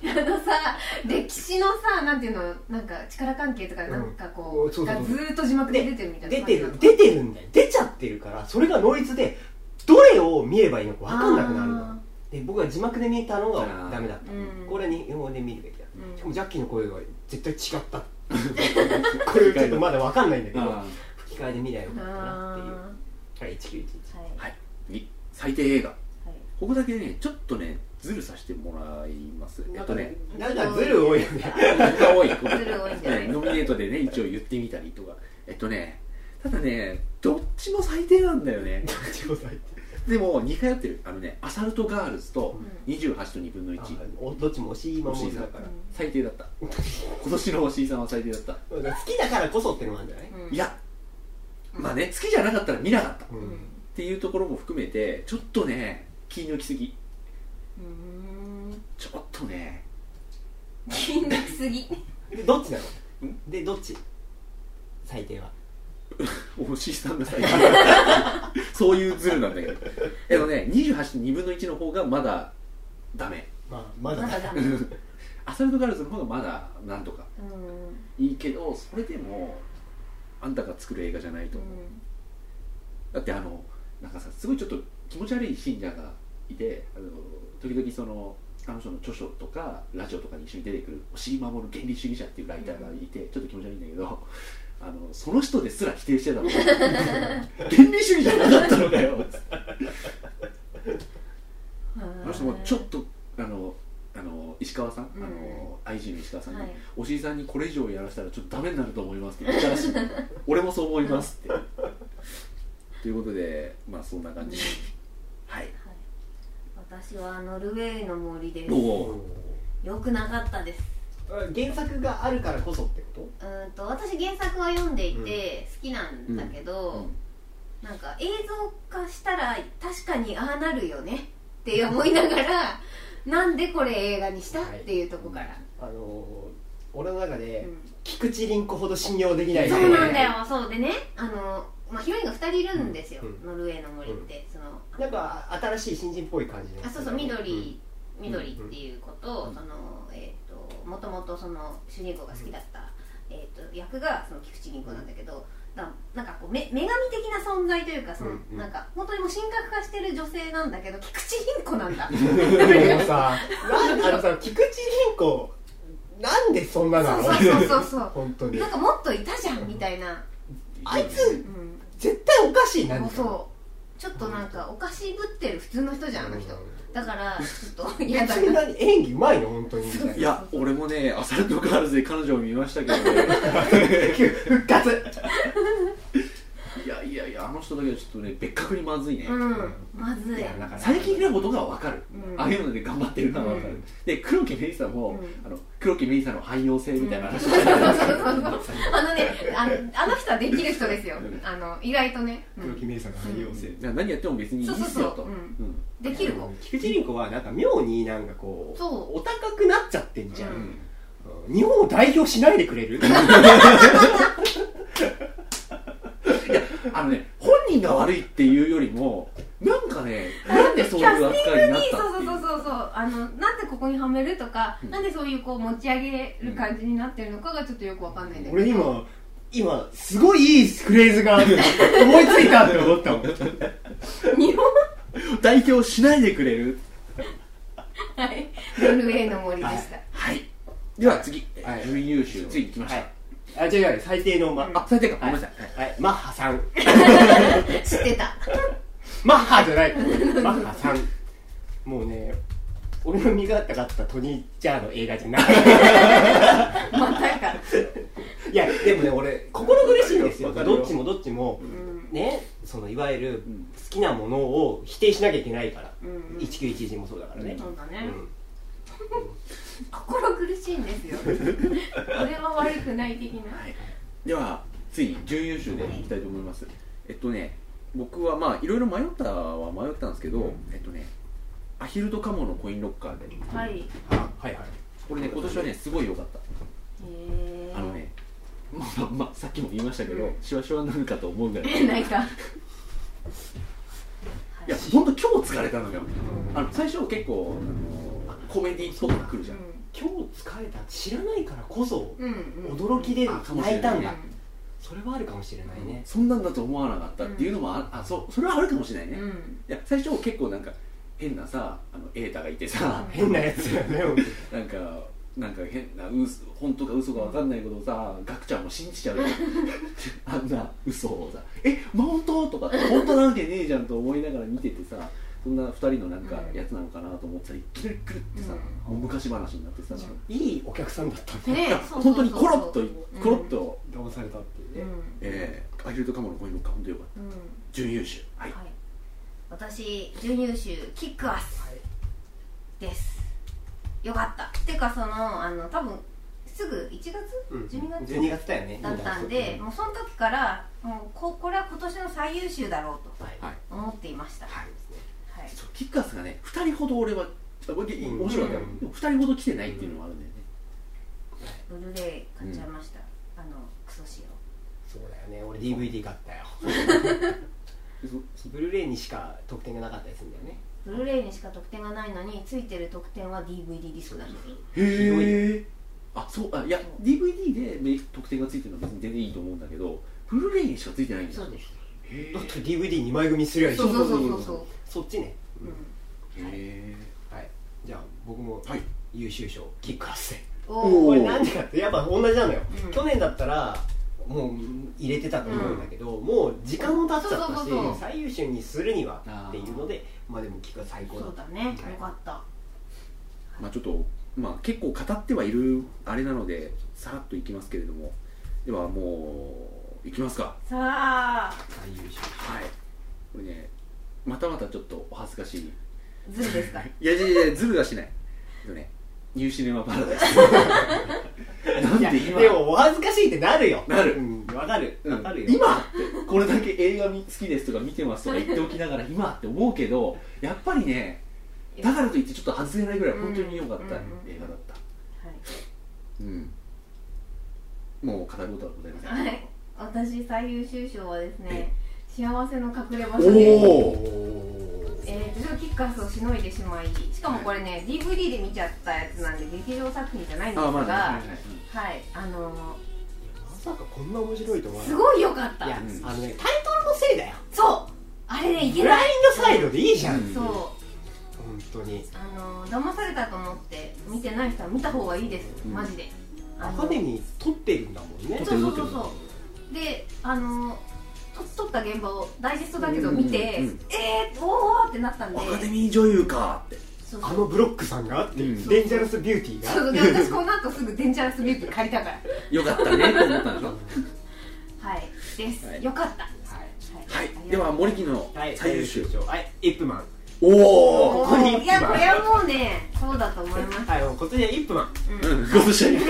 [SPEAKER 3] 験
[SPEAKER 2] [laughs] あのさ歴史のさなんていうのなんか力関係とかなんかこ
[SPEAKER 3] うん
[SPEAKER 2] う,、
[SPEAKER 3] そうそ
[SPEAKER 2] が
[SPEAKER 3] うそう
[SPEAKER 2] ずーっと字幕で出てるみたいな
[SPEAKER 3] 出
[SPEAKER 2] 感じ
[SPEAKER 3] て
[SPEAKER 2] なの
[SPEAKER 3] る出てるんだよ出ちゃってるからそれがノイズでどれを見ればいいのか分かんなくなるので僕は字幕で見たの
[SPEAKER 1] あ
[SPEAKER 3] が
[SPEAKER 1] ー
[SPEAKER 3] ダメだった、
[SPEAKER 2] うん
[SPEAKER 3] これに日本語で見るべきだ、
[SPEAKER 2] うん
[SPEAKER 3] しかもジャッキーの声が絶対違ったこれちょっとまだ分かんないんだけど
[SPEAKER 1] あ
[SPEAKER 3] 吹き替えで見りゃよか
[SPEAKER 2] あー
[SPEAKER 3] ったなっていうはい1911
[SPEAKER 2] はい
[SPEAKER 1] ーはいに最低映画
[SPEAKER 2] はい
[SPEAKER 1] ここだけねちょっとねずるさせてもらいますえっとね
[SPEAKER 3] なんかズル多いよ
[SPEAKER 2] [laughs]
[SPEAKER 3] ね
[SPEAKER 1] が多いこ
[SPEAKER 2] ズル多いんじゃない
[SPEAKER 1] ねノミネートでね一応言ってみたりとかえっとねただねどっちも最低なんだよね
[SPEAKER 3] ちょうだいって
[SPEAKER 1] でも2回やってるあのねアサルトガールズと
[SPEAKER 2] う
[SPEAKER 1] 28と2分の1、
[SPEAKER 3] おどっちも惜しいまま
[SPEAKER 1] 押井さ
[SPEAKER 3] だ
[SPEAKER 1] ん
[SPEAKER 3] から、
[SPEAKER 1] 最低だった
[SPEAKER 2] [laughs]
[SPEAKER 1] 今年の押井さんは最低だった、
[SPEAKER 3] だから好きだからこそってのもあるんじゃない、
[SPEAKER 2] うん
[SPEAKER 1] いやまあね好きじゃなかったら見なかったっ
[SPEAKER 3] うん
[SPEAKER 1] ていうところも含めてちょっとね気抜きすぎ
[SPEAKER 2] うん
[SPEAKER 1] ちょっとね
[SPEAKER 2] 金額すぎ
[SPEAKER 3] でどっちなの
[SPEAKER 1] ん
[SPEAKER 3] でどっち最低は
[SPEAKER 1] 押井さんが最低そういうズルなんだけどでもね28と2分の1の方がまだダメ
[SPEAKER 3] まあま
[SPEAKER 2] ま
[SPEAKER 3] だ
[SPEAKER 2] だだうん
[SPEAKER 1] アサルトガールズの方がまだなんとかいいけどそれでもあんたが作る映画じゃないと思う、だってあのなんかさすごいちょっと気持ち悪い信者がいてあの時々そのあの人の著書とかラジオとかに一緒に出てくる押井守る原理主義者っていうライターがいて、ちょっと気持ち悪いんだけどあのその人ですら否定してたの原理主義じゃなかったのだよあの人もちょっとあのあの石川さん、あの IG の石川さんに、
[SPEAKER 2] はい
[SPEAKER 1] おしりさんにこれ以上やらせたらちょっとダメになると思いますって言った
[SPEAKER 2] [laughs]
[SPEAKER 1] らしい俺もそう思いますってということでまあそんな感じ、
[SPEAKER 2] うん
[SPEAKER 1] はい
[SPEAKER 2] はい私はノルウェーの森です
[SPEAKER 1] おお
[SPEAKER 2] よくなかったです
[SPEAKER 3] 原作があるからこそってこ
[SPEAKER 2] うーんと私原作は読んでいて好きなんだけど、
[SPEAKER 1] うん
[SPEAKER 2] なんか映像化したら確かにああなるよねって思いながらなんでこれ映画にしたっていうとこから、
[SPEAKER 3] とあのー俺の中で、
[SPEAKER 2] うん
[SPEAKER 3] 菊池凛子ほど信用できない
[SPEAKER 2] そうなんだよそうでねあの、まあ、ヒロインが2人いるんですよ、
[SPEAKER 3] うん
[SPEAKER 2] ノルウェーの森って、そのあ
[SPEAKER 3] なんか新しい新人っぽい感じの
[SPEAKER 2] あそうそう緑、緑っていうことを、そのえっ、ともともとその主人公が好きだった、えー、と役がその菊池銀子なんだけど、だなんかこうめ女神的な存在というかその、
[SPEAKER 3] うんうん
[SPEAKER 2] なんか本当にもう神格化してる女性なんだけど菊池銀子なんだ
[SPEAKER 3] でもさなんあのさ菊池凛子なんでそんななの
[SPEAKER 2] そうそうそう
[SPEAKER 3] [laughs]
[SPEAKER 2] そう
[SPEAKER 3] 本当に
[SPEAKER 2] なんかもっといたじゃんみたいな、
[SPEAKER 3] あいつ
[SPEAKER 2] うん、
[SPEAKER 3] 絶対おかしいなん
[SPEAKER 2] そう
[SPEAKER 3] でしょ
[SPEAKER 2] そうちょっとなんかおかしぶってる普通の人じゃんあの人だからち
[SPEAKER 1] [laughs]
[SPEAKER 2] ょっと嫌だ
[SPEAKER 3] そん
[SPEAKER 2] な
[SPEAKER 3] なに演技うまいの本当にみたいない
[SPEAKER 1] や俺もねアサルトガールズで彼女を見ましたけどね [laughs]
[SPEAKER 3] 復活
[SPEAKER 1] いやいやいやあの人だけはちょっとね別格にまずいね、
[SPEAKER 2] うんまずい
[SPEAKER 3] いやなんか
[SPEAKER 1] 最近のことが分かる、
[SPEAKER 2] うん
[SPEAKER 1] ああいうので頑張ってるのは分かる、
[SPEAKER 3] うん
[SPEAKER 1] で黒木メイサも、
[SPEAKER 2] うん
[SPEAKER 1] あの黒木メイサの汎用性みたいな話
[SPEAKER 2] [laughs] そ
[SPEAKER 1] を
[SPEAKER 2] うそうそうそうあのねあのあの人はできる人ですよあの意外とね、うん
[SPEAKER 6] 黒木メイさんが
[SPEAKER 2] うん
[SPEAKER 6] 愛用性
[SPEAKER 1] じゃあ何やっても別にいいっ
[SPEAKER 2] そう
[SPEAKER 1] す
[SPEAKER 2] そう
[SPEAKER 1] よ
[SPEAKER 2] そ
[SPEAKER 1] と
[SPEAKER 2] ううん
[SPEAKER 1] うん
[SPEAKER 2] できる子
[SPEAKER 3] 菊池凛子はなんか妙になんかこう
[SPEAKER 2] そう
[SPEAKER 3] お高くなっちゃってんじゃん、
[SPEAKER 2] うん
[SPEAKER 3] うん日本を代表しないでくれる
[SPEAKER 1] いやあのね本人が悪いっていうよりもなんかねなんでそういう扱いになっ
[SPEAKER 2] に
[SPEAKER 1] た
[SPEAKER 2] そう
[SPEAKER 1] っ
[SPEAKER 2] そう
[SPEAKER 1] てい
[SPEAKER 2] そう
[SPEAKER 1] う
[SPEAKER 2] そうそうあのなんでここにはめるとか、
[SPEAKER 1] うん
[SPEAKER 2] なんでそういうこう持ち上げる感じになってるのかがちょっとよくわかんないんだけど
[SPEAKER 3] 俺今今すごいいいフレーズが思いついたって思ったもん
[SPEAKER 2] 日本
[SPEAKER 1] 代表しないでくれる
[SPEAKER 2] [laughs] はいノルウェーの森でした、
[SPEAKER 1] はいでは次、
[SPEAKER 3] はい
[SPEAKER 1] 準優秀ついに来ました、
[SPEAKER 3] はいあ違う違う最低のま、
[SPEAKER 2] うん
[SPEAKER 3] あ
[SPEAKER 1] あ最低かごめんなさい、はい
[SPEAKER 3] はい、マッハさん
[SPEAKER 2] 知って
[SPEAKER 1] [laughs]
[SPEAKER 2] た
[SPEAKER 3] マッハじゃないマッハさんもうね俺の身が高かったトニー・ジャーの映画じゃない
[SPEAKER 2] またか、
[SPEAKER 3] いやでもね俺心苦しいんですよ
[SPEAKER 1] わかるよ
[SPEAKER 3] どっちもどっちも
[SPEAKER 2] うん
[SPEAKER 3] ねそのいわゆる
[SPEAKER 1] ん
[SPEAKER 3] 好きなものを否定しなきゃいけないから、
[SPEAKER 2] うんうん
[SPEAKER 3] 1911もそうだからね、
[SPEAKER 2] そうだ
[SPEAKER 3] う
[SPEAKER 2] ね、
[SPEAKER 3] ん
[SPEAKER 2] 心苦しいんです
[SPEAKER 1] [laughs]
[SPEAKER 2] よ俺は悪くない的な、
[SPEAKER 1] はい、ではついに準優勝でいきたいと思います、えっとね僕はまあいろいろ迷ったは迷ったんですけど、えっとねアヒルとカモのコインロッカーで
[SPEAKER 2] はいへ
[SPEAKER 3] あはいはい
[SPEAKER 1] これね今年はねすごい良かった
[SPEAKER 2] え
[SPEAKER 1] あ
[SPEAKER 2] [laughs]
[SPEAKER 1] のねまあまあ、まあ、さっきも言いましたけどシワシワになるかと思うぐらい
[SPEAKER 2] 泣いた
[SPEAKER 1] いや本当今日疲れたのよあの最初結構あのコメディっぽく来るじゃん、
[SPEAKER 3] 今日疲れた知らないからこそ
[SPEAKER 2] うんうんうん
[SPEAKER 3] 驚きで
[SPEAKER 1] あかもしれ
[SPEAKER 3] 泣い
[SPEAKER 1] な
[SPEAKER 3] た
[SPEAKER 1] い
[SPEAKER 3] ん
[SPEAKER 1] ね
[SPEAKER 3] だ、それはあるかもしれないね、
[SPEAKER 1] そんなんだと思わなかったっていうのもあ,、あそうそれはあるかもしれないね、
[SPEAKER 2] う
[SPEAKER 1] い
[SPEAKER 2] ん
[SPEAKER 1] や最初結構なんか変なさあの瑛太がいてさ、
[SPEAKER 2] うん
[SPEAKER 3] 変なやつだよね本当に
[SPEAKER 1] なんかなんか変な嘘本当か嘘か分かんないことをさガクちゃんも信じち
[SPEAKER 2] [laughs]
[SPEAKER 1] ゃうよあんな嘘をさ「えマウント?」とかって「本当なわけねえじゃん」と思いながら見ててさそんな2人のなんかやつなのかなと思ったらいきなりくるってさ、
[SPEAKER 2] う
[SPEAKER 1] もう昔話になってさ、
[SPEAKER 2] うん
[SPEAKER 3] いいお客さんだったね
[SPEAKER 1] い
[SPEAKER 2] ね
[SPEAKER 1] や
[SPEAKER 2] そう
[SPEAKER 1] 本
[SPEAKER 2] そうそ
[SPEAKER 1] 当
[SPEAKER 2] うそう
[SPEAKER 1] にコロッとコロッと、
[SPEAKER 3] 騙されたっていう
[SPEAKER 2] うん
[SPEAKER 1] えーアヒルとカモの声のカウントよかった
[SPEAKER 2] うん
[SPEAKER 1] 準優秀は
[SPEAKER 2] はい
[SPEAKER 1] い、
[SPEAKER 2] 私準優秀キックアスですよかったてかそのあの多分すぐ1月
[SPEAKER 3] うん
[SPEAKER 2] 12月
[SPEAKER 3] 12月だよね
[SPEAKER 2] だったんでもうその時からもうここれは今年の最優秀だろう
[SPEAKER 3] はい
[SPEAKER 1] はい
[SPEAKER 2] と思っていましたは
[SPEAKER 3] はいですね
[SPEAKER 2] い
[SPEAKER 1] そうキッカースがね2人ほど俺はあこれでいい
[SPEAKER 3] うん
[SPEAKER 1] 面白かったよ、
[SPEAKER 3] うん
[SPEAKER 1] でも2人ほど来てないっていうのもあるんだよね、
[SPEAKER 2] ブルーレイ買っちゃいましたあのクソ仕様
[SPEAKER 3] そうだよね俺 DVD 買ったよブルーレイにしか特典がなかったりするんだよね
[SPEAKER 2] ブルーレイにしか特典がないのについてる特典は DVD ディスクだし
[SPEAKER 1] へえあそうあいや DVD でめ特典がついてるのは別に全然いいと思うんだけどブルーレイにしかついてないんだ
[SPEAKER 2] そうです
[SPEAKER 1] へ
[SPEAKER 3] だって DVD2 枚組すりゃいい
[SPEAKER 2] そうそうそうそうそう
[SPEAKER 3] そっちね、
[SPEAKER 2] うん
[SPEAKER 1] え
[SPEAKER 3] はいじゃあ僕も
[SPEAKER 1] はい
[SPEAKER 3] 優秀賞キックアスで
[SPEAKER 1] お
[SPEAKER 2] お
[SPEAKER 1] ー
[SPEAKER 2] お
[SPEAKER 3] これなんでかってやっぱ同じなのよ、
[SPEAKER 2] うん
[SPEAKER 3] 去年だったらもう入れてたと思うんだけど、もう時間も経っちゃったし
[SPEAKER 2] そうそうそうそう
[SPEAKER 3] 最優秀にするには
[SPEAKER 1] あー
[SPEAKER 3] っていうのでまあでもキックアス最高だ
[SPEAKER 2] そ
[SPEAKER 3] っ
[SPEAKER 2] う
[SPEAKER 3] た
[SPEAKER 2] だねよ
[SPEAKER 3] はい
[SPEAKER 2] かった
[SPEAKER 1] まあちょっとまあ結構語ってはいるあれなのでさらっといきますけれどもではもういきますか
[SPEAKER 2] さあ
[SPEAKER 3] 最優秀
[SPEAKER 1] はいこれねまたまたちょっとお恥ずかしい
[SPEAKER 2] ズル [laughs] ですか
[SPEAKER 1] いやいやいやズルはしないえっとねニューシネマパラダイスなん
[SPEAKER 3] いや
[SPEAKER 1] で今
[SPEAKER 3] でもお恥ずかしいってなるよ
[SPEAKER 1] なる
[SPEAKER 3] うんわ、かる
[SPEAKER 1] うん
[SPEAKER 3] わかるよ、
[SPEAKER 1] 今これだけ映画好きですとか見てますとか言っておきながら今って思うけどやっぱりねだからといってちょっと外れないぐらい本当に良かった
[SPEAKER 2] うん
[SPEAKER 1] 映画だった
[SPEAKER 2] はい
[SPEAKER 1] うんもう語ることはございません
[SPEAKER 2] はい、私最優秀賞はですね幸せの隠れ場所で、
[SPEAKER 1] おお
[SPEAKER 2] えー、ちょっとキッカースをしのいでしまいしかもこれね DVD で見ちゃったやつなんで劇場作品じゃないんですが
[SPEAKER 1] あまあねはいはい
[SPEAKER 2] はいあの
[SPEAKER 3] まさかこんな面白いと
[SPEAKER 2] ー
[SPEAKER 3] 思わ
[SPEAKER 2] す
[SPEAKER 3] い
[SPEAKER 2] ごい良かった
[SPEAKER 3] い
[SPEAKER 1] う
[SPEAKER 3] や、
[SPEAKER 1] ん
[SPEAKER 3] あのねタイトルのせいだよ
[SPEAKER 2] そうあれねいけ
[SPEAKER 3] ブ
[SPEAKER 2] な
[SPEAKER 3] ライ
[SPEAKER 2] い
[SPEAKER 3] ンドサイドでいいじゃん、
[SPEAKER 1] うん
[SPEAKER 3] 本
[SPEAKER 2] そう
[SPEAKER 3] 当に
[SPEAKER 2] あのー騙されたと思って見てない人は見た方がいいです
[SPEAKER 1] うん
[SPEAKER 2] マジで、あ
[SPEAKER 3] ア
[SPEAKER 2] の
[SPEAKER 3] カデミー撮ってるんだもんね
[SPEAKER 2] そうそうそうそうであのーと撮った現場をダイジェストだけど見て、
[SPEAKER 1] うんうんうん
[SPEAKER 2] えー、おーってなったんで
[SPEAKER 1] アカデミー女優かって
[SPEAKER 2] そうそう
[SPEAKER 3] あのブロックさんがっていう、
[SPEAKER 1] うん
[SPEAKER 3] デンジャラスビューティーが
[SPEAKER 2] そうで私この後すぐデンジャラスビューティー借りたから
[SPEAKER 1] よかったねと思ったんでしょ
[SPEAKER 2] はいです、
[SPEAKER 1] はい
[SPEAKER 2] よかったは
[SPEAKER 1] はい
[SPEAKER 2] ありがとう
[SPEAKER 1] では森木の
[SPEAKER 3] はい
[SPEAKER 1] 最優秀
[SPEAKER 3] 賞はいイップマン
[SPEAKER 1] おお
[SPEAKER 2] もう
[SPEAKER 3] ここに一番
[SPEAKER 2] いやこれはもうねそうだと思います
[SPEAKER 3] あの今年はイップマン
[SPEAKER 1] うんごとしゃい [laughs]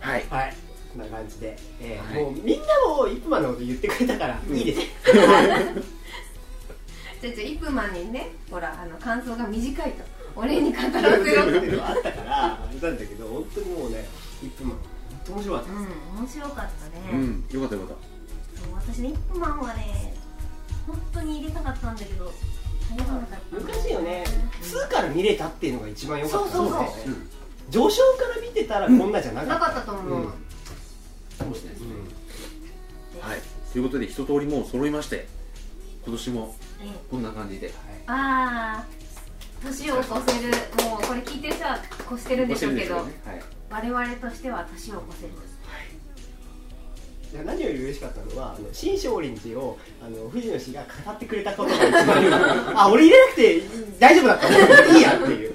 [SPEAKER 1] はい
[SPEAKER 3] はいこんな感じで、えー
[SPEAKER 1] はい
[SPEAKER 3] もうみんなもイップマンのこと言ってくれたから、いいです
[SPEAKER 2] じゃあじゃあイップマンにねほらあの感想が短いと俺に語
[SPEAKER 3] [laughs]
[SPEAKER 2] らせろ
[SPEAKER 3] っ
[SPEAKER 2] と
[SPEAKER 3] ていうのがあったからあれなんだけど本当にもうねイップマン本当面白かった
[SPEAKER 2] うん面白かった
[SPEAKER 1] う
[SPEAKER 2] ね、
[SPEAKER 1] んよかったよかっ
[SPEAKER 2] そう私ねイップマンはね本当に入れたかったんだけど入らなかった
[SPEAKER 3] 難しいよね2から見れたっていうのが一番良かった
[SPEAKER 2] そうそうそう
[SPEAKER 3] ですね上昇から見てたらこんなじゃなか
[SPEAKER 2] な
[SPEAKER 3] った
[SPEAKER 2] かったと思う、
[SPEAKER 3] うん
[SPEAKER 1] かもしれないです
[SPEAKER 3] う
[SPEAKER 1] ね、
[SPEAKER 3] ん
[SPEAKER 1] はいということで一通りもう揃いまして今年も
[SPEAKER 2] ええ
[SPEAKER 1] こんな感じで
[SPEAKER 2] ああ年を越せるもうこれ聞いてる人は越してるんでしょうけど
[SPEAKER 1] ねはい
[SPEAKER 2] 我々としては年を越せる
[SPEAKER 3] いや何より嬉しかったのはあの新少林寺をあの藤野氏が語ってくれたことが一番嬉し [laughs] いあ俺入れなくて大丈夫だったいいやっていう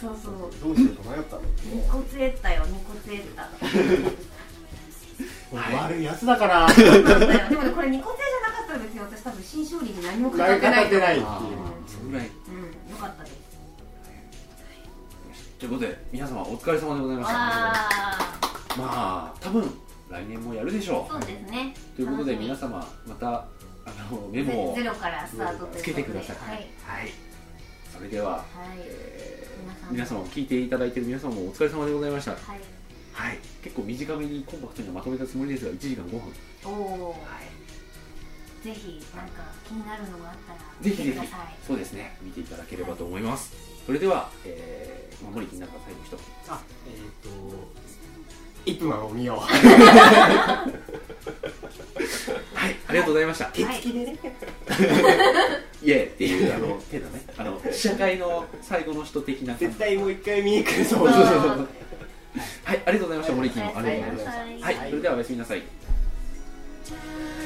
[SPEAKER 2] そうそう
[SPEAKER 3] どうしようか迷ったの
[SPEAKER 2] 二個つえったよ二個つえった
[SPEAKER 3] 悪いやつだから
[SPEAKER 2] でもねこれ二個つえじゃなかったんですよ私多分新勝利に何も語ってな
[SPEAKER 3] 何
[SPEAKER 2] い
[SPEAKER 3] か立てないっていう
[SPEAKER 1] あーそれぐらい
[SPEAKER 2] うんよかったです
[SPEAKER 1] ということで皆様お疲れ様でございました
[SPEAKER 2] ああ
[SPEAKER 1] まあ多分来年もやるでしょ
[SPEAKER 2] そうですね
[SPEAKER 1] うということで皆
[SPEAKER 2] さ
[SPEAKER 1] 様またあのメモを
[SPEAKER 2] ゼロからスタートということで
[SPEAKER 1] つけてください
[SPEAKER 2] はい
[SPEAKER 1] はい、それでは、
[SPEAKER 2] はい
[SPEAKER 1] えー
[SPEAKER 2] 皆
[SPEAKER 1] 皆
[SPEAKER 2] さん
[SPEAKER 1] 様聞いていただいている皆様もお疲れ様でございました
[SPEAKER 2] はい
[SPEAKER 1] はい結構短めにコンパクトにまとめたつもりですが1時間5分
[SPEAKER 2] おお
[SPEAKER 1] はい
[SPEAKER 2] ぜひなんか気になるのがあったら
[SPEAKER 1] ぜひ
[SPEAKER 2] 見
[SPEAKER 1] ぜ
[SPEAKER 2] てくだ
[SPEAKER 1] ひ
[SPEAKER 2] さい
[SPEAKER 1] そうですね見ていただければと思いますそれでは、えー、守りなんか最後一言
[SPEAKER 3] あえっ、とイップマンを見よ
[SPEAKER 1] はいありがとうございました
[SPEAKER 3] う手つきでね、
[SPEAKER 1] イエーイっていうあの手だねあの試写会の最後の人的な感 [laughs]
[SPEAKER 3] 絶
[SPEAKER 1] じ
[SPEAKER 3] 対もう一回見に来るぞ
[SPEAKER 1] そうそうそう
[SPEAKER 2] あー
[SPEAKER 1] はいありがとうございました森木もありがとうございました
[SPEAKER 2] はい
[SPEAKER 1] はいそれではおやすみなさい
[SPEAKER 7] 「君の